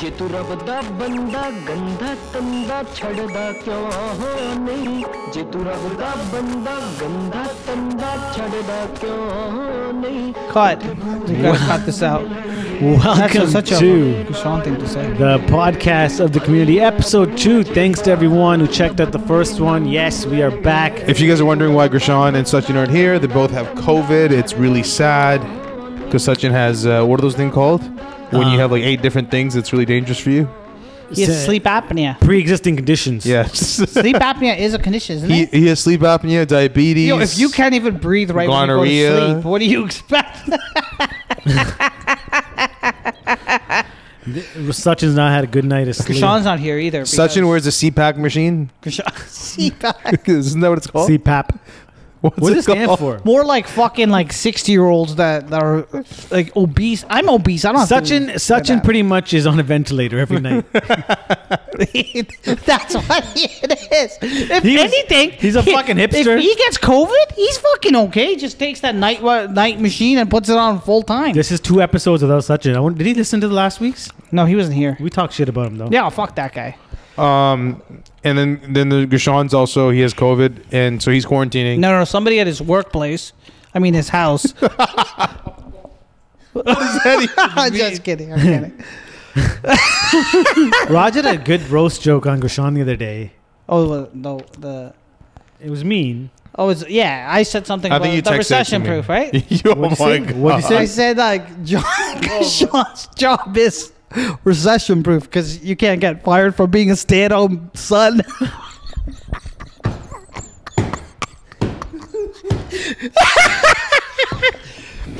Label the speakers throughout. Speaker 1: जेतुरवदा बंदा गंदा तंदा छड़दा क्यों हो नहीं जेतुरवदा बंदा गंदा तंदा छड़दा क्यों हो नहीं
Speaker 2: Cut. We gotta cut this out. That's
Speaker 3: Welcome
Speaker 2: such
Speaker 3: to
Speaker 2: a Sean thing to say.
Speaker 3: the podcast of the community, episode two. Thanks to everyone who checked out the first one. Yes, we are back.
Speaker 4: If you guys are wondering why Krishan and Sachin aren't here, they both have COVID. It's really sad because Sachin has uh, what are those things called? When
Speaker 3: Uh,
Speaker 4: you have like eight different things, it's really dangerous for you.
Speaker 2: He has
Speaker 3: Say-
Speaker 2: sleep apnea.
Speaker 3: Pre-existing conditions.
Speaker 4: Yes,
Speaker 2: Sleep apnea is a condition, isn't
Speaker 4: he,
Speaker 2: it?
Speaker 4: he has sleep apnea, diabetes.
Speaker 2: Yo, if you can't even breathe right when you go to
Speaker 4: Gonorrhea.
Speaker 2: sleep, what do you expect?
Speaker 3: Sachin's not had a good night of sleep.
Speaker 2: Sean's not here either.
Speaker 4: Sachin wears a CPAP machine.
Speaker 2: CPAC.
Speaker 4: Isn't that what it's called?
Speaker 3: CPAP.
Speaker 4: What's
Speaker 3: What
Speaker 4: it
Speaker 3: does it stand
Speaker 4: called?
Speaker 3: for?
Speaker 2: More like fucking like sixty year olds that that are like obese. I'm obese. I don't. have to-
Speaker 3: Sachin, Sachin pretty much is on a ventilator every night.
Speaker 2: That's what it is. If
Speaker 3: He's-
Speaker 2: anything,
Speaker 3: he's a
Speaker 2: he-
Speaker 3: fucking hipster.
Speaker 2: If he gets COVID, he's fucking okay. He just takes that night wa- night machine and puts it on full time.
Speaker 3: this is two episodes without Sachin. I wonder, did he listen to the last week's?
Speaker 2: No, he wasn't here.
Speaker 3: We talked shit about him though.
Speaker 2: Yeah, fuck that guy.
Speaker 4: Um, and then then the Krishan's also he has COVID, and so he's quarantining.
Speaker 2: No, no, somebody at his workplace. I mean, his house. just kidding. I'm kidding.
Speaker 3: Raj did a good roast joke on Grishan the other day.
Speaker 2: Oh well, no, the
Speaker 3: It was mean.
Speaker 2: oh, it's, yeah. I said something
Speaker 4: I
Speaker 2: about
Speaker 4: think you
Speaker 2: the
Speaker 4: texted it to
Speaker 2: recession
Speaker 4: me.
Speaker 2: proof, right?
Speaker 4: oh
Speaker 3: What'd you
Speaker 4: my
Speaker 3: say? What'd you
Speaker 4: God.
Speaker 3: say?
Speaker 2: I said like John Sean's job is recession proof because you can't get fired for being a stay at home son.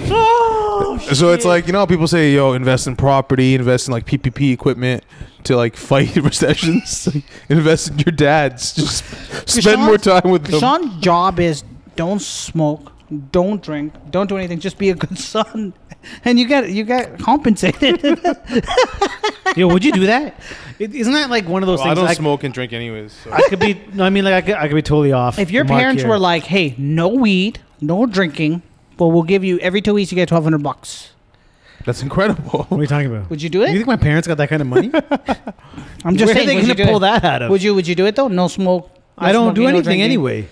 Speaker 2: oh,
Speaker 4: So it's like you know how people say, "Yo, invest in property, invest in like PPP equipment to like fight recessions. Like, invest in your dads. Just spend more time with them."
Speaker 2: Sean's job is don't smoke, don't drink, don't do anything. Just be a good son, and you get you get compensated.
Speaker 3: Yo, would you do that? It, isn't that like one of those
Speaker 4: Well, I
Speaker 3: things?
Speaker 4: don't
Speaker 3: like,
Speaker 4: smoke and drink anyways. So.
Speaker 3: I could be. No, I mean, like I could, I could be totally off.
Speaker 2: if your
Speaker 3: the mark
Speaker 2: parents
Speaker 3: here.
Speaker 2: were like, "Hey, no weed, no drinking, but we'll give you every two weeks you get twelve hundred bucks,"
Speaker 4: That's incredible.
Speaker 3: "What are you talking about?
Speaker 2: would you do it?
Speaker 3: you think my parents got that kind of money?
Speaker 2: I'm just
Speaker 3: Where
Speaker 2: saying.
Speaker 3: are they
Speaker 2: would you
Speaker 3: going to
Speaker 2: do
Speaker 3: pull
Speaker 2: it?
Speaker 3: that out of?
Speaker 2: Would you Would you do it though? No smoke. no
Speaker 3: I don't
Speaker 2: smoking,
Speaker 3: do
Speaker 2: no
Speaker 3: anything
Speaker 2: drinking.
Speaker 3: anyway.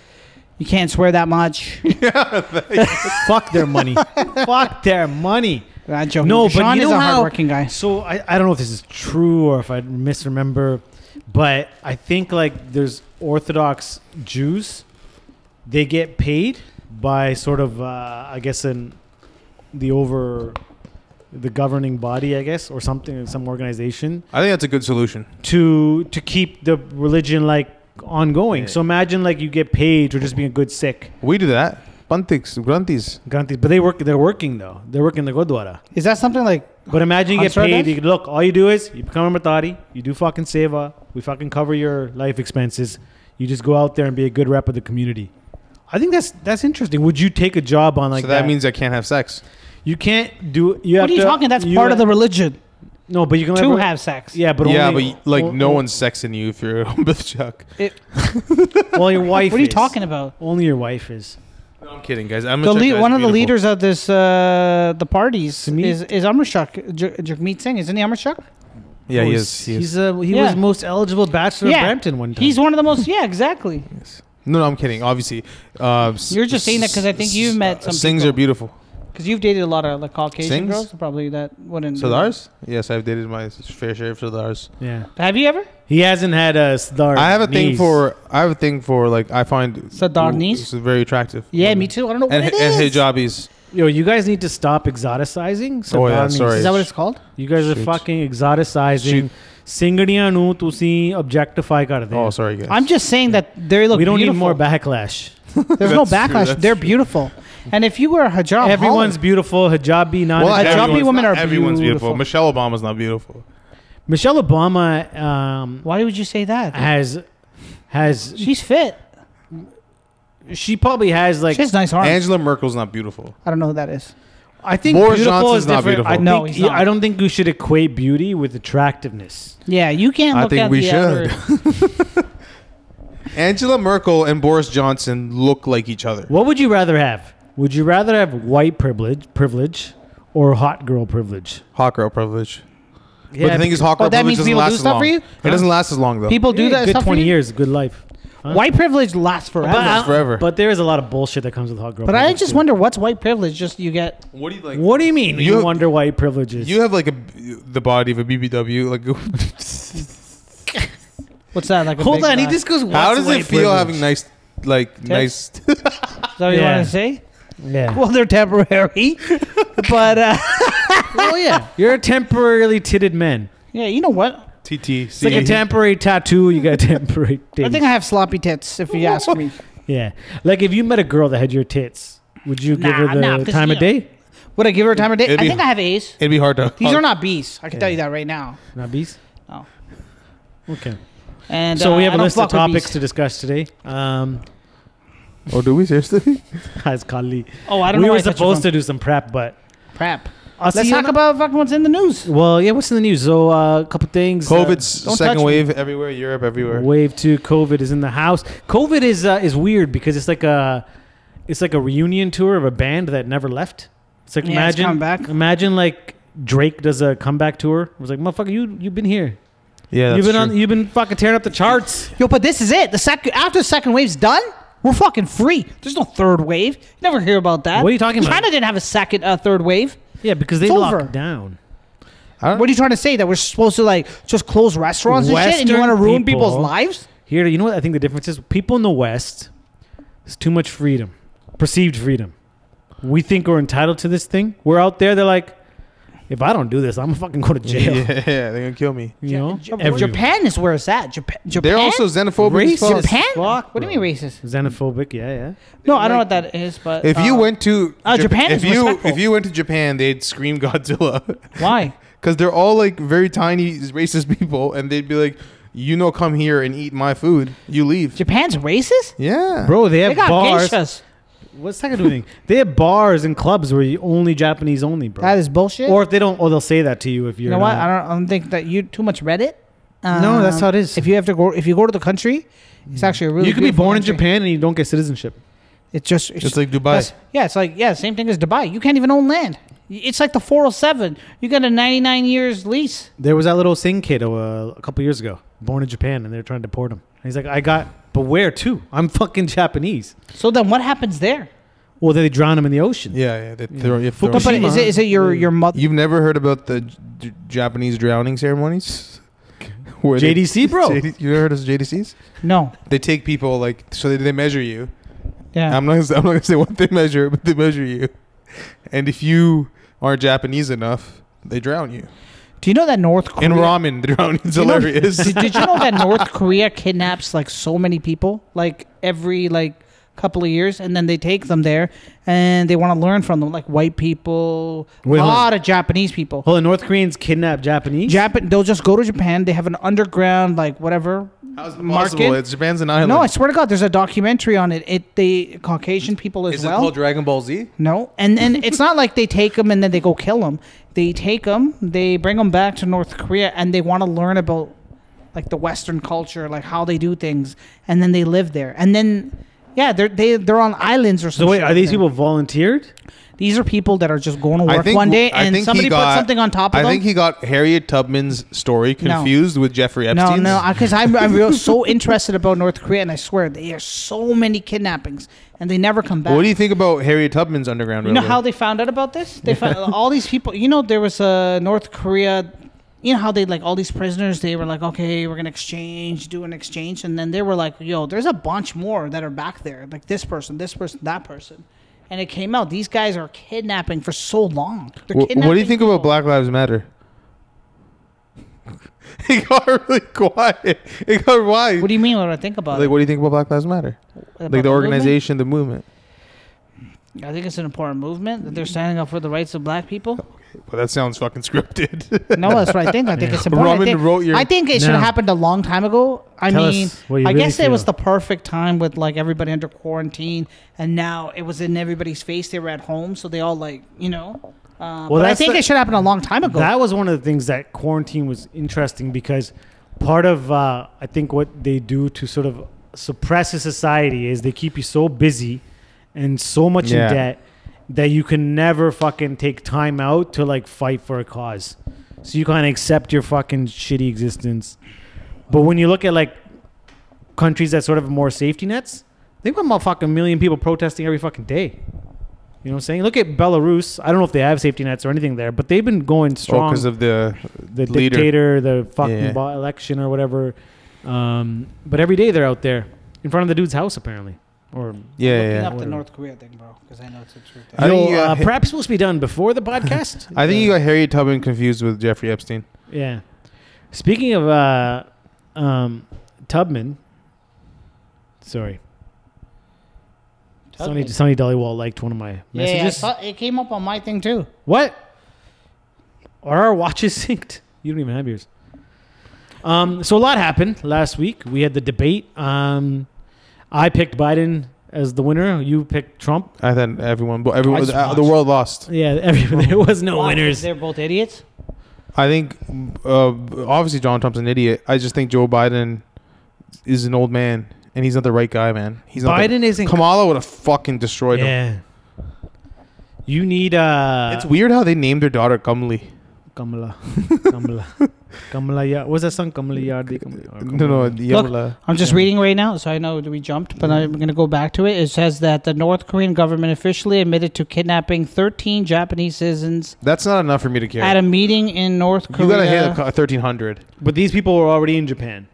Speaker 2: You can't swear that much.
Speaker 3: Fuck their money. Fuck their money.
Speaker 2: I'm joking.
Speaker 3: No, but
Speaker 2: Sean
Speaker 3: you
Speaker 2: is
Speaker 3: know
Speaker 2: a
Speaker 3: how-
Speaker 2: hardworking guy.
Speaker 3: So I, I don't know if this is true or if I misremember, but I think like there's Orthodox Jews, they get paid by sort of uh, I guess in the over the governing body I guess or something some organization
Speaker 4: I think that's a good solution.
Speaker 3: to to keep the religion like ongoing. So imagine like you get paid for just being a good Sikh.
Speaker 4: We do that. Pantiks, grunties.
Speaker 3: Ganti- But they work. They're working though. They're working the Godwara.
Speaker 2: Is that something like?
Speaker 3: But imagine you
Speaker 2: On
Speaker 3: get
Speaker 2: Saturday?
Speaker 3: paid. You, look, all you do is you become a matari. You do fucking seva. We fucking cover your life expenses. You just go out there and be a good rep of the community. I think that's that's interesting. Would you take a job on like
Speaker 4: so that, means I can't have sex.
Speaker 3: you can't do. uh, You have
Speaker 2: What are you
Speaker 3: to-
Speaker 2: talking? That's part of the religion
Speaker 3: no, but you can
Speaker 2: to
Speaker 3: never-
Speaker 2: have sex.
Speaker 3: Yeah, but
Speaker 4: yeah,
Speaker 3: only,
Speaker 4: but like
Speaker 3: o-
Speaker 4: no
Speaker 3: o-
Speaker 4: one's sexing you if you're a chuck.
Speaker 2: It-
Speaker 3: Well, your wife.
Speaker 2: what are you
Speaker 3: is.
Speaker 2: talking about?
Speaker 3: Only your wife is.
Speaker 4: No, I'm kidding, guys. I'm
Speaker 2: The lead, one of the leaders of this uh, the parties is is Amrshak J- Jagmeet Singh. Isn't he Amrshak?
Speaker 4: Yeah,
Speaker 3: Oh,
Speaker 4: he
Speaker 3: he's-
Speaker 4: is. He is.
Speaker 3: He's a, he
Speaker 2: Yeah.
Speaker 3: was most eligible bachelor of Brampton one time.
Speaker 2: He's one of the most. Yeah, exactly.
Speaker 4: No, no, I'm kidding. Obviously, uh, s-
Speaker 2: You're just saying that 'cause I think you've met
Speaker 4: s-
Speaker 2: some
Speaker 4: Singhs
Speaker 2: people.
Speaker 4: are beautiful.
Speaker 2: Because you've dated a lot of like Caucasian
Speaker 4: Singhs?
Speaker 2: girls, probably that wouldn't. do that.
Speaker 4: Sadars? Yes, I've dated my fair share of Sadars.
Speaker 3: yeah.
Speaker 2: Have you ever?
Speaker 3: He hasn't had a star.
Speaker 4: I have a thing
Speaker 3: knees.
Speaker 4: for I have a thing for like I find
Speaker 2: Sadar knees?
Speaker 4: This is very attractive.
Speaker 2: Yeah, me too. I don't know what
Speaker 4: And,
Speaker 2: it is.
Speaker 4: and hijabis.
Speaker 3: Yo, you guys need to stop exoticizing.
Speaker 4: Oh, yeah,
Speaker 3: Sabanis.
Speaker 4: sorry.
Speaker 2: Is that what it's called?
Speaker 3: You guys are
Speaker 4: Shit.
Speaker 3: fucking exoticizing.
Speaker 4: Shit.
Speaker 3: ਸਿੰਗੜੀਆਂ ਨੂੰ ਤੁਸੀਂ objectify ਕਰਦੇ
Speaker 4: Oh,
Speaker 3: ਹੋ.
Speaker 4: sorry guys.
Speaker 2: I'm just saying that they look.
Speaker 3: We don't
Speaker 2: beautiful.
Speaker 3: need more backlash.
Speaker 2: There's no
Speaker 4: That's true,
Speaker 2: backlash.
Speaker 4: that's
Speaker 2: They're
Speaker 4: true.
Speaker 2: beautiful. And if you wear a hijab,
Speaker 3: Everyone's
Speaker 2: holler.
Speaker 3: beautiful. Hijabi, not
Speaker 4: Well,
Speaker 2: Hijabi
Speaker 4: everyone's-
Speaker 2: women are
Speaker 4: everyone's
Speaker 2: beautiful.
Speaker 4: Michelle Obama's not beautiful.
Speaker 3: Michelle Obama um,
Speaker 2: Why would you say that?
Speaker 3: has has she,
Speaker 2: She's fit.
Speaker 3: probably has like
Speaker 2: She has nice arms.
Speaker 4: Angela Merkel's not beautiful.
Speaker 2: I don't know who that is.
Speaker 3: I think
Speaker 4: Boris
Speaker 3: beautiful
Speaker 4: Johnson's
Speaker 3: is
Speaker 4: not
Speaker 3: different. I
Speaker 4: beautiful.
Speaker 2: No,
Speaker 3: think,
Speaker 2: he's not.
Speaker 3: I don't think you should equate beauty with attractiveness.
Speaker 2: Yeah, you can't
Speaker 4: I
Speaker 2: look
Speaker 4: think
Speaker 2: at
Speaker 4: we
Speaker 2: the
Speaker 4: should.
Speaker 2: other-
Speaker 4: Angela Merkel and Boris Johnson look like each other.
Speaker 3: What would you rather have? Would you rather have white privilege, privilege, or hot girl privilege?
Speaker 4: Hot girl privilege.
Speaker 3: Yeah,
Speaker 4: but the thing is, hot
Speaker 2: Oh,
Speaker 4: girl
Speaker 2: that
Speaker 4: privilege
Speaker 2: means
Speaker 4: doesn't
Speaker 2: people
Speaker 4: last
Speaker 2: do
Speaker 4: as
Speaker 2: stuff
Speaker 4: long.
Speaker 2: for you?
Speaker 4: It doesn't last as long though.
Speaker 2: People do
Speaker 3: yeah,
Speaker 2: that
Speaker 3: Good
Speaker 2: stuff for
Speaker 3: twenty
Speaker 2: you?
Speaker 3: years, good life. Huh?
Speaker 2: White privilege lasts forever.
Speaker 3: But,
Speaker 4: Almost
Speaker 3: I-
Speaker 4: forever.
Speaker 3: But there is a lot of bullshit that comes with hot girl.
Speaker 2: But I
Speaker 3: privilege,
Speaker 2: just
Speaker 3: too.
Speaker 2: wonder what's white privilege. Just you get
Speaker 4: What do you like?
Speaker 3: What do you mean? You,
Speaker 4: You-
Speaker 3: wonder white privilege is?
Speaker 4: You have like a the body of a BBW. Like,
Speaker 2: what's that like? A
Speaker 3: Hold
Speaker 2: big
Speaker 3: on, he
Speaker 2: guy?
Speaker 3: just goes.
Speaker 4: how
Speaker 3: "What's
Speaker 4: does
Speaker 3: white
Speaker 4: it feel
Speaker 3: privilege?"
Speaker 4: having nice, like nice?
Speaker 2: Is that what you
Speaker 3: Yeah.
Speaker 2: want to say?
Speaker 3: Yeah.
Speaker 2: Well, they're temporary, but uh,
Speaker 3: well, oh, yeah. You're a temporarily titted man.
Speaker 2: yeah, you know what?
Speaker 4: TT.
Speaker 3: It's like a temporary tattoo. You got a temporary.
Speaker 2: I
Speaker 3: titty.
Speaker 2: think I have sloppy tits. If you ask me,
Speaker 3: yeah. Like if you met a girl that had your tits, would you give
Speaker 2: Nah,
Speaker 3: her the
Speaker 2: nah, 'cause
Speaker 3: time of
Speaker 2: you-
Speaker 3: day?
Speaker 2: would I give her a time of day?
Speaker 4: It'd
Speaker 2: I
Speaker 4: be-
Speaker 2: think I have A's.
Speaker 4: It'd be hard to.
Speaker 2: These
Speaker 4: hug.
Speaker 2: are not B's. I can tell you that right now.
Speaker 3: Not bees.
Speaker 2: Oh.
Speaker 3: Okay.
Speaker 2: And
Speaker 3: so
Speaker 2: uh,
Speaker 3: we have
Speaker 2: I
Speaker 3: a
Speaker 2: don't
Speaker 3: list of
Speaker 2: fuck with
Speaker 3: topics
Speaker 2: Bs.
Speaker 3: to discuss today. Um,
Speaker 4: Oh, do we seriously?
Speaker 3: as Kali,
Speaker 2: Oh, I don't
Speaker 3: we
Speaker 2: know.
Speaker 3: were supposed to do some prep, but
Speaker 2: to prep.
Speaker 3: I'll
Speaker 2: Let's
Speaker 3: see you
Speaker 2: talk
Speaker 3: in-
Speaker 2: about fucking what's in the news.
Speaker 3: Well, yeah. What's in the news? So uh, a couple things. uh,
Speaker 4: COVID's
Speaker 2: don't touch
Speaker 4: second
Speaker 2: me.
Speaker 4: wave everywhere, Europe everywhere.
Speaker 3: Wave two COVID is in the house. COVID is uh, is weird because it's like a it's like a reunion tour of a band that never left. It's like
Speaker 2: Yeah, it's
Speaker 3: imagine
Speaker 2: coming back.
Speaker 3: imagine like Drake does a comeback tour. It was like motherfucker, you you've been here.
Speaker 4: Yeah, that's
Speaker 3: you've been
Speaker 4: true.
Speaker 3: on. You've been fucking tearing up the charts.
Speaker 2: Yo, but this is it. The second after the second wave's done, we're fucking free. There's no third wave. You never hear about that.
Speaker 3: What are you talking about?
Speaker 2: China didn't have a second, uh, third wave.
Speaker 3: Yeah, because they
Speaker 2: It's
Speaker 3: locked
Speaker 2: over.
Speaker 3: down.
Speaker 4: I
Speaker 2: What are you trying to say? That we're supposed to like just close restaurants and shit, and you
Speaker 3: Western
Speaker 2: want to ruin
Speaker 3: people-
Speaker 2: people's lives?
Speaker 3: Here, you know what I think the difference is? People in the West, it's too much freedom, perceived freedom. We think we're entitled to this thing. We're out there. They're like, if I don't do this, I'm gonna fucking go to jail.
Speaker 4: yeah, they're gonna kill me.
Speaker 3: You know,
Speaker 2: Ja-
Speaker 3: Everywhere.
Speaker 2: Japan is where it's at. Japan. Japan?
Speaker 4: They're also xenophobic. as fuck.
Speaker 3: Racist.
Speaker 2: Japan.
Speaker 3: Fuck,
Speaker 2: what do you mean racist?
Speaker 3: xenophobic. Yeah, yeah.
Speaker 2: No, I don't know what that is. But
Speaker 4: If you
Speaker 2: uh,
Speaker 4: went to
Speaker 2: uh,
Speaker 4: Jap-
Speaker 2: Japan
Speaker 4: if
Speaker 2: is
Speaker 4: you
Speaker 2: respectful.
Speaker 4: if you went to Japan, they'd scream Godzilla
Speaker 2: why?
Speaker 4: because they're all like very tiny racist people, and they'd be like, "You know, come here and eat my food. You leave."
Speaker 2: Japan's racist?
Speaker 4: yeah,
Speaker 3: Bro, they have
Speaker 2: They got
Speaker 3: bars.
Speaker 2: geishas.
Speaker 3: What's that gonna do? anything? They have bars and clubs where you only Japanese only, bro.
Speaker 2: That is bullshit.
Speaker 3: or if they don't, or they'll say that to you if you're.
Speaker 2: you know what?
Speaker 3: not,
Speaker 2: I don't, I don't think that you too much read it.
Speaker 3: No, that's how it is. Mm.
Speaker 2: If you have to go, if you go to the country, it's actually a really.
Speaker 3: you could be
Speaker 2: beautiful
Speaker 3: born
Speaker 2: country.
Speaker 3: in Japan and you don't get citizenship.
Speaker 2: It's just it's
Speaker 4: just like Dubai.
Speaker 2: that's- yeah, it's like yeah, same thing as Dubai. You can't even own land. Y- It's like the 407. You got a 99 years lease.
Speaker 3: There was that little Singh kid uh, a couple years ago, born in Japan, and they're trying to deport him. And he's like, I got, but where to? I'm fucking Japanese.
Speaker 2: So then what happens there?
Speaker 3: Well, they drown him in the ocean.
Speaker 4: Yeah, yeah. They throw, you throw-
Speaker 2: But, but
Speaker 3: Fukushima.
Speaker 2: is it is it your your mother?
Speaker 4: You've never heard about the J- J- Japanese drowning ceremonies? Where they-
Speaker 3: JDC, bro.
Speaker 4: JD you ever heard of JDCs?
Speaker 2: No.
Speaker 4: They take people like so they, they measure you.
Speaker 2: Yeah.
Speaker 3: Um,
Speaker 4: I'm not gonna say- I'm not gonna say what they measure, but they measure you. And if you aren't Japanese enough, they drown you.
Speaker 2: Do you know that North Korea?
Speaker 4: In ramen, the drowning is
Speaker 2: Oh, You know-
Speaker 4: hilarious.
Speaker 2: Did, did you know that North Korea kidnaps like so many people, like every like couple of years, and then they take them there and they want to learn from them, like white people,
Speaker 3: Wait,
Speaker 2: a
Speaker 3: hold on.
Speaker 2: lot of Japanese people.
Speaker 3: Hold on, North Koreans kidnap Japanese.
Speaker 2: Japan, they'll just go to Japan. They have an underground like whatever.
Speaker 4: How's it
Speaker 2: Market?
Speaker 4: possible? It's Japan's an island.
Speaker 2: No, I swear to God, there's a documentary on it. It they Caucasian people as
Speaker 4: is
Speaker 2: well.
Speaker 4: it called Dragon Ball Z?
Speaker 2: No, and and it's not like they take them and then they go kill them. They take them, they bring them back to North Korea, and they want to learn about like the Western culture, like how they do things, and then they live there. And then, yeah, they're they they're on islands or something.
Speaker 3: So wait, are these people volunteered?
Speaker 2: These are people that are just going to
Speaker 4: I
Speaker 2: work
Speaker 4: think
Speaker 2: one day,
Speaker 4: I
Speaker 2: and
Speaker 4: think he
Speaker 2: somebody
Speaker 4: got-
Speaker 2: put something on top of
Speaker 4: I
Speaker 2: them.
Speaker 4: think he got Harriet tubman's story
Speaker 2: No.
Speaker 4: confused with Jeffrey
Speaker 2: no,
Speaker 4: Epstein's.
Speaker 2: no, because I'm I'm real, so interested about North Korea, and I swear there are so many kidnappings, and they never come back.
Speaker 4: what do you think about Harriet Tubman's underground?
Speaker 2: You know
Speaker 4: Railroad?
Speaker 2: how they found out about this? They found all these people. You know, there was a North Korea. You know how they like all these prisoners? They were like, okay, we're gonna exchange, do an exchange, and then they were like, yo, there's a bunch more that are back there, like this person, this person, that person, and it came out these guys are kidnapping for so long. They're
Speaker 4: Wh- what, do you
Speaker 2: kidnapping
Speaker 4: think
Speaker 2: people.
Speaker 4: about Black Lives Matter? it got really quiet. It got wide.
Speaker 2: What do you mean? What do I think about
Speaker 4: like,
Speaker 2: it?
Speaker 4: what do you think about Black Lives Matter?
Speaker 2: About
Speaker 4: like the
Speaker 2: movement?
Speaker 4: organization, the movement.
Speaker 2: I think it's an important movement that they're standing up for the rights of black people.
Speaker 4: Well, that sounds fucking scripted.
Speaker 2: No, that's what I think. I think it's important.
Speaker 4: Roman
Speaker 2: I think,
Speaker 4: wrote your-
Speaker 2: I think it should
Speaker 3: No.
Speaker 2: have happened a long time ago. I
Speaker 3: Tell
Speaker 2: mean,
Speaker 3: us
Speaker 2: I
Speaker 3: what you really
Speaker 2: guess it was
Speaker 3: feel.
Speaker 2: the perfect time with like everybody under quarantine, and now it was in everybody's face. They were at home, so they all like you know. Uh,
Speaker 3: Well,
Speaker 2: but I
Speaker 3: that's
Speaker 2: think
Speaker 3: the-
Speaker 2: it should happen a long time ago.
Speaker 3: That was one of the things that quarantine was interesting because part of uh, I think what they do to sort of suppresses society is they keep you so busy and so much
Speaker 4: Yeah.
Speaker 3: in debt that you can never fucking take time out to like fight for a cause. So you kind of accept your fucking shitty existence. But when you look at like countries that sort of have more safety nets, they've got motherfucking million people protesting every fucking day. You know what I'm saying? Look at Belarus. I don't know if they have safety nets or anything there, but they've been going strong
Speaker 4: because of the
Speaker 3: the
Speaker 4: leader.
Speaker 3: dictator, the fucking
Speaker 4: Yeah.
Speaker 3: bo- election or whatever. Um, but every day they're out there in front of the dude's house, apparently. Or
Speaker 4: yeah,
Speaker 2: Looking
Speaker 4: yeah.
Speaker 2: up the
Speaker 3: Whatever.
Speaker 2: North Korea thing, bro, because I know it's the truth.
Speaker 4: I think
Speaker 3: Yo,
Speaker 4: you got
Speaker 3: uh,
Speaker 4: hit-
Speaker 3: perhaps supposed to be done before the podcast.
Speaker 4: I think you got Harriet Tubman confused with Jeffrey Epstein.
Speaker 3: yeah. Speaking of uh, um, Tubman, sorry, Sonny
Speaker 2: Tubman.
Speaker 3: Sonny Dollywall liked one of my
Speaker 2: Yeah, yeah, I
Speaker 3: messages.
Speaker 2: saw- it came up on my thing too.
Speaker 3: What? Are our watches synced? You don't even have yours. Um, so a lot happened last week. We had the debate. Um, I picked Biden as the winner. You picked Trump.
Speaker 4: I thought everyone, but everyone,
Speaker 3: I just
Speaker 4: uh, the
Speaker 3: watched.
Speaker 4: world lost.
Speaker 3: Yeah, every, there was no
Speaker 2: Why?
Speaker 3: winners.
Speaker 2: They're both idiots.
Speaker 4: I think uh, obviously John Trump's an idiot. I just think Joe Biden is an old man, and he's not the right guy, man. He's not
Speaker 3: Biden
Speaker 4: The,
Speaker 3: isn't.
Speaker 4: Kamala would have fucking destroyed him.
Speaker 3: Yeah. You need uh,
Speaker 4: It's weird how they named their daughter Kamli.
Speaker 3: Kamala, Kamala, Kamala. Yeah, what's that song? Kamala Yardi. Kamala-
Speaker 4: No, no, Yamala.
Speaker 2: I'm just reading right now, so I know that we jumped, but I'm going to go back to it. It says that the North Korean government officially admitted to kidnapping 13 Japanese citizens
Speaker 4: That's not enough for me to care.
Speaker 2: at a meeting in North Korea.
Speaker 4: you gotta hit a, co- a thirteen hundred.
Speaker 3: But these people were already in Japan.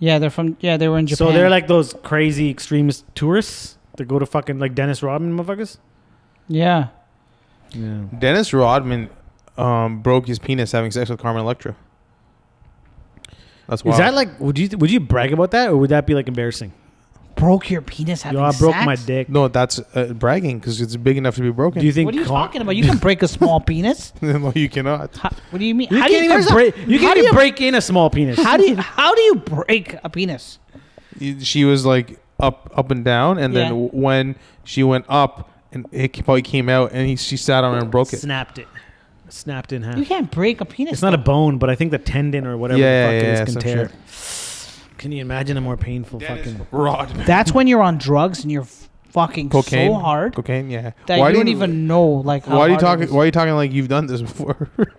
Speaker 2: yeah, they're from. Yeah, they were in Japan.
Speaker 3: So they're like those crazy extremist tourists that go to fucking like Dennis Rodman motherfuckers.
Speaker 2: yeah.
Speaker 3: Yeah.
Speaker 4: Dennis Rodman um, broke his penis having sex with Carmen Electra. That's
Speaker 3: Is
Speaker 4: wild.
Speaker 3: that like would you would you brag about that or would that be like embarrassing?
Speaker 2: Broke your penis having
Speaker 3: Yo, I broke
Speaker 2: sex?
Speaker 3: my dick.
Speaker 4: no, that's uh, bragging because it's big enough to be broken.
Speaker 3: Do you think
Speaker 2: What are you
Speaker 3: con-
Speaker 2: talking about? You can break a small penis.
Speaker 4: no, you cannot.
Speaker 2: How, what do you mean?
Speaker 3: You
Speaker 2: how
Speaker 3: can't
Speaker 2: do you,
Speaker 3: even
Speaker 2: first off,
Speaker 3: break. You
Speaker 2: how
Speaker 3: can't
Speaker 2: do
Speaker 3: even break in a small penis.
Speaker 2: How do you how do you break a penis?
Speaker 4: You- She was like up, up and down, and then
Speaker 2: Yeah.
Speaker 4: w- when she went up, and it ca- probably came out, and he, she sat on it and broke it.
Speaker 3: Snapped it. Snapped in half.
Speaker 2: You can't break a penis.
Speaker 3: It's not a bone, but I think the tendon or whatever
Speaker 4: Yeah,
Speaker 3: the fuck
Speaker 4: yeah,
Speaker 3: it is
Speaker 4: yeah,
Speaker 3: can
Speaker 4: some
Speaker 3: tear. Can you imagine a more painful fucking?
Speaker 4: Rodman.
Speaker 2: That's when you're on drugs and you're f- fucking
Speaker 4: Cocaine.
Speaker 2: so hard
Speaker 4: Cocaine. Yeah.
Speaker 2: that
Speaker 4: why
Speaker 2: you
Speaker 4: do
Speaker 2: don't even know like how
Speaker 4: Why are you
Speaker 2: hard it
Speaker 4: talking?
Speaker 2: is.
Speaker 4: Why are you talking like you've done this before?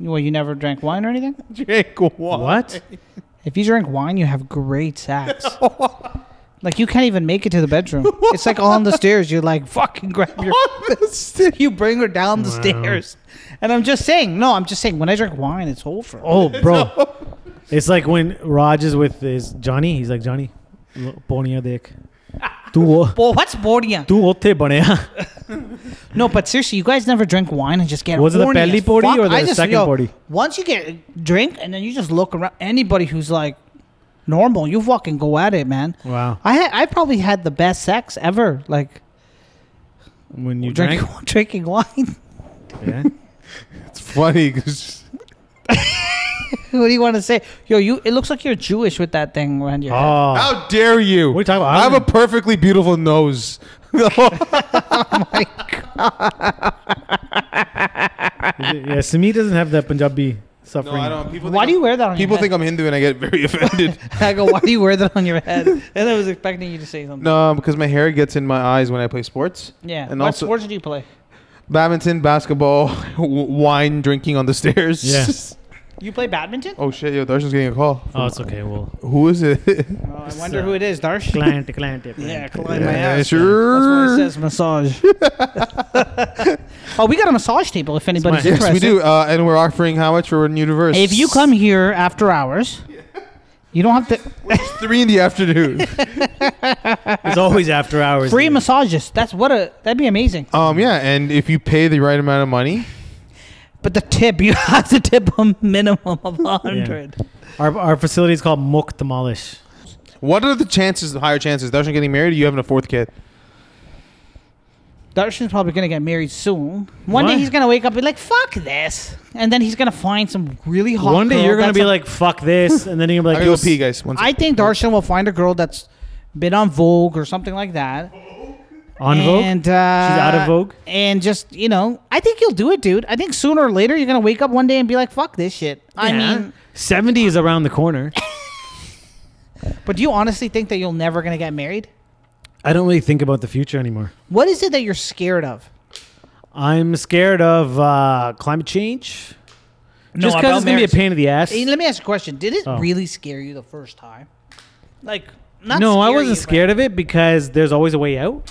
Speaker 2: Well, you never drank wine or anything.
Speaker 4: Drink wine.
Speaker 3: What?
Speaker 2: If you drink wine, you have great sex. like you can't even make it to the bedroom. it's like on the stairs. You're like fucking grab your. you bring her down the
Speaker 3: Wow.
Speaker 2: stairs, and I'm just saying. No, I'm just saying. When I drink wine, it's over.
Speaker 3: Oh, bro. It's like when Raj is with his Johnny. He's like Johnny, lo- pony a dick. Tu wo-
Speaker 2: Well, what's boring?
Speaker 3: tu otte banea.
Speaker 2: No, but seriously, you guys never drink wine and just get
Speaker 3: Was it the
Speaker 2: horny
Speaker 3: belly
Speaker 2: as
Speaker 3: potty
Speaker 2: fuck.
Speaker 3: or the
Speaker 2: I just,
Speaker 3: second
Speaker 2: yo,
Speaker 3: potty?
Speaker 2: Once you get drink and then you just look around. Anybody who's like normal, you fucking go at it, man.
Speaker 3: Wow.
Speaker 2: I had, I probably had the best sex ever. Like
Speaker 3: When you
Speaker 2: drink,
Speaker 3: drink.
Speaker 2: drinking wine.
Speaker 3: Yeah.
Speaker 4: It's funny because
Speaker 2: what do you want to say? Yo, you. It looks like you're Jewish with that thing around your head.
Speaker 3: Oh.
Speaker 4: how dare you?
Speaker 3: What are you talking about?
Speaker 4: I have a perfectly beautiful nose.
Speaker 3: yeah, Sami doesn't have that Punjabi suffering.
Speaker 4: People
Speaker 2: Why do you wear that on
Speaker 4: People
Speaker 2: your head?
Speaker 4: think I'm Hindu and I get very offended.
Speaker 2: I go, why do you wear that on your head? And I was expecting you to say something.
Speaker 4: no, because my hair gets in my eyes when I play sports.
Speaker 2: Yeah.
Speaker 4: And
Speaker 2: what
Speaker 4: also-
Speaker 2: sports do you play?
Speaker 4: Badminton, basketball, w- wine, drinking on the stairs.
Speaker 3: Yeah.
Speaker 2: You play badminton?
Speaker 4: oh shit! Yo, Darshan's getting a call.
Speaker 3: Oh, it's okay. Well,
Speaker 4: Who is it?
Speaker 2: Oh, I
Speaker 4: uh,
Speaker 2: wonder who it is, Darsh.
Speaker 3: client, client.
Speaker 2: Yeah,
Speaker 3: client.
Speaker 2: climb my
Speaker 4: Yeah,
Speaker 2: ass. That's why it
Speaker 4: sure.
Speaker 2: says massage. oh, we got a massage table if anybody's
Speaker 3: my-
Speaker 4: Yes,
Speaker 2: interested.
Speaker 4: we do, uh, and we're offering how much for New Universe?
Speaker 2: If you come here after hours, you don't have to.
Speaker 4: it's three in the afternoon.
Speaker 3: It's always after hours.
Speaker 2: Free
Speaker 3: dude.
Speaker 2: massages. That's what a. That'd be amazing.
Speaker 4: um, yeah, and if you pay the right amount of money,
Speaker 2: But the tip, you have to tip a minimum of a hundred.
Speaker 3: Our, our facility is called Muk Tamalish.
Speaker 4: what are the chances? The higher chances Darshan getting married? Or you having a fourth kid?
Speaker 2: Darshan's probably gonna get married soon. One
Speaker 3: Why?
Speaker 2: day he's gonna wake up and be like, "Fuck this," and then he's gonna find some really hot.
Speaker 3: One day
Speaker 2: girl
Speaker 3: you're gonna
Speaker 2: that's
Speaker 3: be
Speaker 2: a-
Speaker 3: like, "Fuck this," and then you're gonna
Speaker 4: I
Speaker 3: be
Speaker 4: gotta
Speaker 3: like,
Speaker 4: go
Speaker 3: "Yo,
Speaker 4: pee, guys. One sec.
Speaker 2: I think Darshan will find a girl that's been on Vogue or something like that.
Speaker 3: on Vogue."
Speaker 2: And, uh,
Speaker 3: She's out of Vogue?
Speaker 2: And just you know, I think you'll do it, dude. I think sooner or later you're gonna wake up one day and be like, "Fuck this shit." I
Speaker 3: Yeah.
Speaker 2: mean,
Speaker 3: seventy is around the corner.
Speaker 2: But do you honestly think that you're never gonna get married?
Speaker 3: I don't really think about the future anymore.
Speaker 2: What is it that you're scared of?
Speaker 3: I'm scared of uh, climate change. Just because it's gonna be a pain in the ass.
Speaker 2: Hey, let me ask you a question. Did it
Speaker 3: Oh.
Speaker 2: really scare you the first time? Like, not
Speaker 3: no, I
Speaker 2: scare
Speaker 3: wasn't
Speaker 2: you, but-
Speaker 3: scared of it because there's always a way out.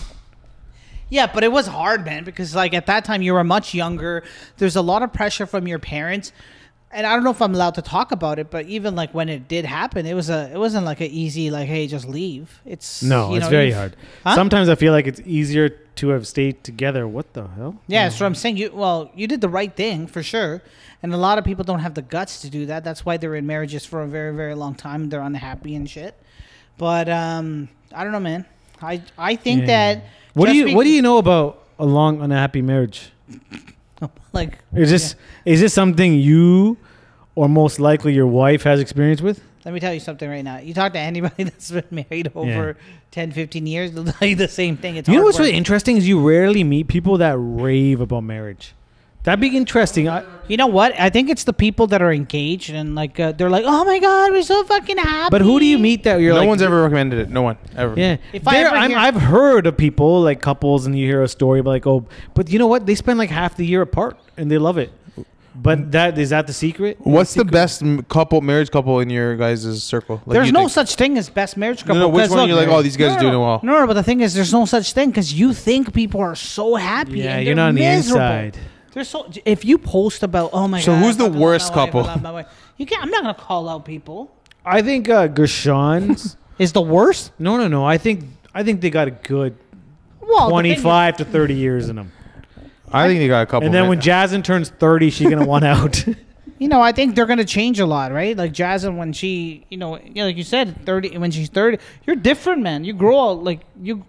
Speaker 2: Yeah, but it was hard, man, because like at that time you were much younger. There's a lot of pressure from your parents, and I don't know if I'm allowed to talk about it. But even like when it did happen, it was a it wasn't like an easy like hey just leave. It's
Speaker 3: No,
Speaker 2: you
Speaker 3: it's
Speaker 2: know,
Speaker 3: very
Speaker 2: you-
Speaker 3: hard.
Speaker 2: Huh?
Speaker 3: Sometimes I feel like it's easier to have stayed together. What the hell?
Speaker 2: Yeah, so I'm saying you well, you did the right thing for sure. And a lot of people don't have the guts to do that. That's why they're in marriages for a very, very long time. They're unhappy and shit. But um I don't know, man. I I think
Speaker 3: Yeah.
Speaker 2: that
Speaker 3: What do
Speaker 2: just
Speaker 3: you What do
Speaker 2: be-
Speaker 3: you know about a long unhappy marriage?
Speaker 2: like
Speaker 3: Is this Is this something you or most likely your wife has experience with?
Speaker 2: let me tell you something right now. You talk to anybody that's been married over ten, fifteen 10, 15 years, they'll tell you the same thing. It's
Speaker 3: you know
Speaker 2: hard
Speaker 3: what's
Speaker 2: work.
Speaker 3: really interesting is you rarely meet people that rave about marriage. That'd be interesting. I,
Speaker 2: You know what? I think it's the people that are engaged and like uh, they're like, "Oh my god, we're so fucking happy."
Speaker 3: but who do you meet that you're
Speaker 4: no
Speaker 3: like?
Speaker 4: one's ever recommended it. No one ever.
Speaker 3: Yeah,
Speaker 2: If I
Speaker 3: there,
Speaker 2: ever
Speaker 3: I'm,
Speaker 2: hear-
Speaker 3: I've heard of people like couples, and you hear a story about like, oh, but you know what? They spend like half the year apart, and they love it. But that is that Mm. the secret?
Speaker 4: What's the best m- couple, marriage couple in your guys' circle? Like
Speaker 2: there's
Speaker 4: you
Speaker 2: no
Speaker 4: think-
Speaker 2: such thing as best marriage couple.
Speaker 4: No, no, which
Speaker 2: 'cause
Speaker 4: one
Speaker 2: look,
Speaker 4: you're like, oh, these guys
Speaker 2: no,
Speaker 4: are
Speaker 2: no,
Speaker 4: doing well.
Speaker 2: No, no, but the thing is, there's no such thing because you think people are so happy.
Speaker 3: Yeah,
Speaker 2: and
Speaker 3: you're
Speaker 2: they're
Speaker 3: not on the
Speaker 2: miserable.
Speaker 3: inside.
Speaker 2: They're so. If you post about, oh my
Speaker 4: So
Speaker 2: god.
Speaker 4: who's
Speaker 2: I
Speaker 4: the
Speaker 2: fucking love
Speaker 4: worst
Speaker 2: my wife, I
Speaker 4: couple?
Speaker 2: love my wife. You can't. I'm not gonna call out people.
Speaker 3: I think uh, Gershon's.
Speaker 2: Is the worst?
Speaker 3: no, no, no. I think I think they got a good
Speaker 2: Well, Oh, the thing is-
Speaker 3: twenty-five to thirty years in them.
Speaker 4: I think they got a couple.
Speaker 3: And then
Speaker 4: man.
Speaker 3: when Jasmine turns thirty, she's gonna want out.
Speaker 2: you know, I think they're gonna change a lot, right? Like Jasmine, when she, you know, yeah, like you said, thirty. When she's thirty, you're different, man. You grow up, like you,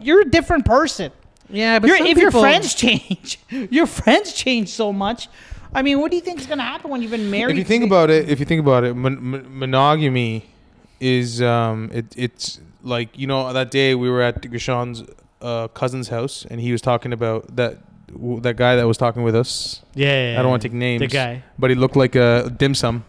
Speaker 2: you're a different person.
Speaker 3: yeah,
Speaker 2: Your- if your friends change, your friends change so much. I mean, what do you think is going to happen when you've been married?
Speaker 4: if you think
Speaker 2: to-
Speaker 4: about it, if you think about it, mon- mon- monogamy is um, it, it's like you know that day we were at Gershon's uh, cousin's house and he was talking about that w- that guy that was talking with us.
Speaker 3: yeah, yeah,
Speaker 4: I don't want
Speaker 3: yeah.
Speaker 4: to take names.
Speaker 3: the guy.
Speaker 4: but he looked like a dim sum.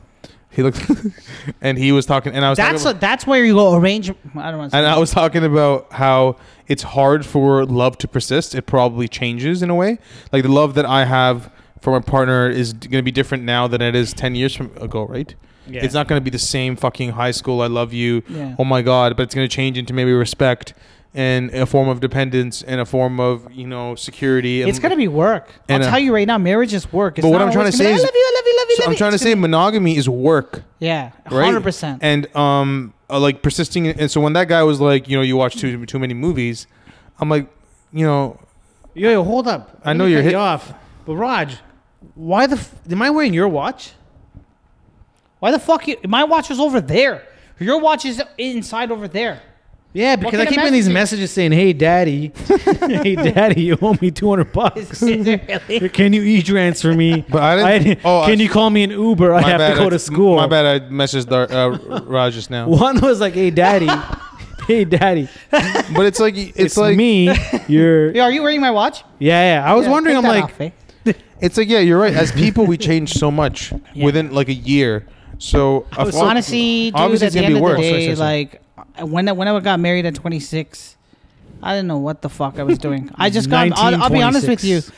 Speaker 4: He looked, and he was talking, and I was
Speaker 2: that's
Speaker 4: talking
Speaker 2: a,
Speaker 4: about,
Speaker 2: that's where you go arrange. I don't want to.
Speaker 4: and I was talking about how it's hard for love to persist. It probably changes in a way. Like the love that I have for my partner is going to be different now than it is ten years from ago, right?
Speaker 3: Yeah.
Speaker 4: It's not going to be the same fucking high school. I love you.
Speaker 2: Yeah.
Speaker 4: Oh my god! But it's going to change into maybe respect and a form of dependence and a form of you know security.
Speaker 2: It's
Speaker 4: and-
Speaker 2: going to be work. I'll
Speaker 4: and, uh,
Speaker 2: tell you right now, marriage is work. It's
Speaker 4: but what
Speaker 2: not
Speaker 4: I'm trying
Speaker 2: always
Speaker 4: to
Speaker 2: gonna
Speaker 4: say
Speaker 2: be,
Speaker 4: is-
Speaker 2: I love you, I love you, love you,
Speaker 4: So
Speaker 2: love
Speaker 4: I'm
Speaker 2: you."
Speaker 4: trying to
Speaker 2: It's
Speaker 4: say
Speaker 2: gonna
Speaker 4: monogamy is work.
Speaker 2: be- yeah,
Speaker 4: right?
Speaker 2: hundred percent.
Speaker 4: And um, uh, like persisting. And so when that guy was like, you know, you watch too too many movies, I'm like, you know,
Speaker 3: Yo, yo, hold up.
Speaker 4: I
Speaker 3: Let
Speaker 4: know
Speaker 3: me
Speaker 4: you're
Speaker 3: cut
Speaker 4: hit-
Speaker 3: you off, but Raj, why the? F- am I wearing your watch?
Speaker 2: Why the fuck? You, my watch is over there. Your watch is inside over there.
Speaker 3: Yeah, because
Speaker 2: kind
Speaker 3: I
Speaker 2: of
Speaker 3: keep getting these
Speaker 2: messages?
Speaker 3: messages saying, "Hey, daddy, hey, daddy, you owe me two hundred bucks.
Speaker 2: Is it really?
Speaker 3: Can you e-transfer me?
Speaker 4: But I didn't- oh,
Speaker 3: can
Speaker 4: I-
Speaker 3: you call me an Uber? I
Speaker 4: my
Speaker 3: have
Speaker 4: bad,
Speaker 3: to go
Speaker 4: I-
Speaker 3: to school."
Speaker 4: My bad. I messaged the, uh, Raj just now.
Speaker 3: One was like, "Hey, daddy, hey, daddy,
Speaker 4: But it's like it's,
Speaker 3: it's,
Speaker 4: like
Speaker 3: me. You're
Speaker 2: Yeah, Are you wearing my watch?
Speaker 3: yeah, yeah. I was
Speaker 2: Yeah,
Speaker 3: wondering.
Speaker 2: take
Speaker 3: I'm
Speaker 2: that
Speaker 3: like,
Speaker 2: off, eh?
Speaker 4: It's like yeah, you're right. As people, we change so much
Speaker 2: Yeah. Oh,
Speaker 4: within like a year. So of all-
Speaker 2: honestly, dude,
Speaker 4: obviously
Speaker 2: at
Speaker 4: it's
Speaker 2: the
Speaker 4: gonna
Speaker 2: end
Speaker 4: be
Speaker 2: of
Speaker 4: worse.
Speaker 2: the
Speaker 4: Sorry,
Speaker 2: day,
Speaker 4: sorry, sorry.
Speaker 2: like I- when I, when I got married at 26, I didn't know what the fuck I was doing. I just got. I'll, I'll be honest with you.
Speaker 3: 1926.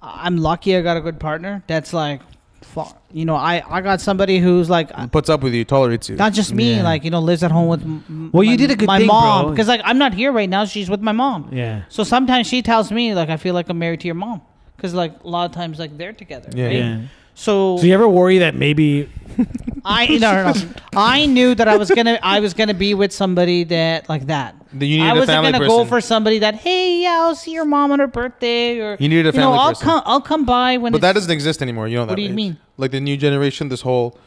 Speaker 2: I- I'm lucky I got a good partner. That's like, fu- you know, I I got somebody who's like. uh,
Speaker 4: puts up with you, tolerates you.
Speaker 2: Not just me,
Speaker 3: Yeah.
Speaker 2: like you know, lives at home with. m- m-
Speaker 3: Well, you
Speaker 2: my-
Speaker 3: did a good
Speaker 2: my
Speaker 3: thing,
Speaker 2: mom,
Speaker 3: bro.
Speaker 2: because like I'm not here right now. She's with my mom.
Speaker 3: Yeah.
Speaker 2: So sometimes she tells me like I feel like I'm married to your mom, because like a lot of times like they're together.
Speaker 4: Yeah.
Speaker 2: right?
Speaker 3: Yeah.
Speaker 2: So
Speaker 3: So you ever worry that maybe
Speaker 2: I no, no, no. I knew that I was gonna I was gonna be with somebody that like that.
Speaker 4: That you needed
Speaker 2: I
Speaker 4: a
Speaker 2: wasn't
Speaker 4: family
Speaker 2: gonna go
Speaker 4: person.
Speaker 2: for somebody that hey yeah I'll see your mom on her birthday or
Speaker 4: You needed a
Speaker 2: know,
Speaker 4: family
Speaker 2: I'll
Speaker 4: person.
Speaker 2: come I'll come by when.
Speaker 4: but that
Speaker 2: it's-
Speaker 4: doesn't exist anymore. You know that.
Speaker 2: do you
Speaker 4: right?
Speaker 2: mean?
Speaker 4: Like the new generation, this whole.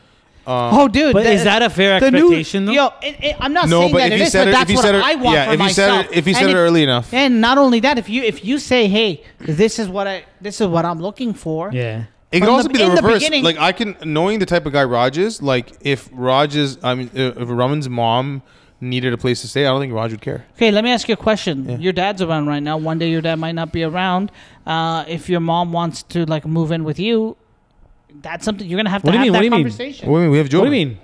Speaker 4: Um,
Speaker 2: Oh, dude!
Speaker 3: But
Speaker 2: is
Speaker 3: is that a fair expectation, though?
Speaker 2: Yo, it, it, I'm not
Speaker 4: No,
Speaker 2: saying
Speaker 4: but
Speaker 2: that
Speaker 4: if
Speaker 2: it
Speaker 4: you
Speaker 2: is,
Speaker 4: said
Speaker 2: but
Speaker 4: it-
Speaker 2: that's
Speaker 4: if you
Speaker 2: what
Speaker 4: said it-
Speaker 2: I want
Speaker 4: yeah,
Speaker 2: for
Speaker 4: if you said it-
Speaker 2: myself.
Speaker 4: if you said
Speaker 2: And
Speaker 4: it early enough.
Speaker 2: and not only that, if you if you say, "Hey, this is what I this is what I'm looking for,"
Speaker 3: yeah,
Speaker 4: It could
Speaker 2: From
Speaker 4: also
Speaker 2: the-
Speaker 4: be the
Speaker 2: in the
Speaker 4: reverse.
Speaker 2: beginning-
Speaker 4: like I can knowing the type of guy Raj is. Like if Raj is, I mean, if Raman's mom needed a place to stay, I don't think Raj would care.
Speaker 2: Okay, let me ask you a question.
Speaker 4: Yeah.
Speaker 2: Your dad's around right now. One day your dad might not be around. Uh, if your mom wants to like move in with you, that's something you're gonna have to
Speaker 3: What do you
Speaker 2: have
Speaker 3: mean? What
Speaker 2: that
Speaker 3: do you mean?
Speaker 2: conversation.
Speaker 4: What do you mean? We have Joey.
Speaker 3: what do you mean?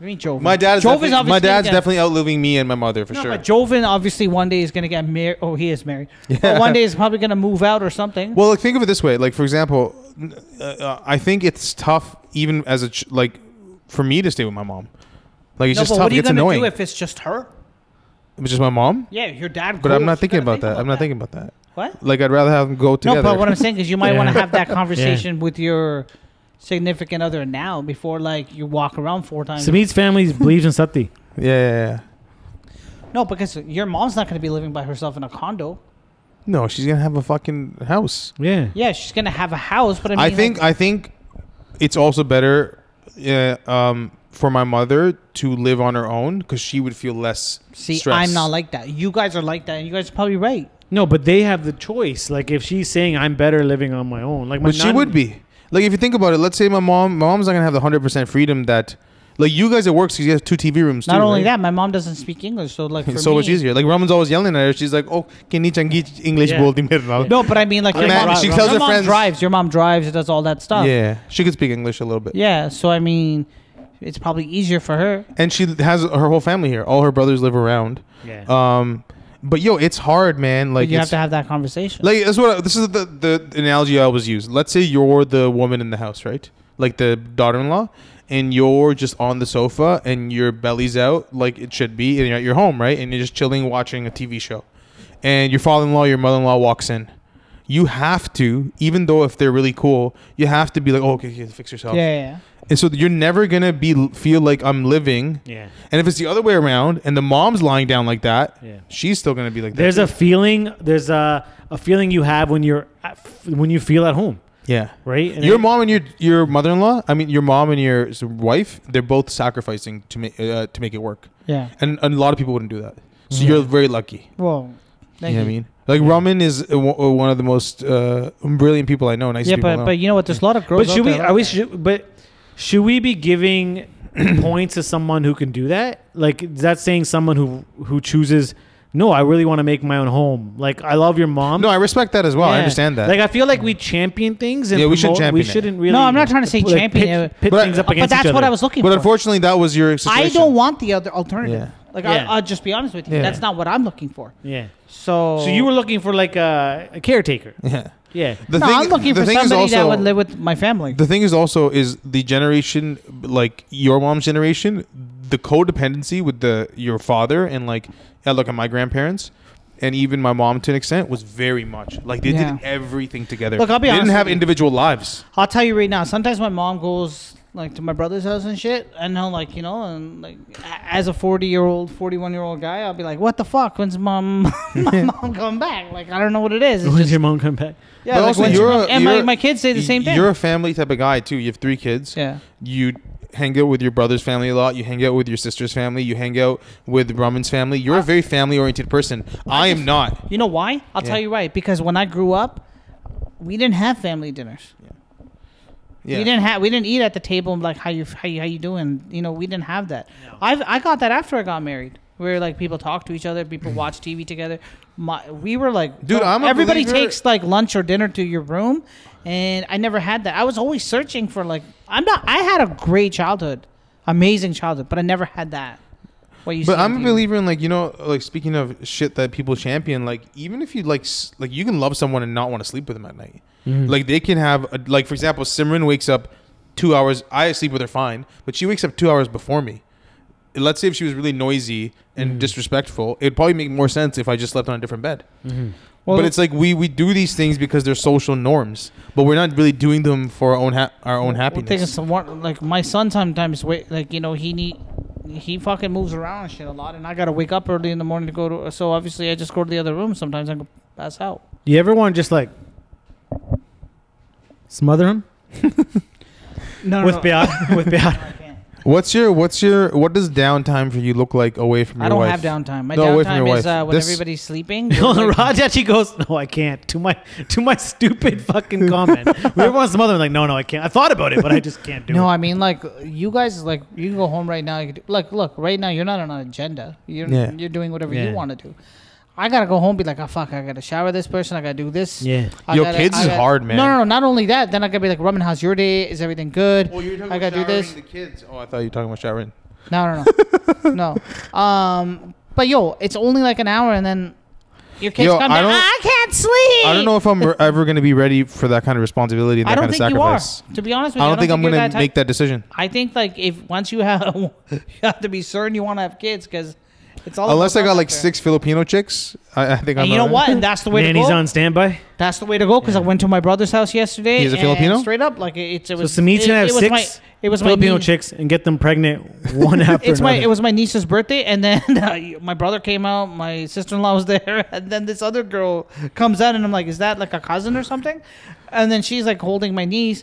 Speaker 2: I mean, Joven.
Speaker 4: My dad is
Speaker 2: Joven's
Speaker 4: definitely, my
Speaker 2: obviously
Speaker 4: dad's
Speaker 2: gonna-
Speaker 4: definitely outliving me and my mother for
Speaker 2: No,
Speaker 4: sure.
Speaker 2: but Joven obviously one day is gonna get married. Oh, he is married. But one day he's probably gonna move out or something.
Speaker 4: Well, like think of it this way. Like for example, n- uh, uh, I think it's tough even as a ch- like for me to stay with my mom. Like it's
Speaker 2: no,
Speaker 4: just
Speaker 2: but
Speaker 4: tough.
Speaker 2: what
Speaker 4: It
Speaker 2: are you
Speaker 4: gets
Speaker 2: gonna
Speaker 4: annoying.
Speaker 2: do if it's just her?
Speaker 4: it's just my mom.
Speaker 2: Yeah, your dad.
Speaker 4: But
Speaker 2: cool,
Speaker 4: I'm not
Speaker 2: you
Speaker 4: thinking
Speaker 2: gotta
Speaker 4: about
Speaker 2: think
Speaker 4: that. I'm not thinking about that.
Speaker 2: What?
Speaker 4: Like I'd rather have them go together.
Speaker 2: No, but what I'm saying is you might want to have that conversation with your significant other now before like you walk around four times.
Speaker 3: Samit's family believes in sati.
Speaker 4: yeah, yeah, yeah.
Speaker 2: no, because your mom's not gonna be living by herself in a condo.
Speaker 4: No, she's gonna have a fucking house.
Speaker 3: Yeah.
Speaker 2: Yeah, she's gonna have a house, but I, mean,
Speaker 4: I,
Speaker 2: like,
Speaker 4: think I think it's also better uh, um, for my mother to live on her own because she would feel less.
Speaker 2: see,
Speaker 4: stress.
Speaker 2: I'm not like that. You guys are like that, and you guys are probably right.
Speaker 3: No, but they have the choice. Like if she's saying I'm better living on my own, like my
Speaker 4: but she
Speaker 3: nan-
Speaker 4: would be. Like if you think about it, let's say my mom, my mom's not gonna have the hundred percent freedom that, like you guys at work, because you have two TV rooms.
Speaker 2: Not
Speaker 4: too,
Speaker 2: only
Speaker 4: right?
Speaker 2: that, my mom doesn't speak English, so like for
Speaker 4: it's so much
Speaker 2: me-
Speaker 4: easier. Like Raman's always yelling at her. She's like, "Oh, kini changi English
Speaker 3: Yeah.
Speaker 4: bolti mere naal."
Speaker 2: No, but I mean, like your
Speaker 4: Man,
Speaker 2: mom,
Speaker 4: she
Speaker 2: your
Speaker 4: tells her
Speaker 2: mom
Speaker 4: friends-
Speaker 2: drives. Your mom drives. Does all that stuff.
Speaker 4: Yeah, she could speak English a little bit,
Speaker 2: Yeah. So I mean, it's probably easier for her.
Speaker 4: and she has her whole family here. All her brothers live around.
Speaker 3: Yeah.
Speaker 2: Uh,
Speaker 4: Um, but yo, it's hard, man.
Speaker 2: But
Speaker 4: Like
Speaker 2: you have
Speaker 4: it's,
Speaker 2: to have that conversation.
Speaker 4: like that's what I, this is the the analogy I always use. Let's say you're the woman in the house, right? Like the daughter-in-law, and you're just on the sofa and your belly's out, like it should be, and you're at your home, right? And you're just chilling, watching a TV show, and your father-in-law, your mother-in-law walks in. You have to, even though if they're really cool, you have to be like, oh, okay, okay fix yourself.
Speaker 2: yeah, yeah,
Speaker 4: And so you're never gonna be feel like I'm living.
Speaker 3: yeah.
Speaker 4: And if it's the other way around, and the mom's lying down like that,
Speaker 3: Yeah.
Speaker 4: she's still gonna be like that.
Speaker 3: There's
Speaker 4: too.
Speaker 3: a feeling. There's a a feeling you have when you're at, when you feel at home,
Speaker 4: yeah.
Speaker 3: right? And
Speaker 4: your
Speaker 3: it-
Speaker 4: mom and your your mother-in-law i mean your mom and your s- wife they're both sacrificing to make uh, to make it work
Speaker 2: yeah.
Speaker 4: and, and a lot of people wouldn't do that so you're very lucky
Speaker 2: Well, thank
Speaker 4: you know
Speaker 2: you.
Speaker 4: what i mean like raman is uh, wo- uh, one of the most uh, brilliant people i know nice
Speaker 2: yeah,
Speaker 4: people I
Speaker 2: but
Speaker 4: know.
Speaker 2: but you know what? There's a lot of girls.
Speaker 3: But should
Speaker 2: out
Speaker 3: we?
Speaker 2: there-
Speaker 3: Are we? Should, but should we be giving points to someone who can do that? Like is that saying someone who who chooses? No, I really want to make my own home. Like I love your mom.
Speaker 4: no i respect that as well i
Speaker 3: Yeah.
Speaker 4: understand that
Speaker 3: Like I feel like we champion things. And
Speaker 4: Yeah,
Speaker 3: yeah,
Speaker 4: we
Speaker 3: we
Speaker 4: should
Speaker 3: should We
Speaker 4: champion it.
Speaker 3: shouldn't really.
Speaker 2: No, I'm not trying to say
Speaker 3: like,
Speaker 2: champion
Speaker 3: pit-
Speaker 2: it.
Speaker 3: Pit,
Speaker 4: But-
Speaker 3: things up
Speaker 2: Uh,
Speaker 3: against
Speaker 2: but that's
Speaker 3: each
Speaker 2: what
Speaker 3: other.
Speaker 2: I was looking
Speaker 4: but
Speaker 2: for.
Speaker 4: unfortunately that was your situation
Speaker 2: I don't want the other alternative.
Speaker 4: Yeah.
Speaker 2: Like
Speaker 3: Yeah.
Speaker 2: I, I'll just be honest with you.
Speaker 4: Yeah.
Speaker 2: That's not what I'm looking for.
Speaker 3: Yeah.
Speaker 2: So
Speaker 3: So you were looking for like a, a caretaker.
Speaker 4: yeah
Speaker 3: Yeah.
Speaker 4: the
Speaker 2: no, I'm looking
Speaker 4: the
Speaker 2: for
Speaker 4: thing
Speaker 2: somebody
Speaker 4: is
Speaker 2: that
Speaker 4: also-
Speaker 2: would live with my family.
Speaker 4: The thing is also is the generation like your mom's generation, the codependency with the your father and like I look at my grandparents and even my mom to an extent was very much like they
Speaker 2: Yeah.
Speaker 4: did everything together.
Speaker 2: Look, I'll be
Speaker 4: they
Speaker 2: honest
Speaker 4: didn't have
Speaker 2: with you.
Speaker 4: individual lives.
Speaker 2: I'll tell you right now. Sometimes my mom goes like to my brother's house and shit, and he'll like you know, and like a- as a forty year old, forty one year old guy, I'll be like, "What the fuck? When's mom my mom come back? Like I don't know what it is." It's
Speaker 3: When's
Speaker 2: just,
Speaker 3: your mom come back?
Speaker 2: yeah,
Speaker 4: But
Speaker 2: like,
Speaker 4: also
Speaker 2: when's your
Speaker 4: you're
Speaker 2: mom-
Speaker 4: a-
Speaker 2: and my,
Speaker 4: you're-
Speaker 2: my kids say the same thing.
Speaker 4: You're a family type of guy too. You have three kids.
Speaker 2: yeah,
Speaker 4: You hang out with your brother's family a lot. You hang out with your sister's family. You hang out with Raman's family. You're a very family oriented person. I am not.
Speaker 2: you know why? I'll
Speaker 4: Yeah.
Speaker 2: tell you right because when I grew up, we didn't have family dinners.
Speaker 4: Yeah.
Speaker 2: We didn't have we didn't eat at the table and like how you how you how you doing? You know, we didn't have that. I've I got that after I got married. Where like people talk to each other, people watch TV together. My, we were like,
Speaker 4: Dude,
Speaker 2: no,
Speaker 4: I'm a
Speaker 2: everybody
Speaker 4: believer-
Speaker 2: takes like lunch or dinner to your room, and I never had that. I was always searching for like I'm not. I had a great childhood, amazing childhood, but I never had that. What you?
Speaker 4: But
Speaker 2: see on
Speaker 4: I'm a
Speaker 2: TV.
Speaker 4: believer in like you know like speaking of shit that people champion like even if you like s- like you can love someone and not want to sleep with them at night
Speaker 2: Mm-hmm.
Speaker 4: like they can have a, like for example Simran wakes up two hours I sleep with her fine but she wakes up two hours before me let's say if she was really noisy and
Speaker 2: Mm-hmm.
Speaker 4: disrespectful it'd probably make more sense if I just slept on a different bed
Speaker 2: Well,
Speaker 4: but it's like we we do these things because they're social norms but we're not really doing them for our own ha- our own
Speaker 2: Well, the thing
Speaker 4: happiness
Speaker 2: is, one- like my son sometimes wait, like you know he need he fucking moves around and shit a lot, and I gotta wake up early in the morning to go to. So obviously I just go to the other room sometimes and go pass out.
Speaker 3: You ever want to just like smother him
Speaker 2: No,
Speaker 3: with Beata? With Beata.
Speaker 2: I can't.
Speaker 4: what's your what's your what does downtime for you look like away from your
Speaker 2: I don't
Speaker 4: wife?
Speaker 2: have downtime. My
Speaker 4: No, away from your
Speaker 2: downtime is
Speaker 4: wife.
Speaker 2: uh, when
Speaker 4: This-
Speaker 2: everybody's sleeping.
Speaker 3: on
Speaker 2: Like,
Speaker 3: Raj actually goes, no, I can't. To my to my stupid fucking comment. we were on some other like, no, no, I can't. I thought about it, but I just can't do
Speaker 2: no,
Speaker 3: it.
Speaker 2: I mean like you guys like you can go home right now. You could, like look right now you're not on an agenda. You're
Speaker 4: Yeah.
Speaker 2: you're doing whatever
Speaker 3: Yeah.
Speaker 2: you want to do. I gotta go home, be like, oh fuck, I gotta shower this person, I gotta do this.
Speaker 3: Yeah.
Speaker 2: I
Speaker 4: Yo,
Speaker 2: gotta-
Speaker 4: kids
Speaker 2: I
Speaker 4: is
Speaker 2: gotta-
Speaker 4: hard, man.
Speaker 2: No, no, no. Not only that, then I gotta be like, Roman, how's your day? Is everything good? I gotta do this.
Speaker 4: The kids. Oh, I thought you were talking about showering.
Speaker 2: No, no, no, no. Um, but yo, it's only like an hour, and then your kids
Speaker 4: Yo,
Speaker 2: come
Speaker 4: I
Speaker 2: down.
Speaker 4: don't-
Speaker 2: I can't sleep.
Speaker 4: I don't know if I'm re- ever going to be ready for that kind of responsibility and that
Speaker 2: I don't
Speaker 4: kind of
Speaker 2: think
Speaker 4: sacrifice.
Speaker 2: you are. To be honest with
Speaker 4: I
Speaker 2: you,
Speaker 4: don't think I'm
Speaker 2: you're
Speaker 4: going
Speaker 2: that
Speaker 4: to
Speaker 2: type-
Speaker 4: make that decision.
Speaker 2: I think like if once you have, you have to be certain you want to have kids because it's all.
Speaker 4: Unless
Speaker 2: about
Speaker 4: I got
Speaker 2: comfort.
Speaker 4: like six Filipino chicks, I, I think I'm.
Speaker 2: And you know
Speaker 4: alright.
Speaker 2: what? And that's the way to
Speaker 3: Nanny's
Speaker 2: go.
Speaker 3: on standby.
Speaker 2: That's the way to go because I went to my brother's house yesterday.
Speaker 4: He's a
Speaker 2: and
Speaker 4: Filipino?
Speaker 2: Straight up, like it, it, it
Speaker 3: So
Speaker 2: was.
Speaker 3: Samit's
Speaker 2: it,
Speaker 3: gonna have
Speaker 2: it was
Speaker 3: six
Speaker 2: my, it was
Speaker 3: Filipino
Speaker 2: my nie-
Speaker 3: chicks and get them pregnant one after
Speaker 2: It's my
Speaker 3: another.
Speaker 2: it was my niece's birthday, and then uh, my brother came out, my sister in law was there, and then this other girl comes out, and I'm like, is that like a cousin or something? And then she's like holding my niece,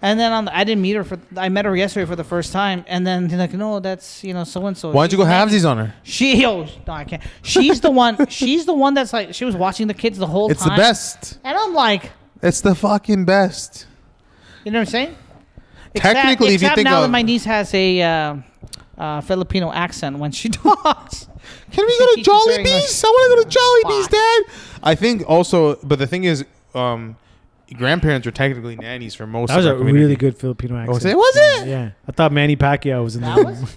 Speaker 2: and then on the, I didn't meet her for I met her yesterday for the first time, and then they're like, no, that's you know so and so.
Speaker 4: Why don't you go have these on her?
Speaker 2: She oh no, I can't. She's the one. She's the one that's like she was watching the kids the whole
Speaker 4: It's the
Speaker 2: time.
Speaker 4: best.
Speaker 2: And I'm like,
Speaker 4: It's the fucking best.
Speaker 2: you know what I'm saying?
Speaker 4: Technically,
Speaker 2: except
Speaker 4: if you think
Speaker 2: now
Speaker 4: of-
Speaker 2: that my niece has a uh, uh, Filipino accent when she talks.
Speaker 4: Can we
Speaker 2: She
Speaker 4: go to
Speaker 2: keeps
Speaker 4: Jolly
Speaker 2: hearing her-
Speaker 4: Bees? I want to go to Jolly Bees,
Speaker 2: Fuck.
Speaker 4: Dad. I think also, but the thing is, um, grandparents were technically nannies for most.
Speaker 3: that was
Speaker 4: of
Speaker 3: a
Speaker 4: our community.
Speaker 3: really good Filipino
Speaker 2: Oh,
Speaker 3: accent.
Speaker 4: was it? Was it?
Speaker 3: Yeah, I thought Manny Pacquiao was in
Speaker 2: That
Speaker 3: the
Speaker 2: was-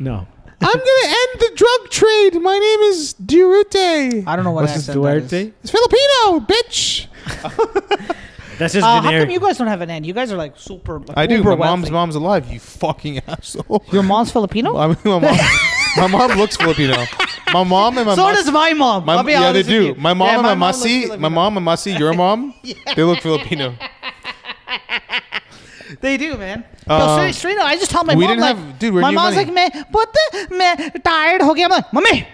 Speaker 3: No,
Speaker 4: I'm gonna end the drug trade. My name is Durute.
Speaker 2: I don't know what
Speaker 3: what's this
Speaker 2: accent that is.
Speaker 3: Duarte?
Speaker 4: It's Filipino, bitch.
Speaker 3: That's just
Speaker 2: Uh, how
Speaker 3: generic.
Speaker 2: come you guys don't have an end? You guys are like super. Like,
Speaker 4: I do.
Speaker 2: uber
Speaker 4: My mom's
Speaker 2: wealthy.
Speaker 4: mom's alive. You fucking asshole.
Speaker 2: Your mom's Filipino.
Speaker 4: I mean, my mom. my mom looks Filipino. My mom and my
Speaker 2: so
Speaker 4: mus-
Speaker 2: does my mom.
Speaker 4: my,
Speaker 2: I'll be
Speaker 4: yeah, they
Speaker 2: honest with
Speaker 4: do.
Speaker 2: you.
Speaker 4: My mom
Speaker 2: Yeah,
Speaker 4: and my,
Speaker 2: mom looks
Speaker 4: Masi, my
Speaker 2: Filipino.
Speaker 4: mom and Masi, your mom, they look Filipino.
Speaker 2: They do, man.
Speaker 4: Uh,
Speaker 2: Yo, straight, straight up, I just tell my
Speaker 4: we
Speaker 2: mom
Speaker 4: didn't
Speaker 2: like,
Speaker 4: have- dude, where
Speaker 2: my
Speaker 4: do you
Speaker 2: mom's
Speaker 4: money?
Speaker 2: like, man, but man, tired ho gaya. I'm like, mummy,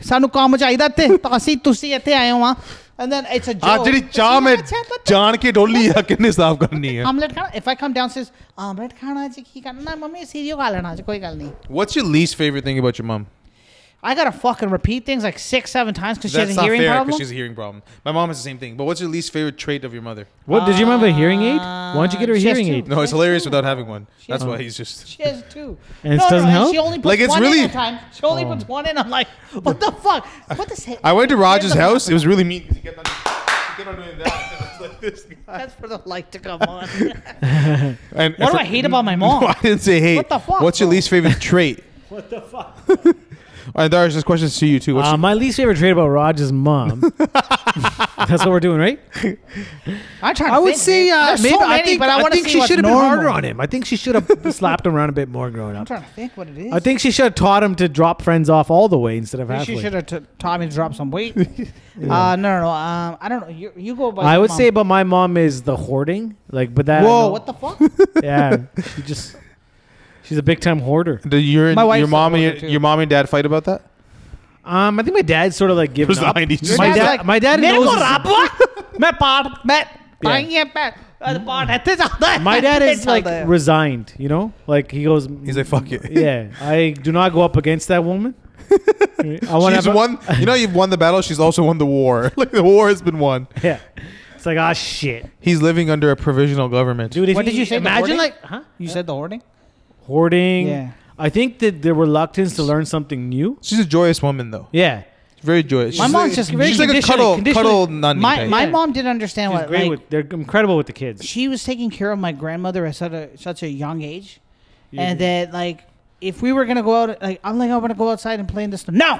Speaker 2: ਸਾਨੂੰ ਕੰਮ ਚਾਹੀਦਾ ਤੇ ਤੁਸੀਂ ਤੁਸੀਂ ਇੱਥੇ ਆਏ ਹੋ ਆ and then it's a joke
Speaker 4: ਆ ਜਿਹੜੀ ਚਾਹ ਮੈਂ ਜਾਣ ਕੇ ਡੋਲੀ ਆ ਕਿੰਨੇ ਸਾਫ਼ ਕਰਨੀ ਹੈ
Speaker 2: ਆਮਲੇਟ ਖਾਣਾ if i come downstairs omelette ਖਾਣਾ ਜੀ ਕੀ ਕਰਨਾ ਨਾ ਮੰਮੀ ਸੀਰੀਅਲ ਖਾ ਲੈਣਾ ਜੀ ਕੋਈ ਗੱਲ ਨਹੀਂ
Speaker 4: What's your least favorite thing about your mom?
Speaker 2: i gotta fucking repeat things like six seven times because she has a
Speaker 4: That's not
Speaker 2: hearing
Speaker 4: fair because
Speaker 2: problem
Speaker 4: she's a hearing problem. My mom has the same thing. But what's your least favorite trait of your mother?
Speaker 3: what did you remember? A hearing aid? Why don't you get her a
Speaker 2: Uh, she has
Speaker 3: hearing
Speaker 2: two.
Speaker 3: aid?
Speaker 4: No, it's hilarious without having one. That's
Speaker 3: Oh.
Speaker 4: why he's just.
Speaker 2: She has two.
Speaker 3: And it doesn't help? Oh.
Speaker 2: She only puts
Speaker 4: Like, it's
Speaker 2: one
Speaker 4: really-
Speaker 2: in at a time. She only puts one in. I'm like, what the fuck? What the heck?
Speaker 4: I went to
Speaker 2: Get
Speaker 4: Roger's
Speaker 2: the-
Speaker 4: house. It was really mean because he kept on, he kept on doing that. It was like this guy.
Speaker 2: That's for the light to come on.
Speaker 4: And
Speaker 2: What do I hate about my mom?
Speaker 4: No, I didn't say hate.
Speaker 2: What the fuck,
Speaker 4: What's your
Speaker 2: bro?
Speaker 4: least favorite trait?
Speaker 3: What the fuck?
Speaker 4: And Darius, this question's to you too.
Speaker 2: Um,
Speaker 4: What's
Speaker 3: Uh, my least favorite trait about Raj is mom. That's what we're doing, right?
Speaker 2: I'm trying to
Speaker 3: I would
Speaker 2: think,
Speaker 3: say
Speaker 2: man.
Speaker 3: uh,
Speaker 2: There's
Speaker 3: maybe
Speaker 2: so
Speaker 3: I
Speaker 2: many,
Speaker 3: think
Speaker 2: but I,
Speaker 3: I,
Speaker 2: wanna
Speaker 3: think
Speaker 2: see
Speaker 3: she
Speaker 2: what's
Speaker 3: should have been harder
Speaker 2: normal.
Speaker 3: on him. I think she should have slapped him around a bit more growing
Speaker 2: I'm
Speaker 3: up.
Speaker 2: trying to think what it is.
Speaker 3: I think she should have taught him to drop friends off all the way instead of
Speaker 2: Maybe she
Speaker 3: halfway.
Speaker 2: should have t- taught me to drop some weight. uh, no, no, no. Um, I don't know. You, you go by.
Speaker 3: I
Speaker 2: your
Speaker 3: would
Speaker 2: mom.
Speaker 3: say, but my mom is the hoarding. Like, but that.
Speaker 2: Whoa, what the fuck?
Speaker 3: Yeah, she just she's a big time hoarder.
Speaker 4: the, your,
Speaker 2: My wife's
Speaker 4: your mom
Speaker 2: a
Speaker 4: and
Speaker 2: hoarder,
Speaker 4: your,
Speaker 2: too.
Speaker 4: your mom and dad fight about that?
Speaker 3: Um, I think my dad's sort of like given
Speaker 4: Was
Speaker 3: up.
Speaker 4: behind each-
Speaker 3: My
Speaker 4: Your dad's
Speaker 3: dad, my dad knows.
Speaker 2: "मेरे को रापवा? मैं पार- मैं
Speaker 3: Yeah.
Speaker 2: पाइए पे- अरे पार रहते जाता है,
Speaker 3: my dad
Speaker 2: रहते
Speaker 3: is like
Speaker 2: जाता है."
Speaker 3: resigned. You know, like he goes.
Speaker 4: He's like, fuck it.
Speaker 3: Yeah, I do not go up against that woman. I want
Speaker 4: She's
Speaker 3: to.
Speaker 4: won. You know, you've won the battle. She's also won the war. Like the war has been won.
Speaker 3: Yeah, it's like ah shit,
Speaker 4: He's living under a provisional government.
Speaker 3: dude. If
Speaker 2: What did you say, the
Speaker 3: Imagine
Speaker 2: hoarding?
Speaker 3: like huh?
Speaker 2: You said the hoarding?
Speaker 3: hoarding.
Speaker 2: Yeah.
Speaker 3: I think that the reluctance to learn something new.
Speaker 4: She's a joyous woman, though.
Speaker 3: Yeah,
Speaker 4: Very joyous.
Speaker 2: My
Speaker 4: she's
Speaker 2: mom's
Speaker 4: like,
Speaker 2: just very
Speaker 4: she's like a
Speaker 3: conditionally-
Speaker 4: cuddle,
Speaker 3: conditionally-
Speaker 4: cuddle nun.
Speaker 2: My,
Speaker 4: type.
Speaker 2: my
Speaker 3: Yeah.
Speaker 2: mom didn't understand
Speaker 3: She's
Speaker 2: what
Speaker 3: great
Speaker 2: like
Speaker 3: with. They're incredible with the kids.
Speaker 2: she was taking care of my grandmother at such a such a young age,
Speaker 3: Yeah.
Speaker 2: and that like if we were gonna go out, like I'm like I want to go outside and play in the snow. No,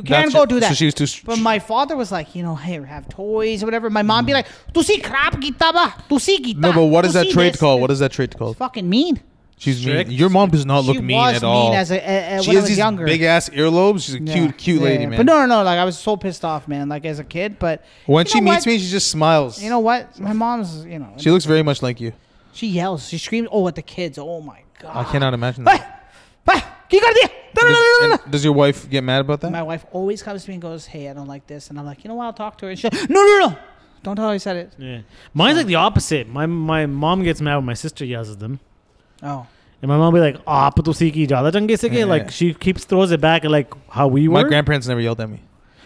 Speaker 2: you can't
Speaker 4: That's
Speaker 2: go
Speaker 4: it.
Speaker 2: do that.
Speaker 4: So she was too. st-
Speaker 2: but my father was like, you know, hey, have toys or whatever. My mom be like, tu si crap kita ba, tu si kita.
Speaker 4: Mm. no, but what is
Speaker 2: tu
Speaker 4: that
Speaker 2: si
Speaker 4: trait
Speaker 2: this."
Speaker 4: called? What is that trait called?
Speaker 2: Fucking mean.
Speaker 4: She's mean.
Speaker 3: Strict.
Speaker 4: Your mom does not look
Speaker 2: she
Speaker 4: mean
Speaker 2: was
Speaker 4: at all.
Speaker 2: mean as a, a, a,
Speaker 4: she
Speaker 2: when I
Speaker 4: has
Speaker 2: was
Speaker 4: these
Speaker 2: younger.
Speaker 4: big ass earlobes. She's a
Speaker 2: Yeah.
Speaker 4: cute, cute
Speaker 2: Yeah,
Speaker 4: lady,
Speaker 2: yeah.
Speaker 4: man.
Speaker 2: But no, no, no. Like I was so pissed off, man. Like as a kid, but
Speaker 4: when
Speaker 2: you
Speaker 4: she
Speaker 2: know
Speaker 4: meets
Speaker 2: what?
Speaker 4: me, she just smiles.
Speaker 2: you know what? My mom's, you know,
Speaker 4: she looks very much like you.
Speaker 2: she yells, she screams, oh, at the kids. Oh my god.
Speaker 4: I cannot imagine
Speaker 2: Hey,
Speaker 4: that.
Speaker 2: hey, you gotta do- da- da- da-
Speaker 4: Does,
Speaker 2: da- da-
Speaker 4: and does your wife get mad about
Speaker 2: da. My
Speaker 4: that?
Speaker 2: wife always comes to me and goes, "Hey, I don't like this," and I'm like, "You know what? I'll talk to her." And she, "No, no, no, don't tell her I said it."
Speaker 3: Yeah, mine's like the opposite. My my mom gets mad when my sister yells at them.
Speaker 2: Oh,
Speaker 3: And my mom be like, ah, but usi ki jada change se ke?"
Speaker 4: Yeah.
Speaker 3: Like she keeps throws it back at like how we were.
Speaker 4: My grandparents never yelled at me. Mm.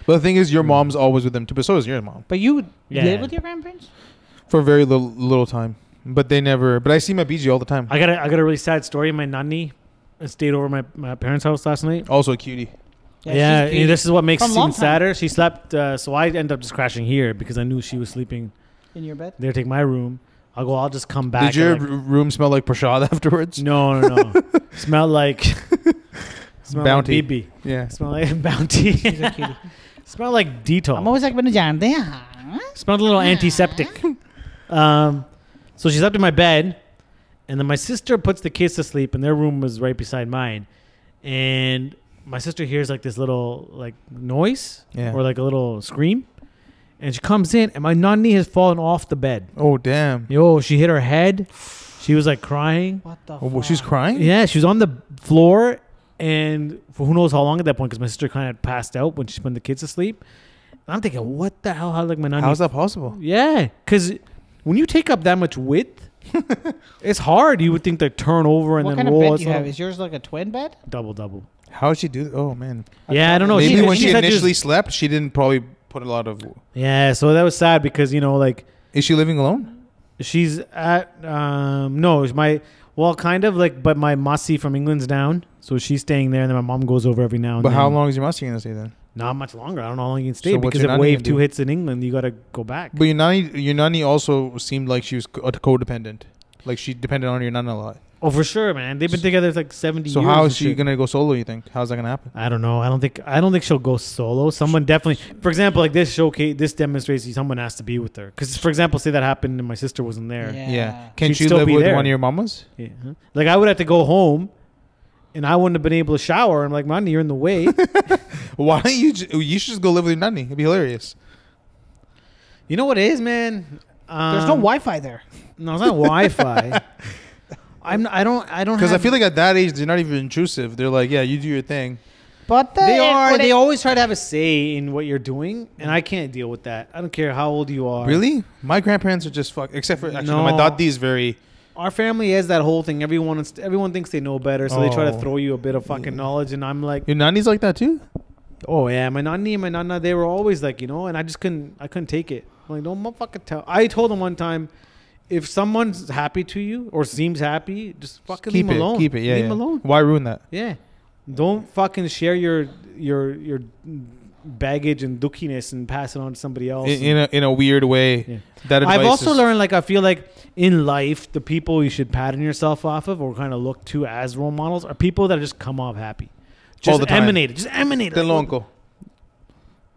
Speaker 4: But the thing is, your mom's always with them too. But so is your mom
Speaker 2: but you
Speaker 3: Yeah.
Speaker 2: live with your grandparents?
Speaker 4: for a very little little time. But they never. But I see my BG all the time.
Speaker 3: I got a, I got a really sad story. My nanny stayed over my, my parents' house last night.
Speaker 4: Also a cutie.
Speaker 3: Yeah,
Speaker 2: she's cute.
Speaker 3: this is what makes
Speaker 2: From
Speaker 3: it
Speaker 2: long
Speaker 3: even
Speaker 2: time.
Speaker 3: sadder. She slept, uh, so I ended up just crashing here because I knew she was sleeping
Speaker 2: in your bed.
Speaker 3: there. Take my room. I'll go. I'll just come back.
Speaker 4: Did your
Speaker 3: and, like-
Speaker 4: r- room smell like prashad afterwards?
Speaker 3: no, no, no. Smelled like Smell
Speaker 4: Bounty.
Speaker 3: Like BB.
Speaker 4: Yeah.
Speaker 3: Smell like Bounty.
Speaker 2: She's a cutie.
Speaker 3: smell like Detol.
Speaker 2: I'm always like, "Bana jaan de, huh?"
Speaker 3: Smelled a little antiseptic. Um, so she's up to my bed, and then my sister puts the kids to sleep, and their room was right beside mine. And my sister hears like this little like noise
Speaker 4: Yeah.
Speaker 3: or like a little scream, and she comes in, and my nanny has fallen off the bed.
Speaker 4: Oh damn.
Speaker 3: Yo, she hit her head. She was like crying.
Speaker 2: What the?
Speaker 4: Oh, well,
Speaker 2: fuck?
Speaker 4: she's crying.
Speaker 3: Yeah, she was on the floor, and for who knows how long at that point, because my sister kind of passed out when she put the kids to sleep. And I'm thinking, what the hell? How like my nanny
Speaker 4: How's that possible?
Speaker 3: yeah, because when you take up that much width, it's hard. You would think to turn over and
Speaker 2: What
Speaker 3: then
Speaker 2: kind of
Speaker 3: roll.
Speaker 2: bed
Speaker 3: It's
Speaker 2: do you
Speaker 3: not-
Speaker 2: have? Is yours like a twin bed?
Speaker 3: double double.
Speaker 4: How she do? Oh man.
Speaker 3: yeah, I don't know.
Speaker 4: Maybe
Speaker 2: she-
Speaker 4: when
Speaker 2: she
Speaker 4: she,
Speaker 3: said
Speaker 4: initially
Speaker 3: was-
Speaker 4: slept, she didn't probably put a lot of.
Speaker 3: yeah, so that was sad because you know, like
Speaker 4: Is she living alone?
Speaker 3: she's at um no, it's my well, kind of like, but my Masi from England's down, so she's staying there, and then my mom goes over every now and
Speaker 4: But
Speaker 3: then.
Speaker 4: how long is your master gonna stay then?
Speaker 3: Not much longer. I don't know how long you can stay
Speaker 4: So what's
Speaker 3: because if
Speaker 4: your nanny
Speaker 3: wave
Speaker 4: gonna
Speaker 3: two
Speaker 4: do?
Speaker 3: hits in England, you got to go back.
Speaker 4: But your nanny, your nanny also seemed like she was co- codependent. Like she depended on your nanny a lot.
Speaker 3: oh, for sure, man. They've been together like seventy.
Speaker 4: So
Speaker 3: years
Speaker 4: how
Speaker 3: and
Speaker 4: is she
Speaker 3: shit.
Speaker 4: gonna go solo? You think? How's that gonna happen?
Speaker 3: I don't know. I don't think I don't think she'll go solo. Someone definitely, for example, like this showcase, this demonstrates you- someone has to be with her. Because, for example, say that happened and my sister wasn't there.
Speaker 4: Yeah.
Speaker 2: Yeah.
Speaker 4: Can
Speaker 3: She'd
Speaker 4: she
Speaker 3: still
Speaker 4: live
Speaker 3: be
Speaker 4: with
Speaker 3: there.
Speaker 4: one of your mamas?
Speaker 3: Yeah. Like I would have to go home, and I wouldn't have been able to shower. I'm like, Monty, you're in the way.
Speaker 4: Why don't you? Ju- you should just go live with your nanny. It'd be hilarious.
Speaker 3: you know what it is, man? Um,
Speaker 2: There's no Wi-Fi there.
Speaker 3: No, it's not Wi-Fi. I'm. I don't. I don't.
Speaker 4: Because I
Speaker 2: Um,
Speaker 3: have-
Speaker 4: feel like at that age they're not even intrusive. They're like, yeah, you do your thing.
Speaker 2: But
Speaker 3: they
Speaker 2: uh,
Speaker 3: are.
Speaker 2: what
Speaker 3: They
Speaker 2: it-
Speaker 3: always try to have a say in what you're doing, and I can't deal with that. I don't care how old you are.
Speaker 4: Really? My grandparents are just fuck. Except for actually, no. my
Speaker 3: Uh, No.
Speaker 4: dad is very.
Speaker 3: Our family has that whole thing. Everyone, everyone thinks they know better, so they try to
Speaker 4: Oh.
Speaker 3: throw you a bit of fucking knowledge. And I'm like,
Speaker 4: Your nanny's like that too.
Speaker 3: oh yeah, my nanny and my nana, they were always like, you know, and I just couldn't, I couldn't take it. I'm like, don't fucking tell. I told them one time, if someone's happy to you or seems happy, just fucking
Speaker 4: keep
Speaker 3: leave 'em
Speaker 4: it.
Speaker 3: alone.
Speaker 4: Keep it. Yeah.
Speaker 3: leave
Speaker 4: yeah.
Speaker 3: 'em alone.
Speaker 4: Why ruin that?
Speaker 3: Yeah, don't fucking share your your your baggage and dookiness and pass it on to somebody else.
Speaker 4: In, in a in a weird way.
Speaker 3: Yeah.
Speaker 4: That advice
Speaker 3: I've also
Speaker 4: is-
Speaker 3: learned, like, I feel like in life, the people you should pattern yourself off of or kind of look to as role models are people that just come off happy. Just
Speaker 4: All the time.
Speaker 3: emanate it. Just emanate it.
Speaker 4: Then
Speaker 3: Like,
Speaker 4: uncle.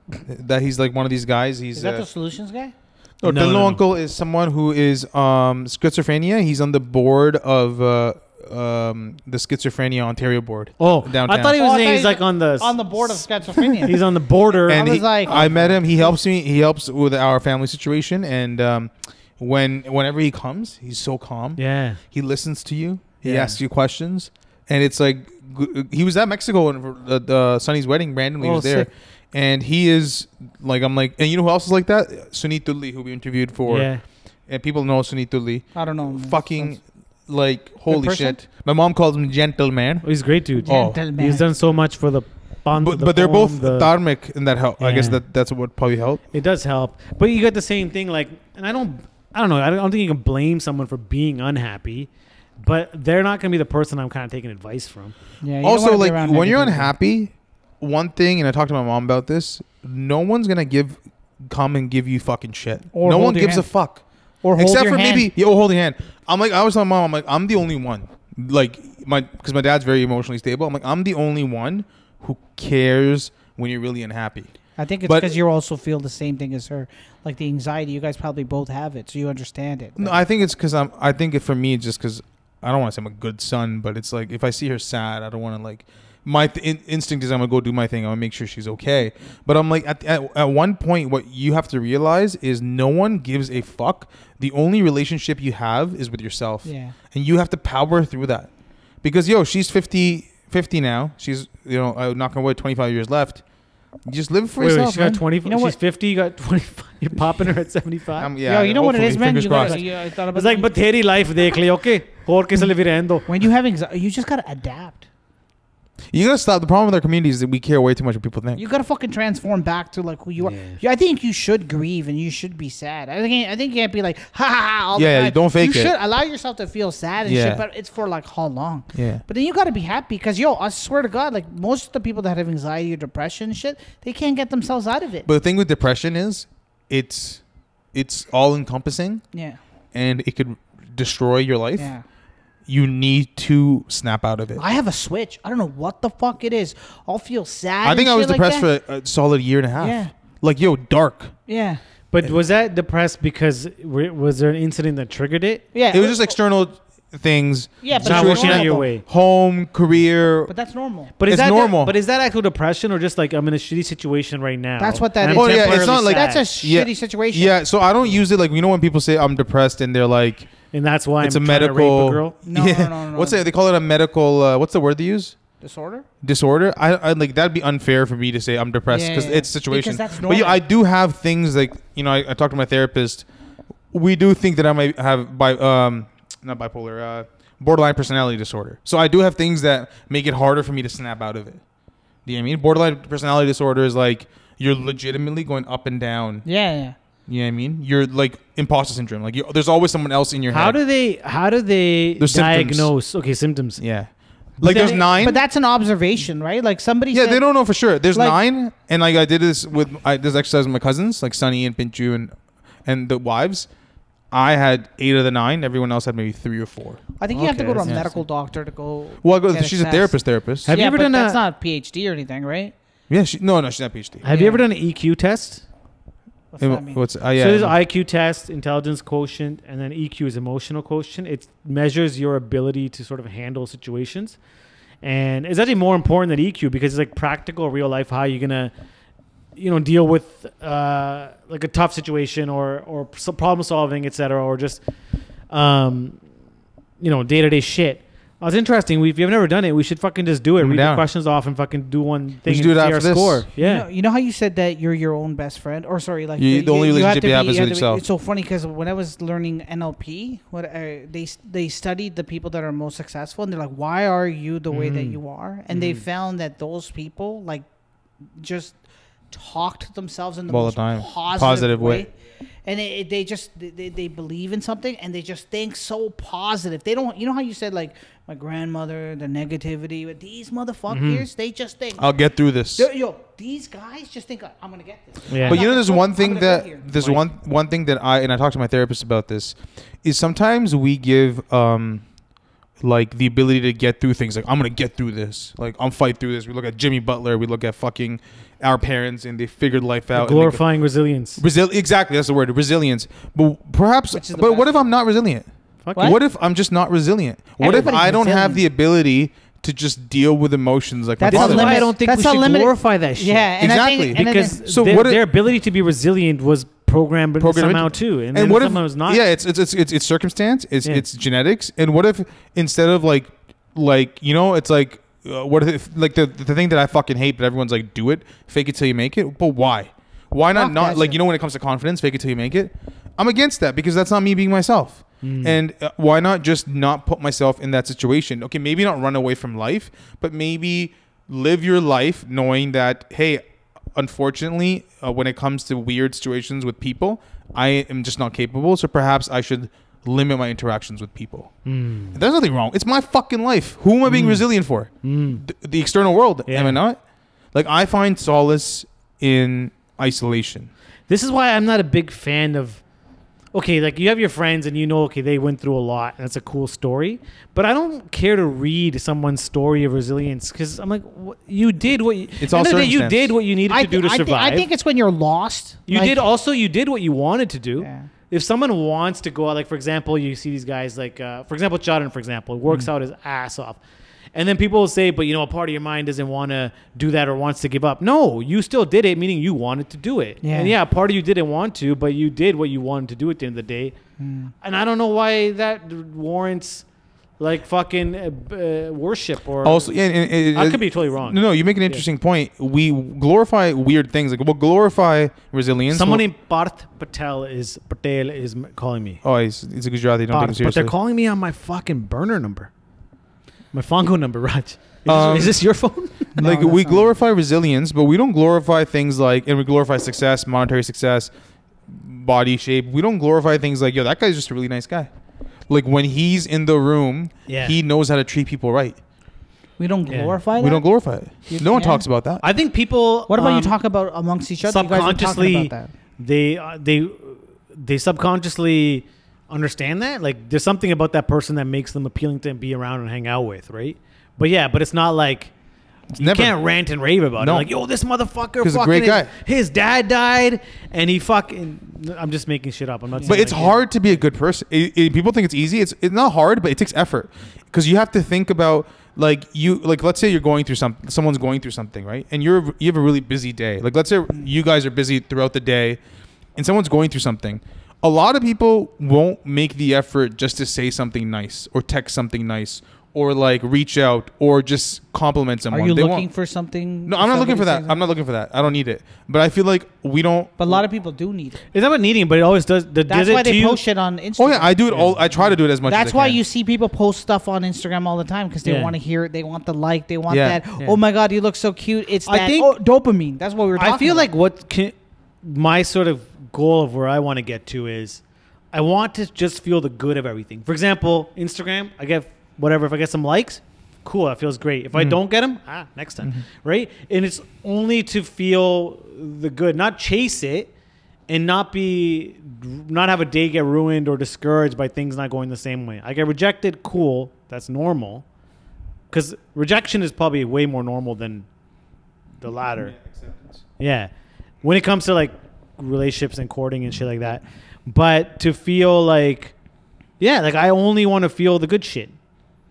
Speaker 4: That he's like one of these guys. He's
Speaker 2: Is that
Speaker 4: uh,
Speaker 2: the solutions guy?
Speaker 4: No,
Speaker 3: No,
Speaker 4: Telo
Speaker 3: no, no.
Speaker 4: Uncle is someone who is um, schizophrenia. He's on the board of uh, um, the Schizophrenia Ontario board.
Speaker 3: Oh,
Speaker 4: Downtown.
Speaker 3: I thought he
Speaker 2: Oh, I
Speaker 3: was
Speaker 2: thought
Speaker 3: saying
Speaker 2: he's
Speaker 3: he's like on the
Speaker 2: On the board of schizophrenia.
Speaker 3: he's on the border.
Speaker 4: and
Speaker 2: I was
Speaker 4: he-
Speaker 2: like-
Speaker 4: I met him. He helps me. He helps with our family situation. And um, when whenever he comes, he's so calm.
Speaker 3: yeah,
Speaker 4: He listens to you. He
Speaker 3: Yeah.
Speaker 4: asks you questions. And it's like g- he was at Mexico and the, the Sonny's wedding randomly. he
Speaker 3: Oh,
Speaker 4: was there.
Speaker 3: sick.
Speaker 4: And he is like I'm like, and you know who else is like that? Sunit Tulli, who we interviewed for,
Speaker 3: yeah.
Speaker 4: and people know Sunit Tulli.
Speaker 2: I don't know. man.
Speaker 4: fucking like holy
Speaker 2: person?
Speaker 4: shit. My mom calls him gentleman.
Speaker 3: Oh, he's a great dude.
Speaker 4: Oh.
Speaker 2: Gentleman.
Speaker 3: He's done so much for the bond.
Speaker 4: But, but they're both
Speaker 3: the,
Speaker 4: dharmic in that help. I guess
Speaker 3: Yeah.
Speaker 4: that that's what probably helped.
Speaker 3: It does help, but you got the same thing. Like, and I don't, I don't know. I don't, I don't think you can blame someone for being unhappy, but they're not going to be the person I'm kind of taking advice from.
Speaker 2: Yeah, you don't wanna
Speaker 4: Also,
Speaker 2: be
Speaker 4: like
Speaker 2: around
Speaker 4: when you're
Speaker 2: negative
Speaker 4: unhappy, one thing, and I talked to my mom about this. No one's gonna give come and give you fucking shit.
Speaker 2: Or
Speaker 4: no
Speaker 2: hold
Speaker 4: one
Speaker 2: your
Speaker 4: gives
Speaker 2: hand.
Speaker 4: a fuck.
Speaker 2: people. or hold
Speaker 4: Except
Speaker 2: your
Speaker 4: for
Speaker 2: hand.
Speaker 4: maybe yo hold your hand. I'm like I was telling my mom. I'm like I'm the only one. Like my because my dad's very emotionally stable. I'm like I'm the only one who cares when you're really unhappy.
Speaker 2: I think it's
Speaker 4: but-
Speaker 2: because you also feel the same thing as her, like the anxiety. You guys probably both have it, so you understand it.
Speaker 4: No, I think it's because I'm. I think it for me, it's just because I don't want to say I'm a good son, but it's like if I see her sad, I don't want to like. My th- in- instinct is I'm gonna go do my thing. I'm gonna make sure she's okay. But I'm like at, at at one point, what you have to realize is no one gives a fuck. The only relationship you have is with yourself,
Speaker 2: yeah,
Speaker 4: and you have to power through that. Because yo, she's 50, 50 now. She's you know, I knock on wood, 25 years left. You just live for
Speaker 3: Wait, wait,
Speaker 4: yourself.
Speaker 3: she got
Speaker 4: man.
Speaker 3: twenty.
Speaker 2: You know
Speaker 3: she's
Speaker 2: what-
Speaker 3: fifty. You got twenty-five. You're popping her at seventy-five.
Speaker 4: I'm-
Speaker 2: Yo, you know what it
Speaker 4: hopefully.
Speaker 2: is, man.
Speaker 4: Fingers
Speaker 2: You gotta,
Speaker 4: crossed.
Speaker 2: you, I thought about
Speaker 3: it's like, but तेरी life देख ली, okay? और कैसे ले भी रहने दो.
Speaker 2: when you have anxiety, you just gotta adapt.
Speaker 4: You gotta stop. The problem with our community is that we care way too much what people think.
Speaker 2: You gotta fucking transform back to like who you are.
Speaker 3: Yeah.
Speaker 2: Yeah, I think you should grieve and you should be sad. I think I think you can't be like ha ha ha. All
Speaker 4: Yeah,
Speaker 2: the
Speaker 4: yeah,
Speaker 2: time.
Speaker 4: you don't fake
Speaker 2: You
Speaker 4: it.
Speaker 2: should allow yourself to feel sad and
Speaker 4: Yeah.
Speaker 2: shit, but it's for like how long?
Speaker 4: yeah.
Speaker 2: But then you gotta be happy because yo, I swear to God, like most of the people that have anxiety or depression and shit, they can't get themselves out of it.
Speaker 4: But the thing with depression is, it's it's all encompassing
Speaker 2: yeah,
Speaker 4: and it could destroy your life.
Speaker 2: yeah.
Speaker 4: you need to snap out of it. I,
Speaker 2: I have a switch. I don't know what the fuck it is. I'll feel sad.
Speaker 4: think I was depressed for a, a solid year and a half.
Speaker 2: Yeah.
Speaker 4: Like yo, dark.
Speaker 2: Yeah,
Speaker 3: But was that depressed because w- was there an incident that triggered it?
Speaker 2: yeah.
Speaker 4: It was just external things.
Speaker 2: yeah, but
Speaker 3: It's not
Speaker 2: that's
Speaker 3: working out
Speaker 2: normal.
Speaker 3: your way.
Speaker 4: Home, career.
Speaker 2: But that's normal.
Speaker 3: But is
Speaker 4: It's
Speaker 3: that
Speaker 4: normal.
Speaker 3: but is that actual depression or just like I'm in a shitty situation right now?
Speaker 2: That's what that
Speaker 3: and
Speaker 2: is.
Speaker 3: I'm
Speaker 4: Oh, yeah, it's
Speaker 3: temporarily
Speaker 4: not like-
Speaker 3: sad,
Speaker 2: that's a shitty
Speaker 4: Yeah.
Speaker 2: situation.
Speaker 4: Yeah, so I don't use it like you know when people say I'm depressed and they're like
Speaker 3: and that's why
Speaker 4: it's
Speaker 3: I'm
Speaker 4: a
Speaker 3: trying to rape
Speaker 4: medical.
Speaker 3: girl.
Speaker 2: No,
Speaker 4: Yeah.
Speaker 2: no, no, no.
Speaker 4: What's it? They call it a medical. Uh, what's the word they use?
Speaker 2: Disorder.
Speaker 4: disorder i, I like that'd be unfair for me to say i'm depressed
Speaker 2: Yeah,
Speaker 4: because
Speaker 2: yeah, yeah.
Speaker 4: it's situation
Speaker 2: Because that's
Speaker 4: but yeah
Speaker 2: normal.
Speaker 4: i do have things like you know i, I talked to my therapist we do think that i might have bi um not bipolar uh borderline personality disorder so i do have things that make it harder for me to snap out of it do you know what i mean borderline personality disorder is like you're legitimately going up and down
Speaker 2: Yeah, yeah.
Speaker 4: you know what i mean you're like imposter syndrome like you there's always someone else in your
Speaker 3: How
Speaker 4: head
Speaker 3: do they how do they
Speaker 4: There's symptoms.
Speaker 3: diagnose okay symptoms.
Speaker 4: yeah like
Speaker 3: then
Speaker 4: there's
Speaker 3: it-
Speaker 4: nine
Speaker 2: But that's an observation, right? Like somebody.
Speaker 4: Yeah,
Speaker 2: said,
Speaker 4: they don't know for sure. There's
Speaker 2: like-
Speaker 4: nine, and like I did this with I this exercise with my cousins, like Sunny and Pinchu and and the wives. I had eight of the nine. Everyone else had maybe three or four.
Speaker 2: I think you have to
Speaker 3: Okay,
Speaker 2: go to a
Speaker 3: that's
Speaker 2: medical doctor to go.
Speaker 4: Well, I go,
Speaker 2: get
Speaker 4: she's a
Speaker 2: assessed.
Speaker 4: therapist. Therapist.
Speaker 3: Have
Speaker 2: yeah,
Speaker 3: you ever
Speaker 2: but
Speaker 3: done
Speaker 2: that's
Speaker 3: a-
Speaker 2: not PhD or anything, right?
Speaker 4: yeah. She, no, no, she's not PhD.
Speaker 3: Have you
Speaker 2: Yeah.
Speaker 3: ever done an EQ test?
Speaker 2: What's
Speaker 4: Hey,
Speaker 2: that mean?
Speaker 4: What's uh, yeah?
Speaker 3: So there's IQ test, intelligence quotient, and then EQ is emotional quotient. It measures your ability to sort of handle situations, and it's actually more important than EQ because it's like practical, real life. How you're gonna, you know, deal with uh, like a tough situation or or so- problem solving, etc., or just, um, you know, day to day shit. Oh, it's interesting. We, if you've never done it, we should fucking just do it.
Speaker 4: I'm
Speaker 3: Read the
Speaker 4: down.
Speaker 3: questions off and fucking do one thing. and
Speaker 4: should do it
Speaker 3: see
Speaker 4: after
Speaker 3: our
Speaker 4: this.
Speaker 3: Score. Yeah.
Speaker 2: You know, you know how you said that you're your own best friend, or sorry, like
Speaker 4: You- the only
Speaker 2: have
Speaker 4: relationship
Speaker 2: to
Speaker 4: you have
Speaker 2: be-
Speaker 4: is with
Speaker 2: to be-
Speaker 4: yourself.
Speaker 2: It's so funny because when I was learning NLP, what uh, they they studied the people that are most successful, and they're like, "Why are you the way
Speaker 4: Mm.
Speaker 2: that
Speaker 3: Mhm.
Speaker 2: you are?" And they
Speaker 3: Mhm.
Speaker 2: found that those people like just talked to themselves in the
Speaker 4: All the
Speaker 2: most
Speaker 4: time.
Speaker 2: positive,
Speaker 4: Positive way.
Speaker 2: way. And it, it- they just they- they, they believe in something and they just think so positive. They don't you know how you said like my grandmother the negativity with these motherfuckers
Speaker 4: Mm-hmm.
Speaker 2: they just think
Speaker 4: I'll get through this.
Speaker 2: Yo, yo, these guys just think I'm gonna get this.
Speaker 3: Yeah.
Speaker 4: But you know,
Speaker 2: I'm
Speaker 4: there's
Speaker 2: gonna
Speaker 4: one
Speaker 2: go
Speaker 4: thing that
Speaker 2: here.
Speaker 4: there's
Speaker 3: Like-
Speaker 4: one one thing that I and I talked to my therapist about this is sometimes we give um like the ability to get through things. Like I'm gonna get through this. Like I'm fight through this. We look at Jimmy Butler. We look at fucking our parents and they figured life out. and they go-
Speaker 3: glorifying resilience.
Speaker 4: Resil- exactly that's the word resilience. But perhaps,
Speaker 2: Which is
Speaker 4: but
Speaker 2: the
Speaker 4: what
Speaker 2: best.
Speaker 4: if I'm not resilient?
Speaker 3: Fuck
Speaker 2: What?
Speaker 3: it.
Speaker 4: What? if I'm just not resilient? What
Speaker 2: Everybody's
Speaker 4: if I don't have
Speaker 2: resilient.
Speaker 4: the ability to just deal with emotions like
Speaker 2: That's
Speaker 4: my
Speaker 2: a
Speaker 3: This
Speaker 4: father?
Speaker 3: is why I
Speaker 2: limit-
Speaker 3: don't think
Speaker 2: that's
Speaker 3: we
Speaker 2: how
Speaker 3: should
Speaker 2: limited-
Speaker 3: glorify that shit.
Speaker 2: Yeah, and
Speaker 4: Exactly.
Speaker 2: I think, and I
Speaker 3: because
Speaker 2: think-
Speaker 4: So
Speaker 3: so their,
Speaker 4: what it-
Speaker 3: their ability to be resilient was programmed,
Speaker 4: Programmed
Speaker 3: somehow
Speaker 4: into-
Speaker 3: too, and,
Speaker 4: And,
Speaker 3: then
Speaker 4: what if
Speaker 3: somehow it's not.
Speaker 4: Yeah, it's it's it's it's, it's circumstance. It's
Speaker 3: Yeah.
Speaker 4: it's genetics. And what if instead of like like you know, it's like uh, what if like the the thing that I fucking hate, but everyone's like, do it, fake it till you make it. But why? Why not
Speaker 2: Fuck
Speaker 4: not
Speaker 2: that
Speaker 4: like
Speaker 2: shit.
Speaker 4: you know when it comes to confidence, fake it till you make it. I'm against that because that's not me being myself. And uh, why not just not put myself in that situation? Okay, maybe not run away from life, but maybe live your life knowing that hey, unfortunately, uh, when it comes to weird situations with people, I am just not capable. So perhaps I should limit my interactions with people. There's nothing wrong. It's my fucking life. Who am I being resilient for? Th- the external world, am
Speaker 3: Yeah.
Speaker 4: I not? Like I find solace in isolation.
Speaker 3: This is why I'm not a big fan of. Okay, like you have your friends and you know, okay, they went through a lot, and that's a cool story. But I don't care to read someone's story of resilience because I'm like, what, you did what you,
Speaker 4: It's all
Speaker 3: at the end of the day, you
Speaker 4: circumstance.
Speaker 3: did what you needed
Speaker 2: I
Speaker 3: to do to
Speaker 2: thi- I thi-
Speaker 3: survive.
Speaker 2: I think it's when you're lost.
Speaker 3: You
Speaker 2: like-
Speaker 3: did also. You did what you wanted to do.
Speaker 2: Yeah.
Speaker 3: If someone wants to go out, like for example, you see these guys, like uh, for example, Jordan, for example, works
Speaker 2: Mm.
Speaker 3: out his ass off, and then people will say, but you know, a part of your mind doesn't want to do that or wants to give up. No, you still did it, meaning you wanted to do it.
Speaker 2: Yeah.
Speaker 3: And yeah, a part of you didn't want to, but you did what you wanted to do at the end of the day.
Speaker 2: Mm.
Speaker 3: And I don't know why that warrants like fucking uh, uh, worship or.
Speaker 4: Also, yeah, and, and-
Speaker 3: I could be totally wrong.
Speaker 4: No, no, you make an interesting point. We glorify weird things. Like we'll glorify resilience.
Speaker 3: Someone
Speaker 4: We'll-
Speaker 3: named Parth Patel is Patel is m- calling me.
Speaker 4: oh, he's, he's a Gujarati. Don't take him
Speaker 3: But- but
Speaker 4: seriously.
Speaker 3: they're calling me on my fucking burner number, my Fongo number, Raj. Is, this-
Speaker 4: Um,
Speaker 3: is this, your phone?
Speaker 2: No,
Speaker 4: like
Speaker 2: that's
Speaker 4: we
Speaker 2: not-
Speaker 4: glorify resilience, but we don't glorify things like and we glorify success, monetary success, body shape. We don't glorify things like yo, that guy's just a really nice guy. Like when he's in the room,
Speaker 3: Yeah.
Speaker 4: he knows how to treat people right.
Speaker 2: We don't
Speaker 3: Yeah.
Speaker 2: glorify.
Speaker 4: We
Speaker 2: that?
Speaker 4: don't glorify it. No one
Speaker 2: yeah.
Speaker 4: talks about that.
Speaker 3: I think people.
Speaker 2: What about you
Speaker 3: um,
Speaker 2: talk about amongst each other? You guys were talking
Speaker 3: subconsciously
Speaker 2: about that.
Speaker 3: they uh, they they subconsciously understand that. Like, there's something about that person that makes them appealing to be around and hang out with, right? But yeah, but it's not like you
Speaker 4: never-
Speaker 3: can't rant and rave about
Speaker 4: No.
Speaker 3: it. Like, yo, this motherfucker,
Speaker 4: 'Cause a
Speaker 3: fucking
Speaker 4: great
Speaker 3: his-
Speaker 4: guy.
Speaker 3: His, dad died, and he fucking. I'm just making shit up. I'm not.
Speaker 4: But
Speaker 3: saying,
Speaker 4: it's
Speaker 3: like,
Speaker 4: hard to be a good person. It- it- people think it's easy. It's it's not hard, but it takes effort because you have to think about like you like let's say you're going through something. Someone's going through something, right? And you're you have a really busy day. Like let's say you guys are busy throughout the day, and someone's going through something. A lot of people won't make the effort just to say something nice or text something nice or like reach out or just
Speaker 2: Are
Speaker 4: compliment someone.
Speaker 2: you
Speaker 4: They
Speaker 2: looking
Speaker 4: won't-
Speaker 2: for something?
Speaker 4: No, I'm not looking
Speaker 2: somebody
Speaker 4: for that.
Speaker 2: says-
Speaker 4: I'm not looking for that. I don't need it. But I feel like we don't.
Speaker 2: But a lot of people do need it.
Speaker 3: It's not about needing, but it always does. The,
Speaker 2: That's
Speaker 3: did it
Speaker 2: why
Speaker 3: to
Speaker 2: they
Speaker 3: you-
Speaker 2: post shit on Instagram.
Speaker 4: Oh yeah, I do it all. I try to do it as much. as
Speaker 2: That's
Speaker 4: I
Speaker 2: why
Speaker 4: can.
Speaker 2: you see people post stuff on Instagram all the time because they
Speaker 3: Yeah.
Speaker 2: want to hear it. They want the like. They want
Speaker 4: Yeah.
Speaker 2: that.
Speaker 3: Yeah.
Speaker 2: Oh my god, you look so cute. It's
Speaker 3: I
Speaker 2: that
Speaker 3: think-
Speaker 2: oh, dopamine. That's what we were. Talking
Speaker 3: I feel
Speaker 2: about.
Speaker 3: like what can, my sort of goal of where I want to get to is I want to just feel the good of everything. For example, Instagram, I get whatever. If I get some likes, cool, that feels great. If I don't get them, ah, next time, right? And it's only to feel the good, not chase it. And not be, not have a day get ruined or discouraged by things not going the same way. I get rejected, cool, that's normal. Because rejection is probably way more normal than the latter. Yeah. When it comes to like relationships and courting and shit like that. But to feel like, yeah, like I only want to feel the good shit.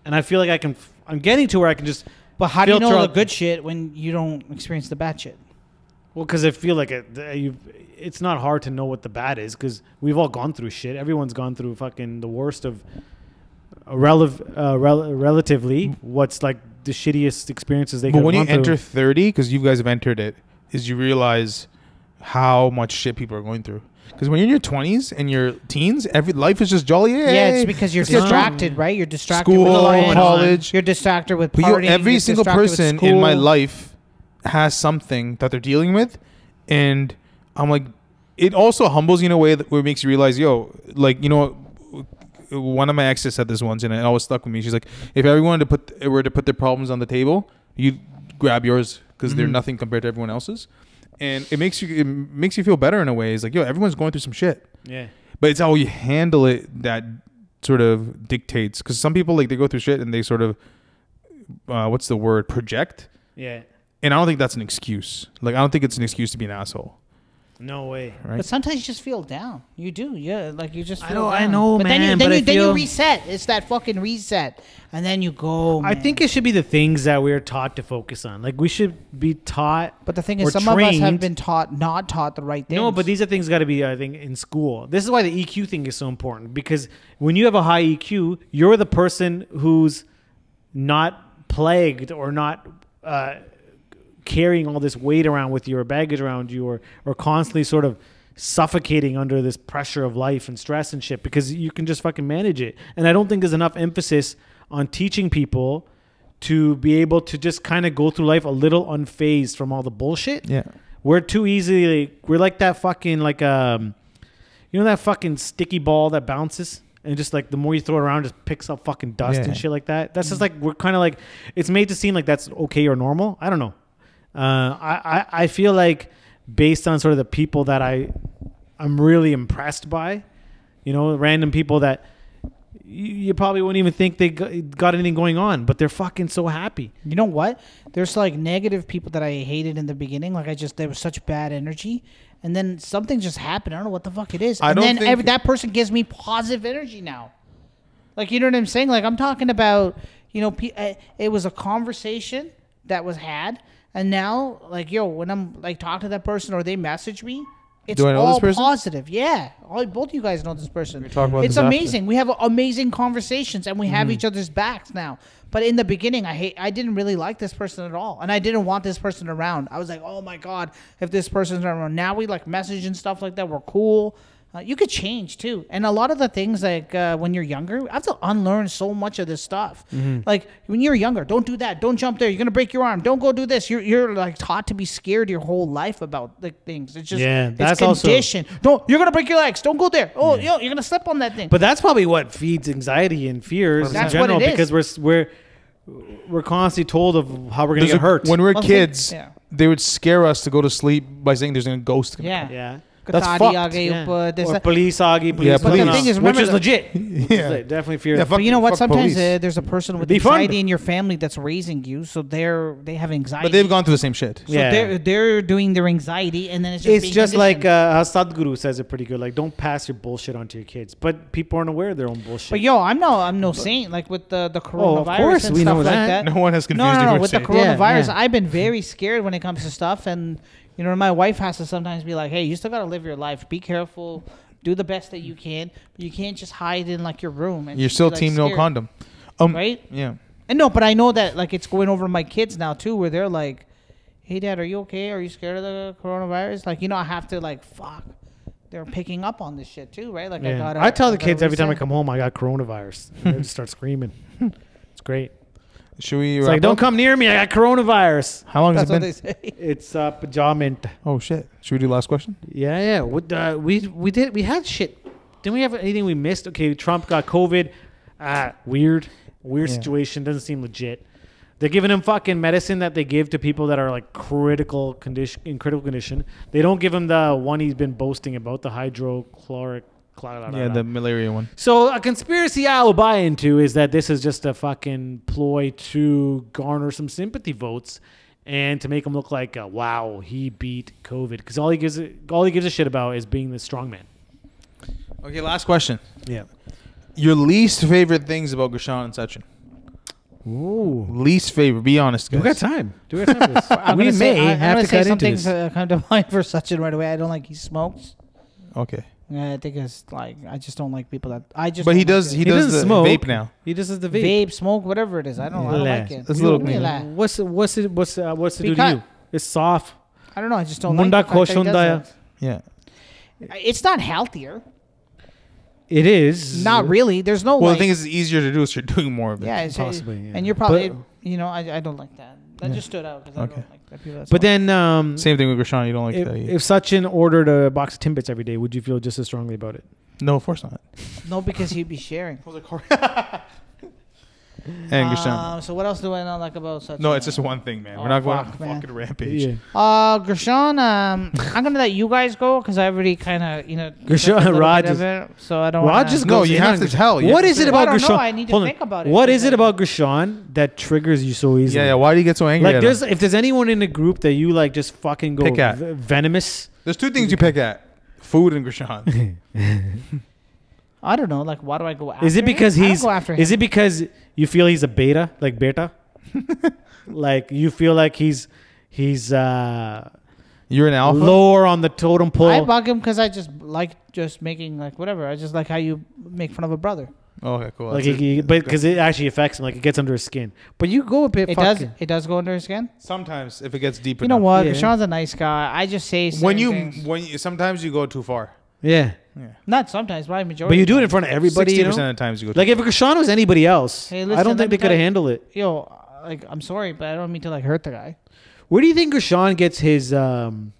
Speaker 3: And I feel like I can, I'm getting to where I can just,
Speaker 2: But how do you
Speaker 3: filter
Speaker 2: know the
Speaker 3: out-
Speaker 2: good shit when you don't experience the bad shit?
Speaker 3: well, because I feel like it, you it's not hard to know what the bad is because we've all gone through shit. Everyone's gone through fucking the worst of, relev, uh, rel- relatively,
Speaker 2: Mm.
Speaker 3: what's like the shittiest experiences they
Speaker 4: But
Speaker 3: could
Speaker 4: when you
Speaker 3: run through.
Speaker 4: enter 30, because you guys have entered it, is you realize how much shit people are going through. Because when you're in your 20s and your teens, every life is just jolly.
Speaker 2: Yeah,
Speaker 4: Yay.
Speaker 2: it's because you're
Speaker 4: Let's get drunk.
Speaker 2: distracted, right? You're distracted
Speaker 4: School,
Speaker 2: with friends.
Speaker 4: college.
Speaker 2: You're distracted with
Speaker 4: But yo,
Speaker 2: partying.
Speaker 4: every
Speaker 2: you're
Speaker 4: single
Speaker 2: distracted with
Speaker 4: person in my
Speaker 2: school.
Speaker 4: life has something that they're dealing with, and I'm like, it also humbles you in a way that where it makes you realize, yo, like you know, one of my exes said this once, and it always stuck with me. She's like, if everyone to put were to put their problems on the table, you grab yours because
Speaker 2: Mm-hmm.
Speaker 4: they're nothing compared to everyone else's, and it makes you it makes you feel better in a way. It's like, yo, everyone's going through some shit
Speaker 3: yeah.
Speaker 4: but it's how you handle it that sort of dictates because some people like they go through shit and they sort of uh, what's the word project
Speaker 3: Yeah.
Speaker 4: and i don't think that's an excuse like i don't think it's an excuse to be an asshole
Speaker 3: No way.
Speaker 4: right?
Speaker 2: But sometimes you just feel down. You do, yeah. Like you just.
Speaker 3: I
Speaker 2: Feel
Speaker 3: know- I
Speaker 2: down.
Speaker 3: know,
Speaker 2: but Then you,
Speaker 3: man,
Speaker 2: then,
Speaker 3: but
Speaker 2: you,
Speaker 3: I
Speaker 2: then you
Speaker 3: feel-
Speaker 2: reset. It's that fucking reset, and then you go.
Speaker 3: I
Speaker 2: man.
Speaker 3: think it should be the things that we're taught to focus on. Like we should be taught.
Speaker 2: But the thing
Speaker 3: or
Speaker 2: is, some of us have
Speaker 3: trained-
Speaker 2: been taught, not taught the right things.
Speaker 3: No, but these are things got to be, I think, in school. This is why the EQ thing is so important because when you have a high EQ, you're the person who's not plagued or not uh, carrying all this weight around with you or baggage around you or, or constantly sort of suffocating under this pressure of life and stress and shit because you can just fucking manage it. And I don't think there's enough emphasis on teaching people to be able to just kind of go through life a little unfazed from all the bullshit.
Speaker 4: yeah
Speaker 3: We're too easily we're like that fucking like um you know that fucking sticky ball that bounces and just like the more you throw it around it just picks up fucking dust
Speaker 4: Yeah.
Speaker 3: and shit like that. That's just like we're kind of like it's made to seem like that's okay or normal. I don't know. Uh I I, I feel like based on sort of the people that I I'm really impressed by, you know, random people that you, you probably wouldn't even think they go- got anything going on, but they're fucking so happy.
Speaker 2: You know what? There's like negative people that I hated in the beginning. Like I just there was such bad energy, and then something just happened. I don't know what the fuck it is.
Speaker 4: I
Speaker 2: and
Speaker 4: don't
Speaker 2: then
Speaker 4: think-
Speaker 2: every, that person gives me positive energy now. Like you know what I'm saying? Like I'm talking about you know pe- I- it was a conversation that was had, and now like yo when I'm like talk to that person or they message me. It's
Speaker 4: Do I know this
Speaker 2: all
Speaker 4: person?
Speaker 2: positive. Yeah. All, both of you guys know this person.
Speaker 4: talk about
Speaker 2: it's
Speaker 4: this after.
Speaker 2: amazing amazing. We have amazing conversations and we have
Speaker 3: Mm-hmm.
Speaker 2: each other's backs now. But in the beginning, I hate. I didn't really like this person at all, and I didn't want this person around. I was like, oh my god, if this person's not around now, we like message and stuff like that. We're cool. Uh, you could change too, and a lot of the things like uh, when you're younger, I have to unlearn so much of this stuff.
Speaker 3: Mm-hmm.
Speaker 2: Like when you're younger, don't do that. Don't jump there. You're gonna break your arm. Don't go do this. You're you're like taught to be scared your whole life about like things. It's just
Speaker 3: Yeah,
Speaker 2: it's
Speaker 3: that's also-
Speaker 2: conditioned. Don't you're gonna break your legs. Don't go there. Oh, yo, you're gonna slip on that thing.
Speaker 3: But that's probably what feeds anxiety and fears in
Speaker 2: That's what
Speaker 3: general
Speaker 2: it is.
Speaker 3: because we're s- we're we're constantly told of how we're gonna
Speaker 4: There's
Speaker 3: get
Speaker 4: a-
Speaker 3: hurt.
Speaker 4: when we were
Speaker 2: Well, think-
Speaker 4: kids
Speaker 2: yeah.
Speaker 4: they would scare us to go to sleep by saying there's a ghost gonna
Speaker 2: Yeah.
Speaker 4: come.
Speaker 3: yeah,
Speaker 5: That's
Speaker 2: Qatari
Speaker 5: fucked,
Speaker 2: aage
Speaker 3: yeah.
Speaker 2: upar, this,
Speaker 3: or
Speaker 2: that.
Speaker 3: police augie, police,
Speaker 5: Yeah,
Speaker 3: but the
Speaker 5: police.
Speaker 3: thing is,
Speaker 2: remember
Speaker 3: which is
Speaker 2: the-
Speaker 3: legit.
Speaker 5: yeah.
Speaker 3: Like, definitely fear.
Speaker 5: Yeah, fuck-
Speaker 2: But you know what?
Speaker 5: fuck
Speaker 2: Sometimes
Speaker 5: police.
Speaker 2: uh, there's a person with
Speaker 3: Defund.
Speaker 2: anxiety in your family that's raising you, so they're they have anxiety.
Speaker 4: But they've gone through the same shit.
Speaker 2: So
Speaker 3: Yeah.
Speaker 2: they're they're doing their anxiety, and then it's just
Speaker 3: it's
Speaker 2: being
Speaker 3: just like
Speaker 2: conditioned.
Speaker 3: uh, how Sadhguru says it pretty good. Like, don't pass your bullshit onto your kids. But people aren't aware of their own bullshit.
Speaker 2: But yo, I'm no I'm no saint. Like with the the
Speaker 3: Oh, of
Speaker 2: coronavirus
Speaker 3: course
Speaker 2: and
Speaker 3: we
Speaker 2: stuff
Speaker 3: know
Speaker 2: like
Speaker 3: that.
Speaker 2: that.
Speaker 5: No one has
Speaker 2: no,
Speaker 5: confused
Speaker 2: no,
Speaker 5: you
Speaker 2: no.
Speaker 5: for
Speaker 2: With the
Speaker 5: saint.
Speaker 3: Yeah,
Speaker 2: coronavirus,
Speaker 3: yeah.
Speaker 2: I've been very scared when it comes to stuff, and you know, my wife has to sometimes be like, "Hey, you still gotta live your life. Be careful. Do the best that you can. But you can't just hide in like your room." And
Speaker 4: You're
Speaker 2: just
Speaker 4: still
Speaker 2: be, like,
Speaker 4: team no
Speaker 2: scared,
Speaker 4: condom. Um,
Speaker 2: right?
Speaker 4: Yeah.
Speaker 2: And no, but I know that like it's going over my kids now too, where they're like, "Hey, dad, are you okay? Are you scared of the coronavirus?" Like, you know, I have to like, fuck. They're picking up on this shit too, right? Like, I
Speaker 3: yeah.
Speaker 2: gotta.
Speaker 3: I tell the
Speaker 2: gotta
Speaker 3: kids every time I
Speaker 2: reset.
Speaker 3: come home, I got coronavirus. And they just start screaming. It's great.
Speaker 4: Should we?
Speaker 3: It's
Speaker 4: wrap
Speaker 3: like, don't
Speaker 4: up?
Speaker 3: come near me. I got coronavirus.
Speaker 4: How long
Speaker 2: That's
Speaker 4: has
Speaker 2: what
Speaker 4: it been?
Speaker 2: they say.
Speaker 3: It's uh, pajament.
Speaker 4: Oh shit! Should we do last question?
Speaker 3: Yeah, yeah. What, uh, we we did we had shit. Didn't we have anything we missed? Okay, Trump got COVID. Ah, weird, weird
Speaker 4: Yeah.
Speaker 3: situation. Doesn't seem legit. They're giving him fucking medicine that they give to people that are like critical condition in critical condition. They don't give him the one he's been boasting about, the hydrochloric. Cla-
Speaker 4: Yeah, the malaria one.
Speaker 3: so a conspiracy I'll buy into is that this is just a fucking ploy to garner some sympathy votes and to make him look like uh, wow he beat COVID because all he gives a- all he gives a shit about is being the strongman.
Speaker 4: Okay, last question.
Speaker 3: Yeah.
Speaker 4: Your least favorite things about Gashan and Sachin?
Speaker 3: Ooh.
Speaker 4: Least favorite. Be honest, guys.
Speaker 3: time. Do we have time for this?
Speaker 2: I'm
Speaker 3: we may
Speaker 2: gonna say, I, am
Speaker 3: have
Speaker 2: gonna
Speaker 3: to
Speaker 2: say
Speaker 3: cut into
Speaker 2: something
Speaker 3: this.
Speaker 2: uh, come to mind for Sachin right away. I don't like he smokes.
Speaker 4: Okay,
Speaker 2: Yeah, I think it's like I just don't like people that I just.
Speaker 4: but
Speaker 2: don't
Speaker 4: he
Speaker 2: like
Speaker 4: does.
Speaker 2: it.
Speaker 4: He, does the vape now.
Speaker 3: He just does the vape.
Speaker 2: vape, smoke, whatever it is. I don't. I don't like it.
Speaker 4: That's a little
Speaker 2: Really
Speaker 4: clean.
Speaker 2: like-
Speaker 3: What's what's it what's uh, what's it do to
Speaker 2: Because-
Speaker 3: you? It's soft.
Speaker 2: I don't know. I just don't
Speaker 3: Munda
Speaker 2: like. the fact that he does
Speaker 3: koshundaya.
Speaker 4: Yeah.
Speaker 2: that. It's not healthier.
Speaker 3: It is
Speaker 2: Not really. There's no.
Speaker 4: Well,
Speaker 2: like,
Speaker 4: the thing is, it's easier to do is you're doing more of it.
Speaker 2: yeah, it's,
Speaker 3: possibly, yeah.
Speaker 2: And you're probably,
Speaker 3: But-
Speaker 2: you know, I, I don't like that. That just stood out because I
Speaker 4: Okay.
Speaker 2: don't like that people. That smoke.
Speaker 3: But then um,
Speaker 4: Same thing with Gashan. You don't like
Speaker 3: if,
Speaker 4: that. either.
Speaker 3: if Sachin ordered a box of Timbits every day, would you feel just as strongly about it?
Speaker 4: no, of course not.
Speaker 2: no, because he'd be sharing.
Speaker 4: And Gashan.
Speaker 2: Uh, so what else do I not like about such?
Speaker 4: No, it's just one thing, man.
Speaker 2: Oh,
Speaker 4: We're not going
Speaker 2: fuck,
Speaker 4: on a
Speaker 2: man.
Speaker 4: fucking rampage.
Speaker 2: Uh, Gershon, um, I'm gonna let you guys go because I already kind of, you know, took a
Speaker 3: Gershon,
Speaker 2: little bit
Speaker 3: Raj
Speaker 2: of
Speaker 3: is-
Speaker 2: it, so I don't.
Speaker 3: Raj
Speaker 2: wanna-
Speaker 3: just
Speaker 4: No,
Speaker 3: goes
Speaker 4: you
Speaker 3: in
Speaker 4: have
Speaker 3: on
Speaker 4: to
Speaker 3: Gershon.
Speaker 4: tell. You
Speaker 3: What
Speaker 4: have
Speaker 3: is
Speaker 2: to
Speaker 3: it
Speaker 2: tell.
Speaker 3: about
Speaker 2: I don't know.
Speaker 3: Gershon?
Speaker 2: I need to
Speaker 3: Oh, Hold on.
Speaker 2: think about it.
Speaker 3: What is it
Speaker 2: Like-
Speaker 3: about Gershon that triggers you so easily?
Speaker 4: Yeah, yeah. Why do you get so angry?
Speaker 3: Like
Speaker 4: at
Speaker 3: there's
Speaker 4: him?
Speaker 3: if there's anyone in the group that you like just fucking go
Speaker 4: Pick at.
Speaker 3: v- venomous.
Speaker 4: there's two things you pick at: food and Gashan.
Speaker 2: I don't know. Like, why do I go after?
Speaker 3: Is it because
Speaker 2: him? I don't
Speaker 3: he's
Speaker 2: go after him?
Speaker 3: Is it because you feel he's a beta, like beta? like you feel like he's he's uh
Speaker 4: You're an alpha.
Speaker 3: lower on the totem pole.
Speaker 2: I bug him because I just like just making like whatever. I just like how you make fun of a brother.
Speaker 4: Oh, okay, cool.
Speaker 3: like
Speaker 4: That's
Speaker 3: he, he-
Speaker 4: it.
Speaker 3: but because it actually affects him, like it gets under his skin. But you go a bit.
Speaker 2: It does.
Speaker 3: fucking,
Speaker 2: It does go under his skin.
Speaker 4: sometimes if it gets deep
Speaker 2: You know what?
Speaker 3: Yeah.
Speaker 2: Gershon's a nice guy. I just say
Speaker 4: When
Speaker 2: certain
Speaker 4: you
Speaker 2: things.
Speaker 4: when you, sometimes you go too far.
Speaker 3: Yeah.
Speaker 2: not sometimes, but majority.
Speaker 3: But you
Speaker 2: of
Speaker 3: do it
Speaker 2: times.
Speaker 3: in front of everybody.
Speaker 4: Sixty
Speaker 3: You
Speaker 4: percent
Speaker 3: know?
Speaker 4: of the times you go. Too
Speaker 3: Like if Krishan was anybody else,
Speaker 2: Hey,
Speaker 3: I
Speaker 2: listen,
Speaker 3: don't
Speaker 2: let
Speaker 3: think
Speaker 2: me
Speaker 3: they could have
Speaker 2: tell you-
Speaker 3: handled it.
Speaker 2: Yo, uh, like I'm sorry, but I don't mean to like hurt the guy.
Speaker 3: Where do you think Krishan gets his? um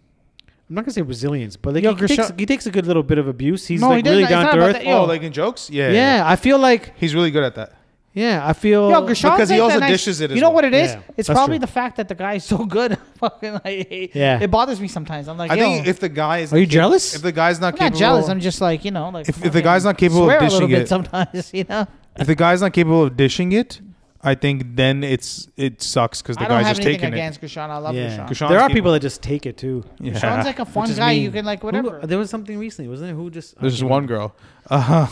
Speaker 3: I'm not gonna say resilience, but like
Speaker 2: Yo,
Speaker 3: he, takes,
Speaker 2: Gershon-
Speaker 3: he takes a good little bit of abuse. He's
Speaker 2: No, he
Speaker 3: like really
Speaker 2: doesn't. It's
Speaker 3: down
Speaker 2: not
Speaker 3: to
Speaker 2: about
Speaker 3: earth.
Speaker 2: that.
Speaker 4: Oh,
Speaker 2: Yo.
Speaker 4: like in jokes? Yeah.
Speaker 3: Yeah, I feel like
Speaker 4: He's really good at that.
Speaker 3: yeah, I feel.
Speaker 2: Yo, Gershon's
Speaker 4: Because he
Speaker 2: like
Speaker 4: also
Speaker 2: that nice-
Speaker 4: dishes it as
Speaker 2: You know
Speaker 4: well.
Speaker 2: what it is?
Speaker 3: Yeah,
Speaker 2: it's
Speaker 3: that's
Speaker 2: probably
Speaker 3: true.
Speaker 2: the fact that the guy is so good. Fucking like,
Speaker 3: Yeah.
Speaker 2: it bothers me sometimes. I'm like,
Speaker 4: I
Speaker 2: yo,
Speaker 4: think if the guy is
Speaker 3: Are you jealous?
Speaker 4: if the guy's not
Speaker 2: I'm
Speaker 4: capable
Speaker 2: not jealous. I'm just like, you know, like
Speaker 4: If- if the guy's not
Speaker 2: fucking
Speaker 4: capable of
Speaker 2: swear a
Speaker 4: dishing
Speaker 2: little bit
Speaker 4: it-
Speaker 2: sometimes, you know.
Speaker 4: if the guy's not capable of dishing it, I think then it's it sucks because the
Speaker 2: I don't
Speaker 4: guy's
Speaker 2: have
Speaker 4: just
Speaker 2: anything
Speaker 4: taking
Speaker 2: against Krishan. I love
Speaker 3: yeah,
Speaker 2: yeah.
Speaker 4: Gershon's
Speaker 3: there are
Speaker 4: people-
Speaker 3: people that just take it too.
Speaker 4: it. Yeah.
Speaker 2: Krishan's like a fun
Speaker 3: is
Speaker 2: guy.
Speaker 3: mean.
Speaker 2: You can like
Speaker 3: Who- uh,
Speaker 2: whatever.
Speaker 3: there was something recently, wasn't there? Who just?
Speaker 4: There's just one girl. Uh,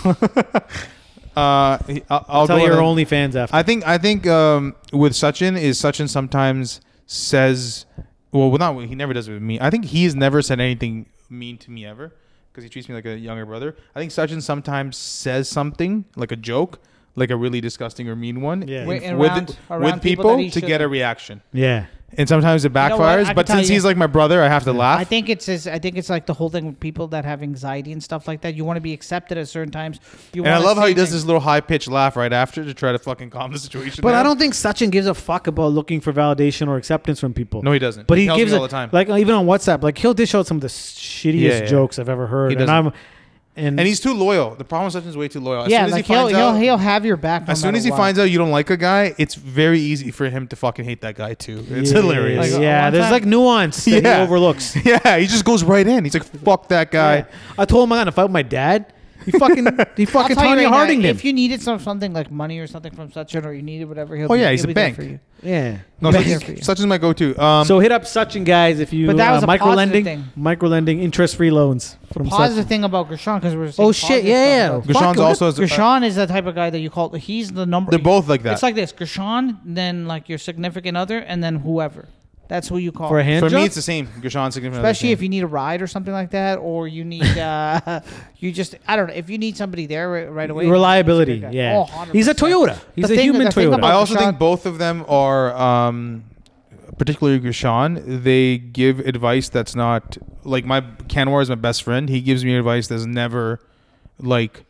Speaker 4: uh, he- I'll, I'll
Speaker 3: Tell
Speaker 4: go
Speaker 3: your
Speaker 4: with-
Speaker 3: OnlyFans after.
Speaker 4: I think I think um, with Sachin is Sachin sometimes says, well, well, not he never does it with me. I think he's never said anything mean to me ever because he treats me like a younger brother. I think Sachin sometimes says something like a joke, like a really disgusting or mean one,
Speaker 3: Yeah.
Speaker 4: in-
Speaker 3: Wait,
Speaker 2: around-
Speaker 4: with
Speaker 2: around
Speaker 4: with
Speaker 2: people that
Speaker 4: people,
Speaker 2: he
Speaker 4: to get a
Speaker 2: shouldn't.
Speaker 4: reaction,
Speaker 3: yeah,
Speaker 4: and sometimes it
Speaker 2: know what?
Speaker 4: backfires.
Speaker 2: I can
Speaker 4: but
Speaker 2: tell
Speaker 4: since
Speaker 2: you-
Speaker 4: he's like my brother, I have to laugh.
Speaker 2: I think it's his, I think it's like the whole thing with people that have anxiety and stuff like that. You want to be accepted at certain times. You
Speaker 4: and I
Speaker 2: wanna
Speaker 4: love how
Speaker 2: say
Speaker 4: he does
Speaker 2: things.
Speaker 4: this little high pitched laugh right after to try to fucking calm the situation.
Speaker 3: but I
Speaker 4: down.
Speaker 3: don't think Sachin gives a fuck about looking for validation or acceptance from people.
Speaker 4: No, he doesn't.
Speaker 3: But he,
Speaker 4: tells me
Speaker 3: gives it
Speaker 4: all the time.
Speaker 3: Like even on WhatsApp, like he'll dish out some of the shittiest
Speaker 4: Yeah, yeah.
Speaker 3: jokes I've ever heard,
Speaker 4: He
Speaker 3: and
Speaker 4: doesn't.
Speaker 3: I'm And,
Speaker 4: And he's too loyal. The problem is Sachin's way too loyal. As
Speaker 2: Mm-hmm. yeah,
Speaker 4: soon as
Speaker 2: like
Speaker 4: he
Speaker 2: he will
Speaker 4: finds
Speaker 2: he'll,
Speaker 4: out,
Speaker 2: he'll have your back. no
Speaker 4: as soon
Speaker 2: matter
Speaker 4: as he
Speaker 2: what.
Speaker 4: finds out you don't like a guy, it's very easy for him to fucking hate that guy too. It's
Speaker 3: Yeah,
Speaker 4: hilarious.
Speaker 2: Like,
Speaker 3: yeah,
Speaker 2: one
Speaker 3: there's
Speaker 2: time-
Speaker 3: like nuance that
Speaker 4: Yeah.
Speaker 3: he overlooks.
Speaker 4: yeah, he just goes right in. He's like, "Fuck that guy."
Speaker 3: Yeah. I told him I got in a fight with my dad. He fucking he
Speaker 2: I'll
Speaker 3: fucking
Speaker 2: tell you
Speaker 3: Tony
Speaker 2: right now,
Speaker 3: Harding him.
Speaker 2: if you needed some something like money or something from Sachin, or you needed whatever, he'll
Speaker 4: Oh,
Speaker 2: be-
Speaker 4: yeah, he's
Speaker 2: he'll be
Speaker 4: a
Speaker 2: there
Speaker 4: bank.
Speaker 2: for you.
Speaker 3: yeah.
Speaker 4: No,
Speaker 2: Yeah.
Speaker 4: such,
Speaker 2: Yeah.
Speaker 4: is, such is my go-to. Um,
Speaker 3: so hit up Sachin guys if you
Speaker 2: But that was
Speaker 3: uh,
Speaker 2: a
Speaker 3: micro
Speaker 2: positive
Speaker 3: lending,
Speaker 2: thing.
Speaker 3: micro lending, interest free loans from
Speaker 2: Positive
Speaker 3: Sachin.
Speaker 2: thing about Gershon because we're saying
Speaker 3: Oh shit!
Speaker 2: positive
Speaker 3: Yeah, yeah.
Speaker 2: stuff about-
Speaker 4: Gershon's
Speaker 3: Fuck,
Speaker 4: also- yeah.
Speaker 2: Gershon is the type of guy that you call. He's the number.
Speaker 4: they're both like that.
Speaker 2: It's like this: Gershon, then like your significant other, and then whoever. That's who you call.
Speaker 3: for a hand
Speaker 4: for
Speaker 3: job?
Speaker 4: me, it's the same. Gershon's significant. other's
Speaker 2: Especially
Speaker 4: the
Speaker 2: if you need a ride or something like that, or you need, uh, you just, I don't know, if you need somebody there ri- right away.
Speaker 3: reliability.
Speaker 2: He's a
Speaker 3: Yeah,
Speaker 2: guy. Oh,
Speaker 3: he's a
Speaker 2: 100%.
Speaker 3: Toyota. He's
Speaker 2: The
Speaker 3: a
Speaker 2: thing-
Speaker 3: human
Speaker 2: the thing
Speaker 3: Toyota.
Speaker 4: same. I also
Speaker 2: Gershon-
Speaker 4: think both of them are, um, particularly Gershon, they give advice that's not like my Canwar is my best friend. He gives me advice that's never like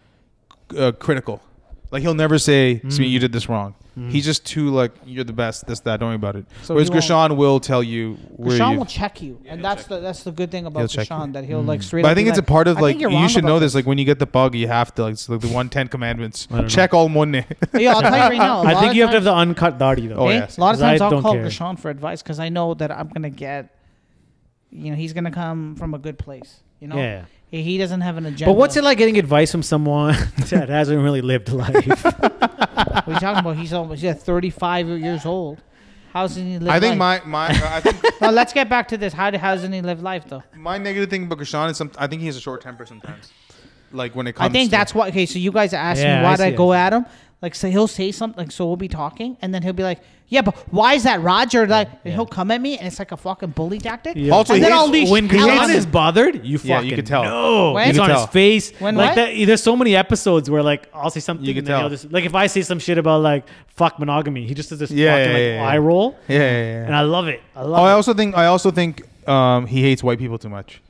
Speaker 4: uh, critical. Like he'll never say, "Smee,
Speaker 2: Mm.
Speaker 4: you did this wrong." He's just too like, "You're the best." This, that. Don't worry about it.
Speaker 2: So
Speaker 4: Whereas
Speaker 2: he won't-
Speaker 4: Gershon will tell you where
Speaker 2: Gershon
Speaker 4: you.
Speaker 2: will check you, and that's the that's the good thing
Speaker 4: He'll
Speaker 2: about
Speaker 4: check
Speaker 2: Gershon
Speaker 4: you. Mm.
Speaker 2: that he'll like straight.
Speaker 4: But
Speaker 2: up
Speaker 4: I think
Speaker 2: be
Speaker 4: it's a part of
Speaker 2: "I
Speaker 4: like
Speaker 2: think you're
Speaker 4: you
Speaker 2: wrong
Speaker 4: should
Speaker 2: about
Speaker 4: know this. Like when you get the bug, you have to like it's like the one ten commandments.
Speaker 3: I don't know.
Speaker 4: Check all money.
Speaker 2: Yeah, I'll tell you right now. a
Speaker 3: I
Speaker 2: lot
Speaker 3: think
Speaker 2: of
Speaker 3: you have to
Speaker 2: times-
Speaker 3: have the uncut Dadi though.
Speaker 4: Oh,
Speaker 2: eh,
Speaker 4: yeah.
Speaker 2: A lot of
Speaker 3: 'Cause I
Speaker 2: times I'll
Speaker 3: don't
Speaker 2: call
Speaker 3: care.
Speaker 2: Gershon for advice because I know that I'm gonna get, you know, he's gonna come from a good place. You
Speaker 4: Oh,
Speaker 2: know,
Speaker 3: Yeah.
Speaker 2: he, he doesn't have an agenda.
Speaker 3: But what's it like getting advice from someone that hasn't really lived life?
Speaker 2: What are you talking about? He's almost yeah, 35 years old. How's he live?
Speaker 4: I think
Speaker 2: life?
Speaker 4: my my I think
Speaker 2: Now let's get back to this. How do, how does he live life though?
Speaker 4: my negative thing about Gershon is some. I think he has a short temper sometimes. Like when it
Speaker 2: I
Speaker 4: comes.
Speaker 2: think
Speaker 4: to,
Speaker 2: that's why. Okay, so you guys asked
Speaker 3: Yeah,
Speaker 2: me why
Speaker 3: I
Speaker 2: did I
Speaker 3: see,
Speaker 2: go
Speaker 3: I see.
Speaker 2: at him. Like, so he'll say something. Like, so we'll be talking, and then he'll be like, "Yeah, but why is that Roger?" Like, and he'll come at me, and it's like a fucking bully tactic.
Speaker 3: Yeah.
Speaker 4: Also,
Speaker 2: and
Speaker 4: he
Speaker 2: then
Speaker 4: hates-
Speaker 2: I'll leash.
Speaker 3: when
Speaker 2: hell
Speaker 3: Keanu
Speaker 2: on
Speaker 3: is
Speaker 2: him.
Speaker 3: bothered, you
Speaker 4: Yeah,
Speaker 3: fucking
Speaker 4: you could tell.
Speaker 3: No,
Speaker 2: When?
Speaker 3: it's
Speaker 2: You
Speaker 3: on
Speaker 2: could
Speaker 4: tell.
Speaker 3: his face.
Speaker 2: When
Speaker 3: like
Speaker 2: what?
Speaker 3: that, there's so many episodes where like I'll say something,
Speaker 4: You could
Speaker 3: and then
Speaker 4: tell.
Speaker 3: he'll just like if I say some shit about like fuck monogamy, he just does this
Speaker 4: Yeah,
Speaker 3: fucking
Speaker 4: yeah,
Speaker 3: like
Speaker 4: yeah, yeah.
Speaker 3: eye roll,
Speaker 4: Yeah, yeah, yeah.
Speaker 3: and I love it. I
Speaker 4: oh,
Speaker 3: love
Speaker 4: I
Speaker 3: it.
Speaker 4: also think I also think um, he hates white people too much.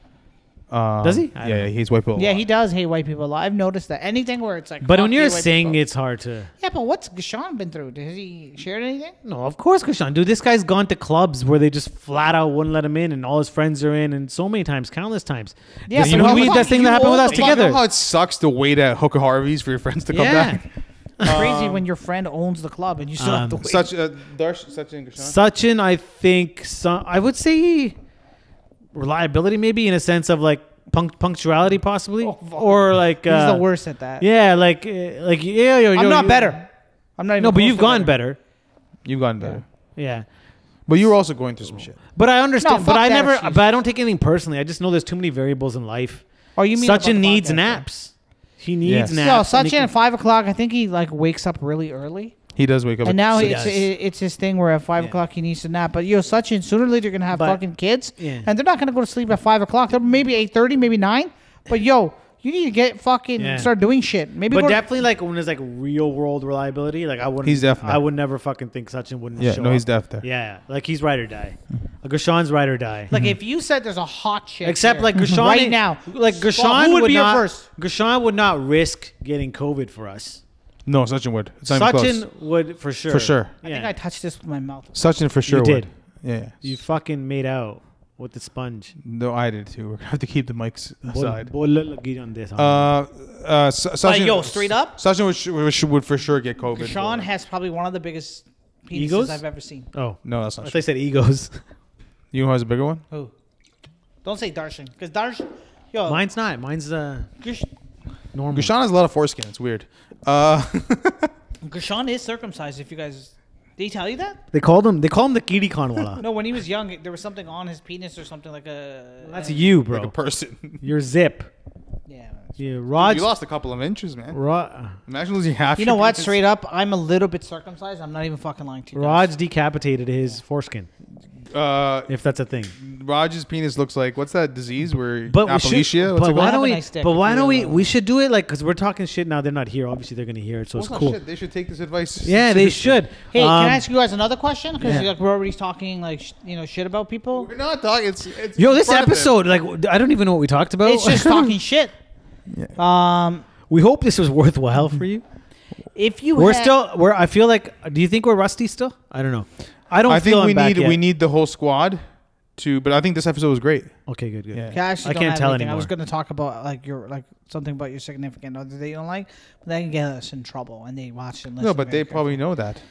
Speaker 4: Um,
Speaker 3: Does he? I don't
Speaker 4: Yeah,
Speaker 3: know.
Speaker 4: yeah, he hates white people. a
Speaker 2: Yeah,
Speaker 4: lot.
Speaker 2: he does hate white people a lot. I've noticed that. Anything where it's like,
Speaker 3: but
Speaker 2: fuck
Speaker 3: when you're
Speaker 2: you, white
Speaker 3: saying
Speaker 2: people.
Speaker 3: it's hard to.
Speaker 2: yeah, but what's Sean been through? Has he shared anything?
Speaker 3: No, of course, Krishan. Dude, this guy's gone to clubs where they just flat out wouldn't let him in, and all his friends are in, and so many times, countless times.
Speaker 2: Yeah,
Speaker 3: This-
Speaker 2: but
Speaker 3: we-
Speaker 2: how
Speaker 3: we-
Speaker 2: the
Speaker 3: that
Speaker 2: fuck
Speaker 3: thing
Speaker 2: do
Speaker 3: that
Speaker 2: you
Speaker 3: happened with
Speaker 2: know
Speaker 3: us
Speaker 2: the
Speaker 4: Fuck, you know
Speaker 3: together.
Speaker 4: how it sucks to wait at Hooker Harvey's for your friends to come
Speaker 3: Yeah.
Speaker 4: back.
Speaker 2: It's crazy when your friend owns the club and you still have
Speaker 3: um,
Speaker 2: to wait.
Speaker 4: Such uh, Darsh, such an Gershon.
Speaker 3: Sachin, I think, some, I would say reliability, maybe in a sense of like punct- punctuality, possibly,
Speaker 2: Oh, fuck.
Speaker 3: or like
Speaker 2: He's
Speaker 3: uh,
Speaker 2: the worst at that.
Speaker 3: Yeah, like uh, like yeah, you're,
Speaker 2: I'm
Speaker 3: you're-
Speaker 2: not
Speaker 3: you're-
Speaker 2: better. I'm not even.
Speaker 3: No, but
Speaker 2: close
Speaker 3: you've
Speaker 2: to
Speaker 3: gone better.
Speaker 4: You've gotten better,
Speaker 3: Yeah.
Speaker 4: but you were also going through some shit.
Speaker 3: But I
Speaker 2: No,
Speaker 3: understand.
Speaker 2: fuck
Speaker 3: but I
Speaker 2: that
Speaker 3: never.
Speaker 2: excuse.
Speaker 3: But I don't take anything personally. I just know there's too many variables in life.
Speaker 2: Oh, you mean about the
Speaker 3: Sachin needs
Speaker 2: podcast, yeah.
Speaker 3: naps. He needs
Speaker 4: Yes.
Speaker 2: No,
Speaker 3: naps. and he
Speaker 2: Sachin
Speaker 3: can-
Speaker 2: at five o'clock. I think he like wakes up really early,
Speaker 4: He does wake up.
Speaker 2: and
Speaker 4: at-
Speaker 2: now
Speaker 3: He
Speaker 2: it's
Speaker 3: does.
Speaker 2: it, it's his thing where at five
Speaker 3: Yeah.
Speaker 2: o'clock he needs to nap. But yo, Sachin, sooner or later you're gonna have
Speaker 3: But-
Speaker 2: fucking kids,
Speaker 3: Yeah.
Speaker 2: and they're not gonna go to sleep at five o'clock. They're maybe eight thirty, maybe nine. But yo, you need to get fucking
Speaker 3: Yeah.
Speaker 2: start doing shit. Maybe
Speaker 3: But
Speaker 2: go to-
Speaker 3: definitely, like when there's like real world reliability, like I wouldn't.
Speaker 4: He's definitely-
Speaker 3: I would never fucking think Sachin wouldn't.
Speaker 4: yeah,
Speaker 3: show
Speaker 4: no, he's
Speaker 3: up.
Speaker 4: deaf there.
Speaker 3: Yeah, like he's ride or die. Like Gershon's ride or die.
Speaker 2: like if you said there's a hot chick,
Speaker 3: Mm-hmm. Except
Speaker 2: here
Speaker 3: like Gershon
Speaker 2: right now,
Speaker 3: like
Speaker 2: Well,
Speaker 3: Gershon
Speaker 2: who would,
Speaker 3: would
Speaker 2: be
Speaker 3: not,
Speaker 2: your first?
Speaker 3: Gershon would not risk getting COVID for us.
Speaker 4: No, Sachin would. It's not even
Speaker 3: Sachin
Speaker 4: close.
Speaker 3: would for sure.
Speaker 4: For sure.
Speaker 3: Yeah.
Speaker 2: I think I touched this with my mouth.
Speaker 4: Sachin for sure
Speaker 3: did.
Speaker 4: would. Yeah.
Speaker 3: you fucking made out with the sponge.
Speaker 4: No, I did too. We're gonna have to keep the mics aside.
Speaker 3: Bol- bol- get on this, huh?
Speaker 4: Uh, uh, S- Sachin,
Speaker 2: yo, straight up?
Speaker 4: Sachin would, su- would, su- would for sure get COVID.
Speaker 2: Gershon
Speaker 4: for-
Speaker 2: has probably one of the biggest penises
Speaker 3: Egos?
Speaker 2: I've ever seen.
Speaker 3: oh,
Speaker 4: no, that's
Speaker 3: I
Speaker 4: not
Speaker 3: thought
Speaker 4: true.
Speaker 3: you said egos.
Speaker 4: You know who has a bigger one?
Speaker 2: Who? Don't say Darshan, because Darshan, yo,
Speaker 3: Mine's not. Mine's uh,
Speaker 2: Gersh-
Speaker 3: normal.
Speaker 4: Oh. Gershon has a lot of foreskin. It's weird. Uh,
Speaker 2: Gershon is circumcised. If you guys, did he tell you that?
Speaker 3: They called him. They call him the Kiri Kanwala.
Speaker 2: No, when he was young, there was something on his penis or something like a.
Speaker 3: That's you, bro.
Speaker 4: like a person.
Speaker 3: Your zip.
Speaker 2: Yeah.
Speaker 3: Yeah, Raj.
Speaker 4: you lost a couple of inches, man.
Speaker 3: Ra-
Speaker 4: Imagine losing half.
Speaker 2: You
Speaker 4: your
Speaker 2: know what?
Speaker 4: penis.
Speaker 2: Straight up, I'm a little bit circumcised. I'm not even fucking lying to you. guys.
Speaker 3: Raj decapitated his foreskin,
Speaker 4: Uh,
Speaker 3: if that's a thing.
Speaker 4: Raj's penis looks like what's that disease where
Speaker 3: But we
Speaker 4: Appalachia?
Speaker 3: should.
Speaker 4: What's
Speaker 3: But
Speaker 4: it called?
Speaker 3: why
Speaker 2: Have
Speaker 3: don't
Speaker 2: a
Speaker 3: we?
Speaker 2: nice dick.
Speaker 3: but why don't we?
Speaker 2: Yeah.
Speaker 3: We should do it like because we're talking shit now. They're not here. Obviously, they're gonna hear it, so
Speaker 4: Well,
Speaker 3: it's
Speaker 4: no
Speaker 3: cool.
Speaker 4: shit, They should take this advice.
Speaker 3: Yeah, they should.
Speaker 2: Hey,
Speaker 3: Um,
Speaker 2: can I ask you guys another question? Because
Speaker 3: yeah.
Speaker 2: like we're already talking like sh- you know shit about people.
Speaker 4: We're not talking. It's, it's
Speaker 3: Yo,
Speaker 4: in
Speaker 3: this
Speaker 4: front of him.
Speaker 3: episode, like, I don't even know what we talked about.
Speaker 2: It's just talking shit. Um,
Speaker 3: we hope this was worthwhile for you.
Speaker 2: if you
Speaker 3: We're
Speaker 2: had-
Speaker 3: still. We're. I feel like. Do you think we're rusty still? I don't know. I don't
Speaker 4: I
Speaker 3: feel
Speaker 4: think
Speaker 3: I'm
Speaker 4: we
Speaker 3: back
Speaker 4: need
Speaker 3: yet.
Speaker 4: we need the whole squad to, but I think this episode was great.
Speaker 3: Okay, good, good.
Speaker 4: Yeah.
Speaker 2: Okay, I, actually
Speaker 3: I
Speaker 2: don't
Speaker 3: can't
Speaker 2: have
Speaker 3: tell
Speaker 2: anything. I
Speaker 3: anymore.
Speaker 2: was going to talk about like your like something about your significant other that you don't like, but that can get us in trouble, and they watch and listen.
Speaker 4: no, but
Speaker 2: very
Speaker 4: they probably know that.
Speaker 2: carefully.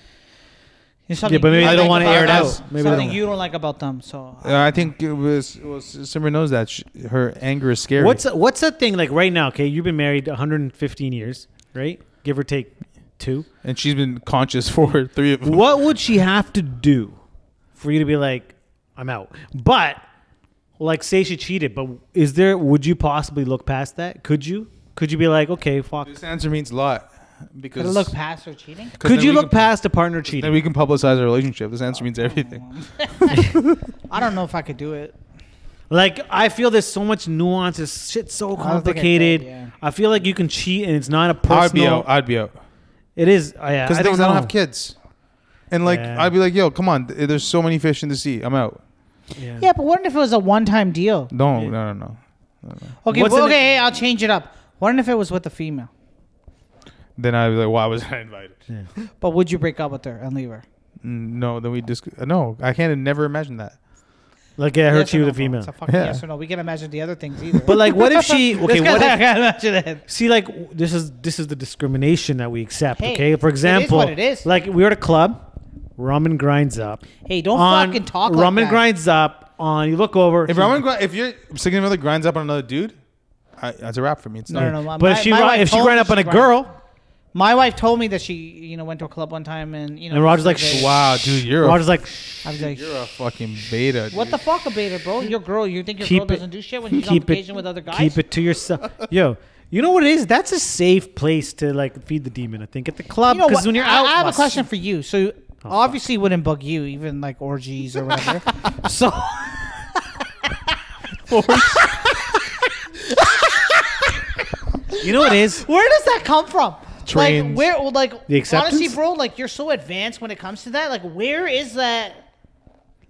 Speaker 2: It's something
Speaker 3: but maybe
Speaker 2: you
Speaker 3: they don't
Speaker 2: like
Speaker 3: wanna
Speaker 2: about
Speaker 3: air it
Speaker 2: us,
Speaker 3: out. Maybe they
Speaker 2: something
Speaker 3: don't.
Speaker 2: you don't like about them. So
Speaker 4: Uh, I think it was, it was Simmer knows that she, her anger is scary.
Speaker 3: What's what's that thing like right now? Okay, you've been married 115 years, right? Give or take two.
Speaker 4: and she's been conscious for three of
Speaker 3: what would she have to do for you to be like, I'm out? But like, say she cheated, but is there? Would you possibly look past that? Could you? Could you be like, okay, fuck?
Speaker 4: This answer means a lot
Speaker 2: Could
Speaker 4: because
Speaker 2: it look past her cheating.
Speaker 4: 'cause
Speaker 3: Could
Speaker 4: then
Speaker 3: you
Speaker 4: we
Speaker 3: look
Speaker 4: can-
Speaker 3: past a partner
Speaker 4: Then
Speaker 3: cheating?
Speaker 4: we can publicize our relationship. This answer means everything.
Speaker 3: Um,
Speaker 2: I don't know if I could do it.
Speaker 3: like, I feel there's so much nuance. This shit's
Speaker 2: I
Speaker 3: so
Speaker 2: don't think I could,
Speaker 3: complicated. I,
Speaker 2: yeah.
Speaker 3: feel like you can cheat, and it's not a
Speaker 4: I'd be
Speaker 3: personal.
Speaker 4: out. I'd be out.
Speaker 3: It is. I, I
Speaker 4: Because
Speaker 3: don't
Speaker 4: I
Speaker 3: know.
Speaker 4: don't have kids. And like
Speaker 3: Yeah.
Speaker 4: I'd be like, yo, come on. th- There's so many fish in the sea. I'm out.
Speaker 3: Yeah.
Speaker 2: Yeah, but what if it was a one-time deal?
Speaker 4: No,
Speaker 3: Yeah.
Speaker 4: no, no, no.
Speaker 2: Okay,
Speaker 3: What's
Speaker 2: well,
Speaker 3: in it-
Speaker 2: okay, hey, I'll change it up. What if it was with a female?
Speaker 4: Then I'd be like, why was I invited?
Speaker 2: But would you break up with her and leave her?
Speaker 4: Mm, No, then we just no. I can't never imagine that.
Speaker 3: Like, I hurt
Speaker 2: Yes or
Speaker 3: you
Speaker 2: no,
Speaker 3: with a
Speaker 2: bro?
Speaker 3: female.
Speaker 2: It's a fucking
Speaker 4: Yeah.
Speaker 2: yes or no. We can imagine the other things either.
Speaker 3: But like, what if she? Okay, what if?
Speaker 2: imagine it.
Speaker 3: See, like w- this is this is the discrimination that we accept.
Speaker 2: Hey,
Speaker 3: okay, for
Speaker 2: it is
Speaker 3: example,
Speaker 2: what it is.
Speaker 3: Like we're at a club, ramen grinds up.
Speaker 2: Hey, don't fucking talk like
Speaker 3: Ramen
Speaker 2: that.
Speaker 3: grinds up on. You look over.
Speaker 4: If
Speaker 3: she-
Speaker 4: Roman, gri- if your significant other grinds up on another dude, I, that's a wrap for me. It's
Speaker 2: No,
Speaker 4: done.
Speaker 2: no, no. My, my-
Speaker 3: but if she
Speaker 2: my
Speaker 3: ri-
Speaker 2: wife
Speaker 3: if she
Speaker 2: told
Speaker 3: grind
Speaker 2: me
Speaker 3: up on a
Speaker 2: grinded.
Speaker 3: girl,
Speaker 2: My wife told me that she, you know, went to a club one time and you know.
Speaker 3: and Roger's like,
Speaker 2: they-
Speaker 4: Wow, dude, you're
Speaker 3: Roger's like,
Speaker 2: I was
Speaker 4: a,
Speaker 2: like,
Speaker 4: you're a fucking beta. Dude.
Speaker 2: what the fuck, a beta, bro? Your girl, you think your
Speaker 3: keep
Speaker 2: girl
Speaker 3: it,
Speaker 2: doesn't do shit when she's on
Speaker 3: keep
Speaker 2: vacation
Speaker 3: it,
Speaker 2: with other guys?
Speaker 3: keep it to yourself. Yo, you know what it is? That's a safe place to like feed the demon. I think at the club
Speaker 2: You know
Speaker 3: because
Speaker 2: what?
Speaker 3: when you're
Speaker 2: I-
Speaker 3: out, Oh,
Speaker 2: I have a
Speaker 3: must-
Speaker 2: question for you. So obviously, it wouldn't bug you, even like orgies or whatever. so.
Speaker 3: You know what it is?
Speaker 2: Where does that come from? Like
Speaker 4: Trains.
Speaker 2: where? well, Like
Speaker 3: The acceptance?
Speaker 2: honestly, bro, like you're so advanced when it comes to that. Like where is that?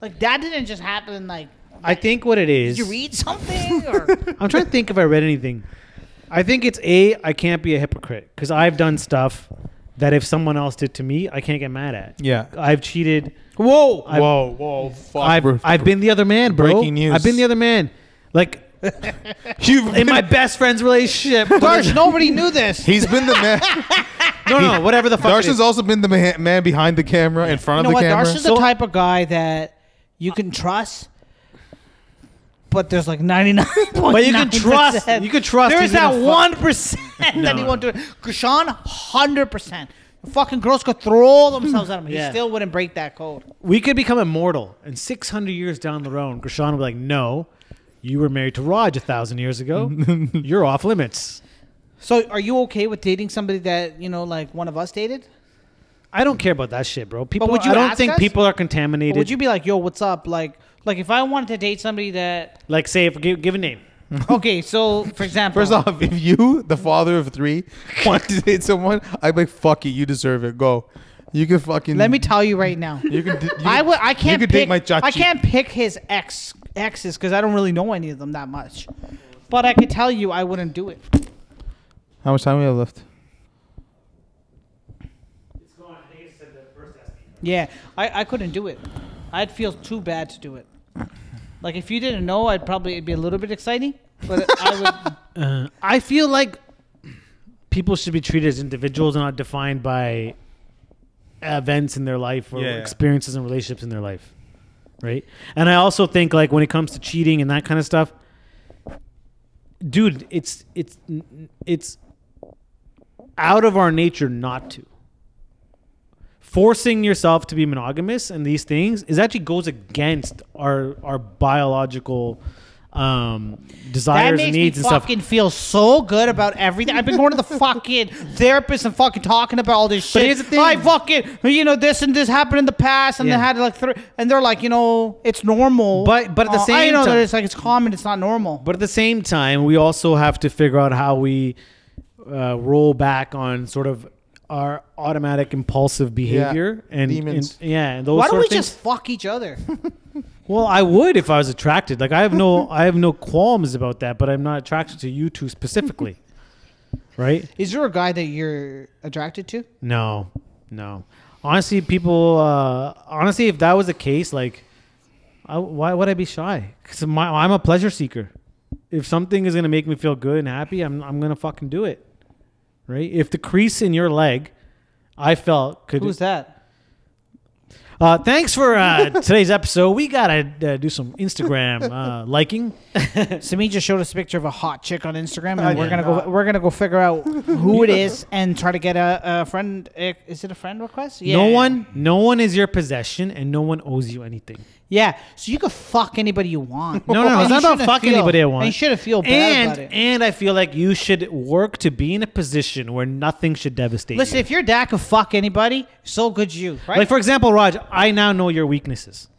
Speaker 2: Like that didn't just happen. Like
Speaker 3: I think what it is.
Speaker 2: did you read something or
Speaker 3: I'm trying to think if I read anything. I think it's a I can't be a hypocrite because I've done stuff that if someone else did to me, I can't get mad at.
Speaker 4: Yeah.
Speaker 3: I've cheated.
Speaker 2: whoa.
Speaker 3: I've,
Speaker 4: whoa, whoa, fuck. bro.
Speaker 3: I've, I've been the other man, bro.
Speaker 4: Breaking news.
Speaker 3: I've been the other man. Like
Speaker 4: You've
Speaker 3: in
Speaker 4: been-
Speaker 3: my best friend's relationship. Dar-
Speaker 2: Darsh, nobody knew this.
Speaker 4: He's been the man.
Speaker 3: no, no, whatever the fuck. it
Speaker 4: Darshan's
Speaker 3: is.
Speaker 4: also been the ma- man behind the camera, in front
Speaker 2: you
Speaker 4: of
Speaker 2: know
Speaker 4: the
Speaker 2: what?
Speaker 4: camera.
Speaker 2: Darsh is the type of guy that you can trust. But there's like 99.
Speaker 3: But you can trust. You can trust.
Speaker 2: There
Speaker 3: he's
Speaker 2: is that
Speaker 3: gonna fuck-
Speaker 2: one percent that he
Speaker 3: No.
Speaker 2: won't do it. Krishan, hundred percent. Fucking girls could throw themselves at him. He
Speaker 3: Yeah.
Speaker 2: still wouldn't break that code.
Speaker 3: We could become immortal, and 600 years down the road, Krishan would be like, "No, you were married to Raj a thousand years ago. You're off limits."
Speaker 2: So, are you okay with dating somebody that you know, like one of us dated?
Speaker 3: I don't care about that shit, bro. People,
Speaker 2: would you
Speaker 3: I don't
Speaker 2: ask
Speaker 3: think
Speaker 2: us?
Speaker 3: people are
Speaker 2: Or
Speaker 3: contaminated.
Speaker 2: would you be like, "Yo, what's up?" Like, like if I wanted to date somebody that,
Speaker 3: like say if give, give a name?
Speaker 2: okay, so for example,
Speaker 4: First off, if you, the father of three, want to date someone, I'd be like, fuck it, you deserve it. Go. You can fucking.
Speaker 2: let me tell you right now,
Speaker 4: You can. d- You
Speaker 2: I would. I
Speaker 4: you
Speaker 2: can't.
Speaker 4: could
Speaker 2: pick,
Speaker 4: date my chachi.
Speaker 2: I can't pick his ex exes because I don't really know any of them that much. But I could tell you, I wouldn't do it.
Speaker 4: How much time we have left?
Speaker 2: Yeah, I, I couldn't do it. I'd feel too bad to do it. Like if you didn't know, I'd probably it'd be a little bit exciting, but I
Speaker 3: I feel like people should be treated as individuals and not defined by events in their life or
Speaker 4: Yeah.
Speaker 3: experiences and relationships in their life, right? And I also think like when it comes to cheating and that kind of stuff, dude, it's it's it's out of our nature not to. Forcing yourself to be monogamous and these things is actually goes against our our biological um,
Speaker 2: that
Speaker 3: desires and
Speaker 2: makes me
Speaker 3: needs and stuff.
Speaker 2: fucking feel so good about everything. I've been going to the fucking therapist and fucking talking about all this shit.
Speaker 3: here's the thing.
Speaker 2: I fucking you know this and this happened in the past, and
Speaker 3: Yeah.
Speaker 2: they had like three, and they're like you know it's normal,
Speaker 3: But- but at the
Speaker 2: Uh, I
Speaker 3: same
Speaker 2: know that
Speaker 3: time-
Speaker 2: it's like it's common, it's not normal.
Speaker 3: But at the same time, we also have to figure out how we uh, roll back on sort of our automatic impulsive behavior and
Speaker 4: Demons.
Speaker 3: and- yeah, and those
Speaker 2: Why don't
Speaker 3: sort
Speaker 2: we
Speaker 3: of things.
Speaker 2: just fuck each other?
Speaker 3: well, I would if I was attracted. Like I have no, I have no qualms about that, but I'm not attracted to you two specifically, right?
Speaker 2: Is there a guy that you're attracted to?
Speaker 3: No, no. Honestly, people. Uh, honestly, if that was the case, like, I, why would I be shy? Because I'm a pleasure seeker. If something is gonna make me feel good and happy, I'm I'm gonna fucking do it, right? If the crease in your leg, I felt could
Speaker 2: Who's that?
Speaker 3: Uh, thanks for uh, today's episode. We gotta uh, do some Instagram uh, liking.
Speaker 2: Sami just showed us a picture of a hot chick on Instagram, and
Speaker 3: I
Speaker 2: we're
Speaker 3: did
Speaker 2: gonna go.
Speaker 3: not.
Speaker 2: We're gonna go figure out who it is and try to get a, a friend. eh, Is it a friend request?
Speaker 3: No one, no one is your possession, and no one owes you anything.
Speaker 2: Yeah, so you could fuck anybody you want.
Speaker 3: No, no, no,
Speaker 2: And you
Speaker 3: it's not about
Speaker 2: shouldn't
Speaker 3: fucking
Speaker 2: feel-
Speaker 3: anybody I
Speaker 2: And
Speaker 3: want.
Speaker 2: you shouldn't feel bad
Speaker 3: and
Speaker 2: about it.
Speaker 3: and I feel like you should work to be in a position where nothing should devastate
Speaker 2: Listen,
Speaker 3: you.
Speaker 2: if your dad could fuck anybody, so could you, right?
Speaker 3: Like for example, Raj, I now know your weaknesses.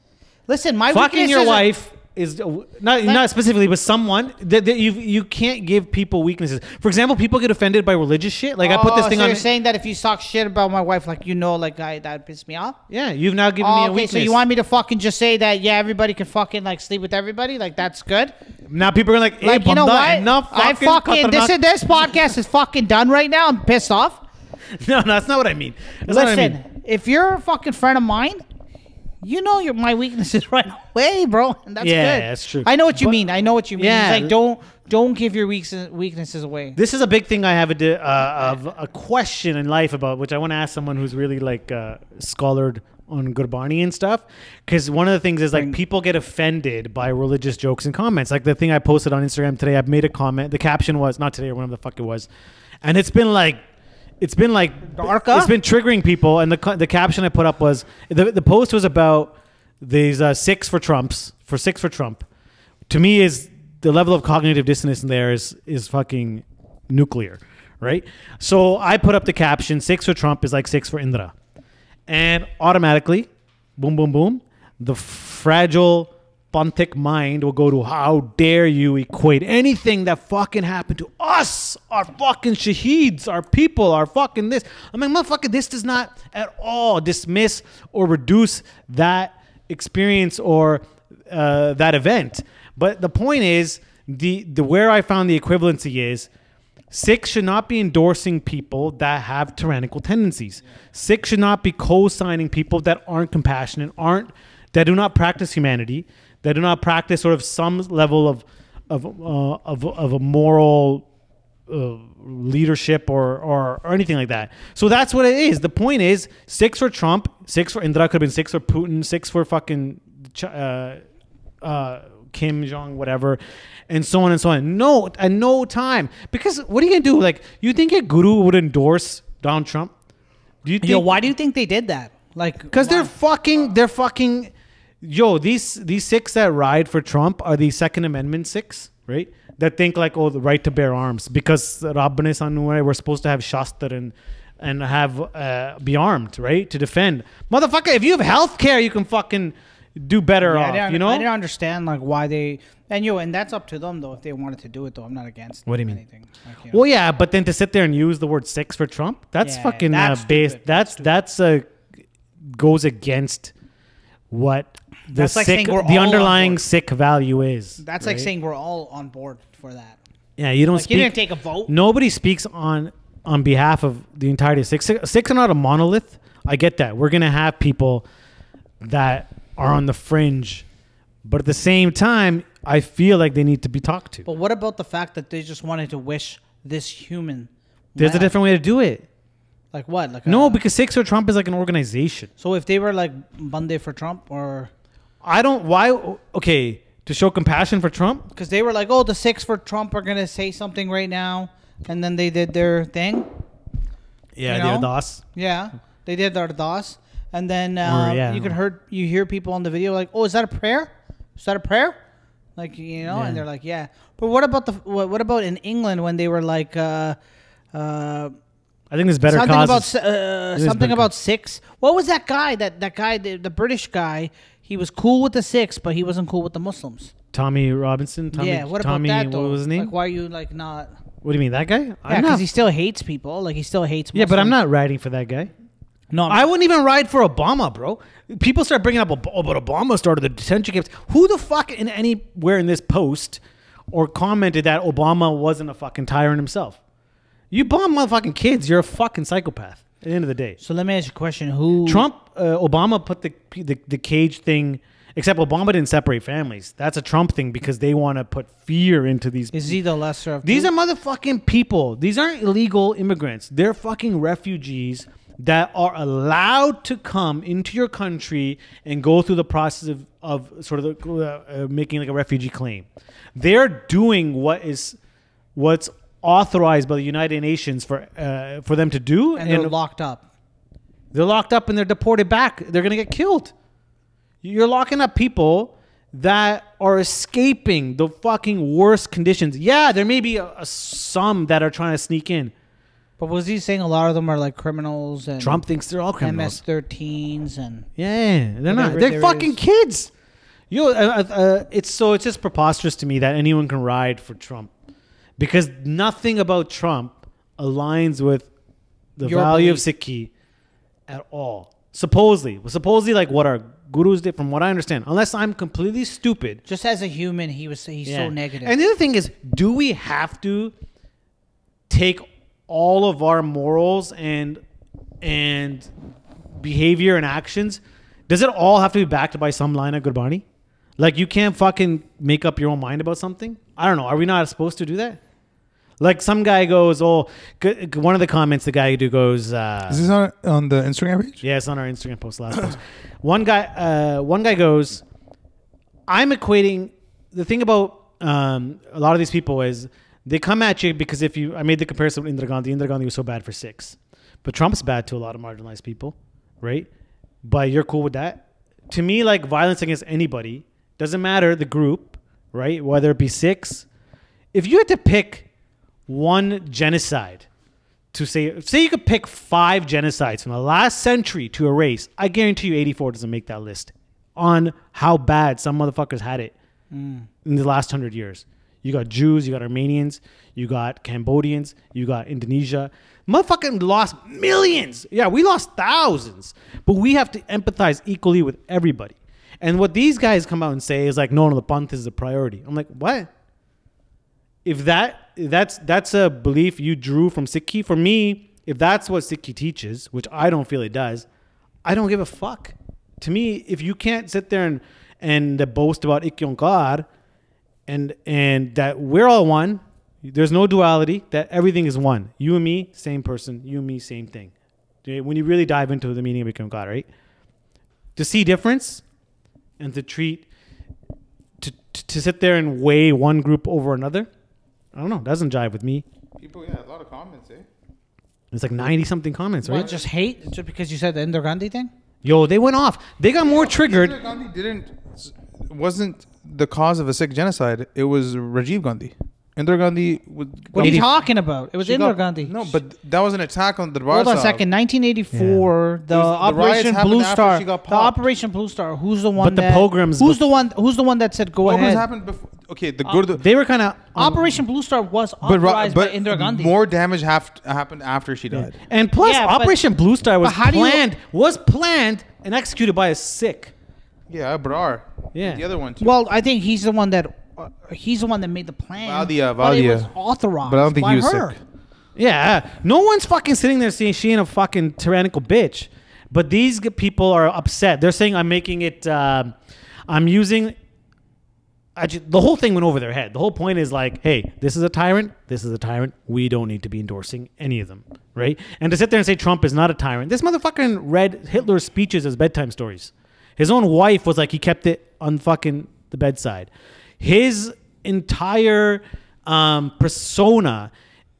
Speaker 2: Listen, my
Speaker 3: Fucking
Speaker 2: weakness
Speaker 3: your
Speaker 2: is a-
Speaker 3: wife is uh, not not specifically, but someone that, that you you can't give people weaknesses. For example, people get offended by religious shit. Like I put this
Speaker 2: Oh,
Speaker 3: thing
Speaker 2: so
Speaker 3: on.
Speaker 2: You're saying that if you talk shit about my wife, like you know, like I, that pissed me off.
Speaker 3: yeah, you've now given me
Speaker 2: Oh,
Speaker 3: a
Speaker 2: okay,
Speaker 3: weakness.
Speaker 2: so you want me to fucking just say that? Yeah, everybody can fucking like sleep with everybody. Like that's good.
Speaker 3: now people are like, hey,
Speaker 2: like you know
Speaker 3: bunda,
Speaker 2: what?
Speaker 3: Enough
Speaker 2: I
Speaker 3: fucking
Speaker 2: fucking this
Speaker 3: Katanak-
Speaker 2: and this podcast is fucking done right now. I'm pissed off.
Speaker 3: No, no, that's not what I mean. That's not what I
Speaker 2: Listen,
Speaker 3: mean.
Speaker 2: if you're a fucking friend of mine, you know your my weaknesses right away, bro. And that's
Speaker 3: Yeah,
Speaker 2: good.
Speaker 3: that's true.
Speaker 2: I know what you mean. I know what you mean.
Speaker 3: Yeah.
Speaker 2: It's like don't don't give your weaknesses weaknesses away.
Speaker 3: This is a big thing I have a di- uh, of a question in life about, which I want to ask someone who's really like uh, scholared on Gurbani and stuff. Because one of the things is like people get offended by religious jokes and comments. Like the thing I posted on Instagram today, I've made a comment. The caption was not today or whenever the fuck it was, and it's been like. It's been like
Speaker 2: Dark
Speaker 3: It's
Speaker 2: up?
Speaker 3: been triggering people, and the co- the caption I put up was the the post was about these uh, six for Trumps for six for Trump, to me is the level of cognitive dissonance in there is is fucking nuclear, right? So I put up the caption six for Trump is like six for Indra, and automatically, boom, boom, boom, the fragile Pontic mind will go to how dare you equate anything that fucking happened to us, our fucking shaheeds, our people, our fucking this. I mean, motherfucker, this does not at all dismiss or reduce that experience or uh, that event. But the point is, the, the where I found the equivalency is six should not be endorsing people that have tyrannical tendencies. Six should not be co-signing people that aren't compassionate, aren't that do not practice humanity, that do not practice sort of some level of of uh, of, of a moral uh, leadership or, or or anything like that. So that's what it is. The point is six for Trump, six for Indra could have been six for Putin, six for fucking Ch- uh, uh, Kim Jong whatever, and so on and so on. No, at no time because what are you gonna do? Like you think your guru would endorse Donald Trump? Do you think?
Speaker 2: Yo, why do you think they did that? Like,
Speaker 3: Because they're
Speaker 2: why?
Speaker 3: fucking, they're fucking, yo, these these six that ride for Trump are the Second Amendment six, right? That think like, oh, the right to bear arms because Rabbani Sanuai, we're supposed to have Shastar and and have uh, be armed, right, to defend. Motherfucker, if you have health care, you can fucking do better
Speaker 2: Yeah, I
Speaker 3: off,
Speaker 2: didn't-
Speaker 3: you know?
Speaker 2: I didn't understand like why they and you and that's up to them though if they wanted to do it though. I'm not against.
Speaker 3: What do you mean?
Speaker 2: Anything. Like, you know.
Speaker 3: Well, yeah, but then to sit there and use the word sex for Trump, that's
Speaker 2: Yeah,
Speaker 3: fucking
Speaker 2: that's
Speaker 3: uh, based.
Speaker 2: stupid.
Speaker 3: That's that's uh, goes against what the
Speaker 2: That's like
Speaker 3: sick,
Speaker 2: saying we're all
Speaker 3: the
Speaker 2: on
Speaker 3: underlying
Speaker 2: board.
Speaker 3: sick value is.
Speaker 2: that's like saying we're all on board for that.
Speaker 3: yeah, you don't
Speaker 2: Like
Speaker 3: speak.
Speaker 2: you didn't take a vote.
Speaker 3: nobody speaks on on behalf of the entirety of six. Six, six are not a monolith. I get that. We're gonna have people that are on the fringe, but at the same time, I feel like they need to be talked to.
Speaker 2: But what about the fact that they just wanted to wish this human?
Speaker 3: There's a
Speaker 2: well?
Speaker 3: different way to do it.
Speaker 2: Like what? Like uh,
Speaker 3: No,
Speaker 2: a-
Speaker 3: because six or Trump is like an organization.
Speaker 2: so if they were like Monday for Trump or
Speaker 3: I don't. Why? Okay, to show compassion for Trump.
Speaker 2: because they were like, oh, the six for Trump are gonna say something right now, and then they did their thing.
Speaker 3: Yeah,
Speaker 2: You know?
Speaker 3: the Adas.
Speaker 2: Yeah, they did their dos, and then uh,
Speaker 3: yeah.
Speaker 2: you could heard you hear people on the video like, "Oh, is that a prayer? Is that a prayer?" Like you know, and they're like, "Yeah." But what about the what, what about in England when they were like uh, uh,
Speaker 3: I think there's better
Speaker 2: something
Speaker 3: causes.
Speaker 2: about s- uh,
Speaker 3: is
Speaker 2: something
Speaker 3: better
Speaker 2: about six? What was that guy? That that guy, the, the British guy. He was cool with the six, but he wasn't cool with the Muslims.
Speaker 3: Tommy Robinson. Tommy,
Speaker 2: yeah, what about
Speaker 3: Tommy,
Speaker 2: that? Though?
Speaker 3: What was his name?
Speaker 2: Like, why are you like not?
Speaker 3: what do you mean that guy?
Speaker 2: Yeah,
Speaker 3: I'm
Speaker 2: because
Speaker 3: not,
Speaker 2: he still hates people. Like he still hates.
Speaker 3: yeah,
Speaker 2: Muslims.
Speaker 3: but I'm not riding for that guy.
Speaker 2: No, I'm
Speaker 3: I wouldn't even ride for Obama, bro. People start bringing up, oh, but Obama started the detention camps. Who the fuck in anywhere in this post or commented that Obama wasn't a fucking tyrant himself? You bomb motherfucking kids. You're a fucking psychopath. At the end of the day,
Speaker 2: So let me ask you a question: Who
Speaker 3: Trump, uh, Obama put the, the the cage thing Except Obama didn't separate families. That's a Trump thing because they want to put fear into these.
Speaker 2: Is he the lesser of
Speaker 3: These
Speaker 2: two?
Speaker 3: are motherfucking people. These aren't illegal immigrants. They're fucking refugees that are allowed to come into your country and go through the process of, of sort of the, uh, uh, making like a refugee claim. They're doing what is what's authorized by the United Nations for uh, for them to do,
Speaker 2: and they're locked up.
Speaker 3: they're locked up and they're deported back. They're going to get killed. You're locking up people that are escaping the fucking worst conditions. Yeah, there may be a, a some that are trying to sneak in.
Speaker 2: But was he saying a lot of them are like criminals and
Speaker 3: Trump thinks they're all criminals.
Speaker 2: MS-13s and
Speaker 3: Yeah, they're not.
Speaker 2: Whatever
Speaker 3: They're
Speaker 2: there
Speaker 3: fucking
Speaker 2: is.
Speaker 3: kids. Yo, uh, uh, uh, it's so it's just preposterous to me that anyone can ride for Trump because nothing about Trump aligns with the
Speaker 2: Your
Speaker 3: value
Speaker 2: belief.
Speaker 3: of Sikhi at all. Supposedly, supposedly, like what our gurus did, from what I understand, unless I'm completely stupid.
Speaker 2: just as a human, he was he's
Speaker 3: Yeah.
Speaker 2: so negative.
Speaker 3: And the other thing is, do we have to take all of our morals and and behavior and actions? Does it all have to be backed by some line of Gurbani? Like you can't fucking make up your own mind about something. I don't know. Are we not supposed to do that? Like some guy goes, "Oh," g- g- one of the comments the guy do goes, uh,
Speaker 6: Is this on, on the Instagram page?
Speaker 3: yeah, it's on our Instagram post last post. One guy, uh, one guy goes, "I'm equating the thing about um, a lot of these people is they come at you because if you, I made the comparison with Indira Gandhi. Indira Gandhi was so bad for six, but Trump's bad to a lot of marginalized people, right? But you're cool with that. To me, like violence against anybody doesn't matter the group, right? Whether it be six, if you had to pick one genocide to say say you could pick five genocides from the last century to erase, I guarantee you 84 doesn't make that list on how bad some motherfuckers had it in the last hundred years. You got Jews, you got Armenians, you got Cambodians, you got Indonesia. Motherfucking lost millions. Yeah, we lost thousands. But we have to empathize equally with everybody. And what these guys come out and say is like, no, no, the Panth is the priority. I'm like, what? if that that's that's a belief you drew from Sikhi, for me, if that's what Sikhi teaches, which I don't feel it does, I don't give a fuck. To me, if you can't sit there and and boast about Ikyonkar and and that we're all one, there's no duality, that everything is one. You and me, same person, you and me, same thing. Okay, When you really dive into the meaning of Ikyonkar, right? To see difference and to treat to, to, to sit there and weigh one group over another, I don't know. Doesn't jive with me.
Speaker 6: People, yeah, a lot of comments, eh?
Speaker 3: It's like ninety something comments,
Speaker 2: What,
Speaker 3: right?
Speaker 2: just hate just because you said the Indira Gandhi thing.
Speaker 3: Yo, they went off. They got more triggered.
Speaker 6: Gandhi didn't wasn't the cause of a Sikh genocide. It was Rajiv Gandhi. Indira Gandhi would.
Speaker 2: What are you
Speaker 3: Eighty-
Speaker 2: talking about? It was
Speaker 6: she
Speaker 2: Indira
Speaker 6: got-
Speaker 2: Gandhi.
Speaker 6: No, but that was an attack on the
Speaker 2: Hold on a second. 1984, the
Speaker 6: It was- the
Speaker 2: Operation
Speaker 6: riots happened
Speaker 2: Blue
Speaker 6: after
Speaker 2: Star.
Speaker 6: she
Speaker 2: The
Speaker 6: got popped.
Speaker 2: Operation Blue Star. Who's the one?
Speaker 3: the
Speaker 2: that-
Speaker 3: pogroms
Speaker 2: Who's
Speaker 3: bef-
Speaker 2: the one? Who's the one that said go
Speaker 6: What
Speaker 2: ahead?
Speaker 6: happened before? Okay, the Gurd.
Speaker 3: They were kind of
Speaker 2: Operation Blue Star was
Speaker 6: but, ra-
Speaker 2: authorized
Speaker 6: but
Speaker 2: by Indira Gandhi.
Speaker 6: more damage haf- happened after she died.
Speaker 3: And plus,
Speaker 2: Yeah, but-
Speaker 3: Operation Blue Star was
Speaker 2: but how do you-
Speaker 3: planned, was planned and executed by a Sikh.
Speaker 6: Yeah, Brar.
Speaker 3: Yeah.
Speaker 6: The other one too.
Speaker 2: well, I think he's the one that uh, he's the one that made the plan.
Speaker 6: Vadia,
Speaker 2: but it
Speaker 6: Vadia.
Speaker 2: was authorized.
Speaker 6: But I don't think
Speaker 2: by
Speaker 6: he was
Speaker 2: her.
Speaker 6: sick.
Speaker 3: Yeah, no one's fucking sitting there saying she ain't a fucking tyrannical bitch. But these g- people are upset. They're saying I'm making it. Um, I'm using. I ju- the whole thing went over their head. The whole point is like, hey, this is a tyrant. This is a tyrant. We don't need to be endorsing any of them, right? And to sit there and say Trump is not a tyrant. This motherfucking read Hitler's speeches as bedtime stories. His own wife was like, he kept it on fucking the bedside. His entire um, persona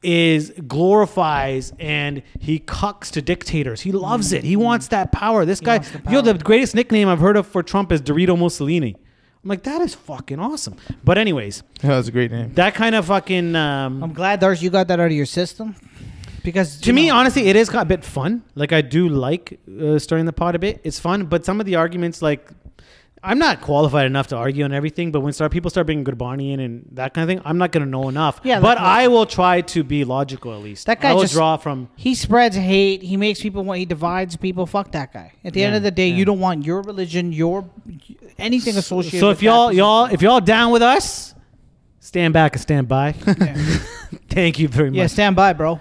Speaker 3: is glorifies and he cucks to dictators. He loves it. He wants that power. This guy,
Speaker 2: wants the
Speaker 3: yo, the
Speaker 2: power.
Speaker 3: greatest nickname I've heard of for Trump is Dorito Mussolini. I'm like, that is fucking awesome. But anyways,
Speaker 6: Yeah, that's a great name.
Speaker 3: that kind of fucking um,
Speaker 2: I'm glad, Darsh, you got that out of your system, because
Speaker 3: to
Speaker 2: you
Speaker 3: me,
Speaker 2: know,
Speaker 3: honestly, it is a bit fun. Like I do like uh, stirring the pot a bit. It's fun, but some of the arguments, like I'm not qualified enough to argue on everything. But when start people start bringing Gurbani in and that kind of thing, I'm not going to know enough.
Speaker 2: Yeah,
Speaker 3: but
Speaker 2: like-
Speaker 3: I will try to be logical at least.
Speaker 2: That guy
Speaker 3: I will
Speaker 2: just-
Speaker 3: draw from.
Speaker 2: He spreads hate. He makes people want. He divides people. Fuck that guy. At the end
Speaker 3: Yeah,
Speaker 2: of the day,
Speaker 3: yeah.
Speaker 2: you don't want your religion, your anything associated.
Speaker 3: So
Speaker 2: with
Speaker 3: if y'all
Speaker 2: that
Speaker 3: y'all if y'all down with us, stand back and stand by. Thank you very much.
Speaker 2: yeah, stand by, bro.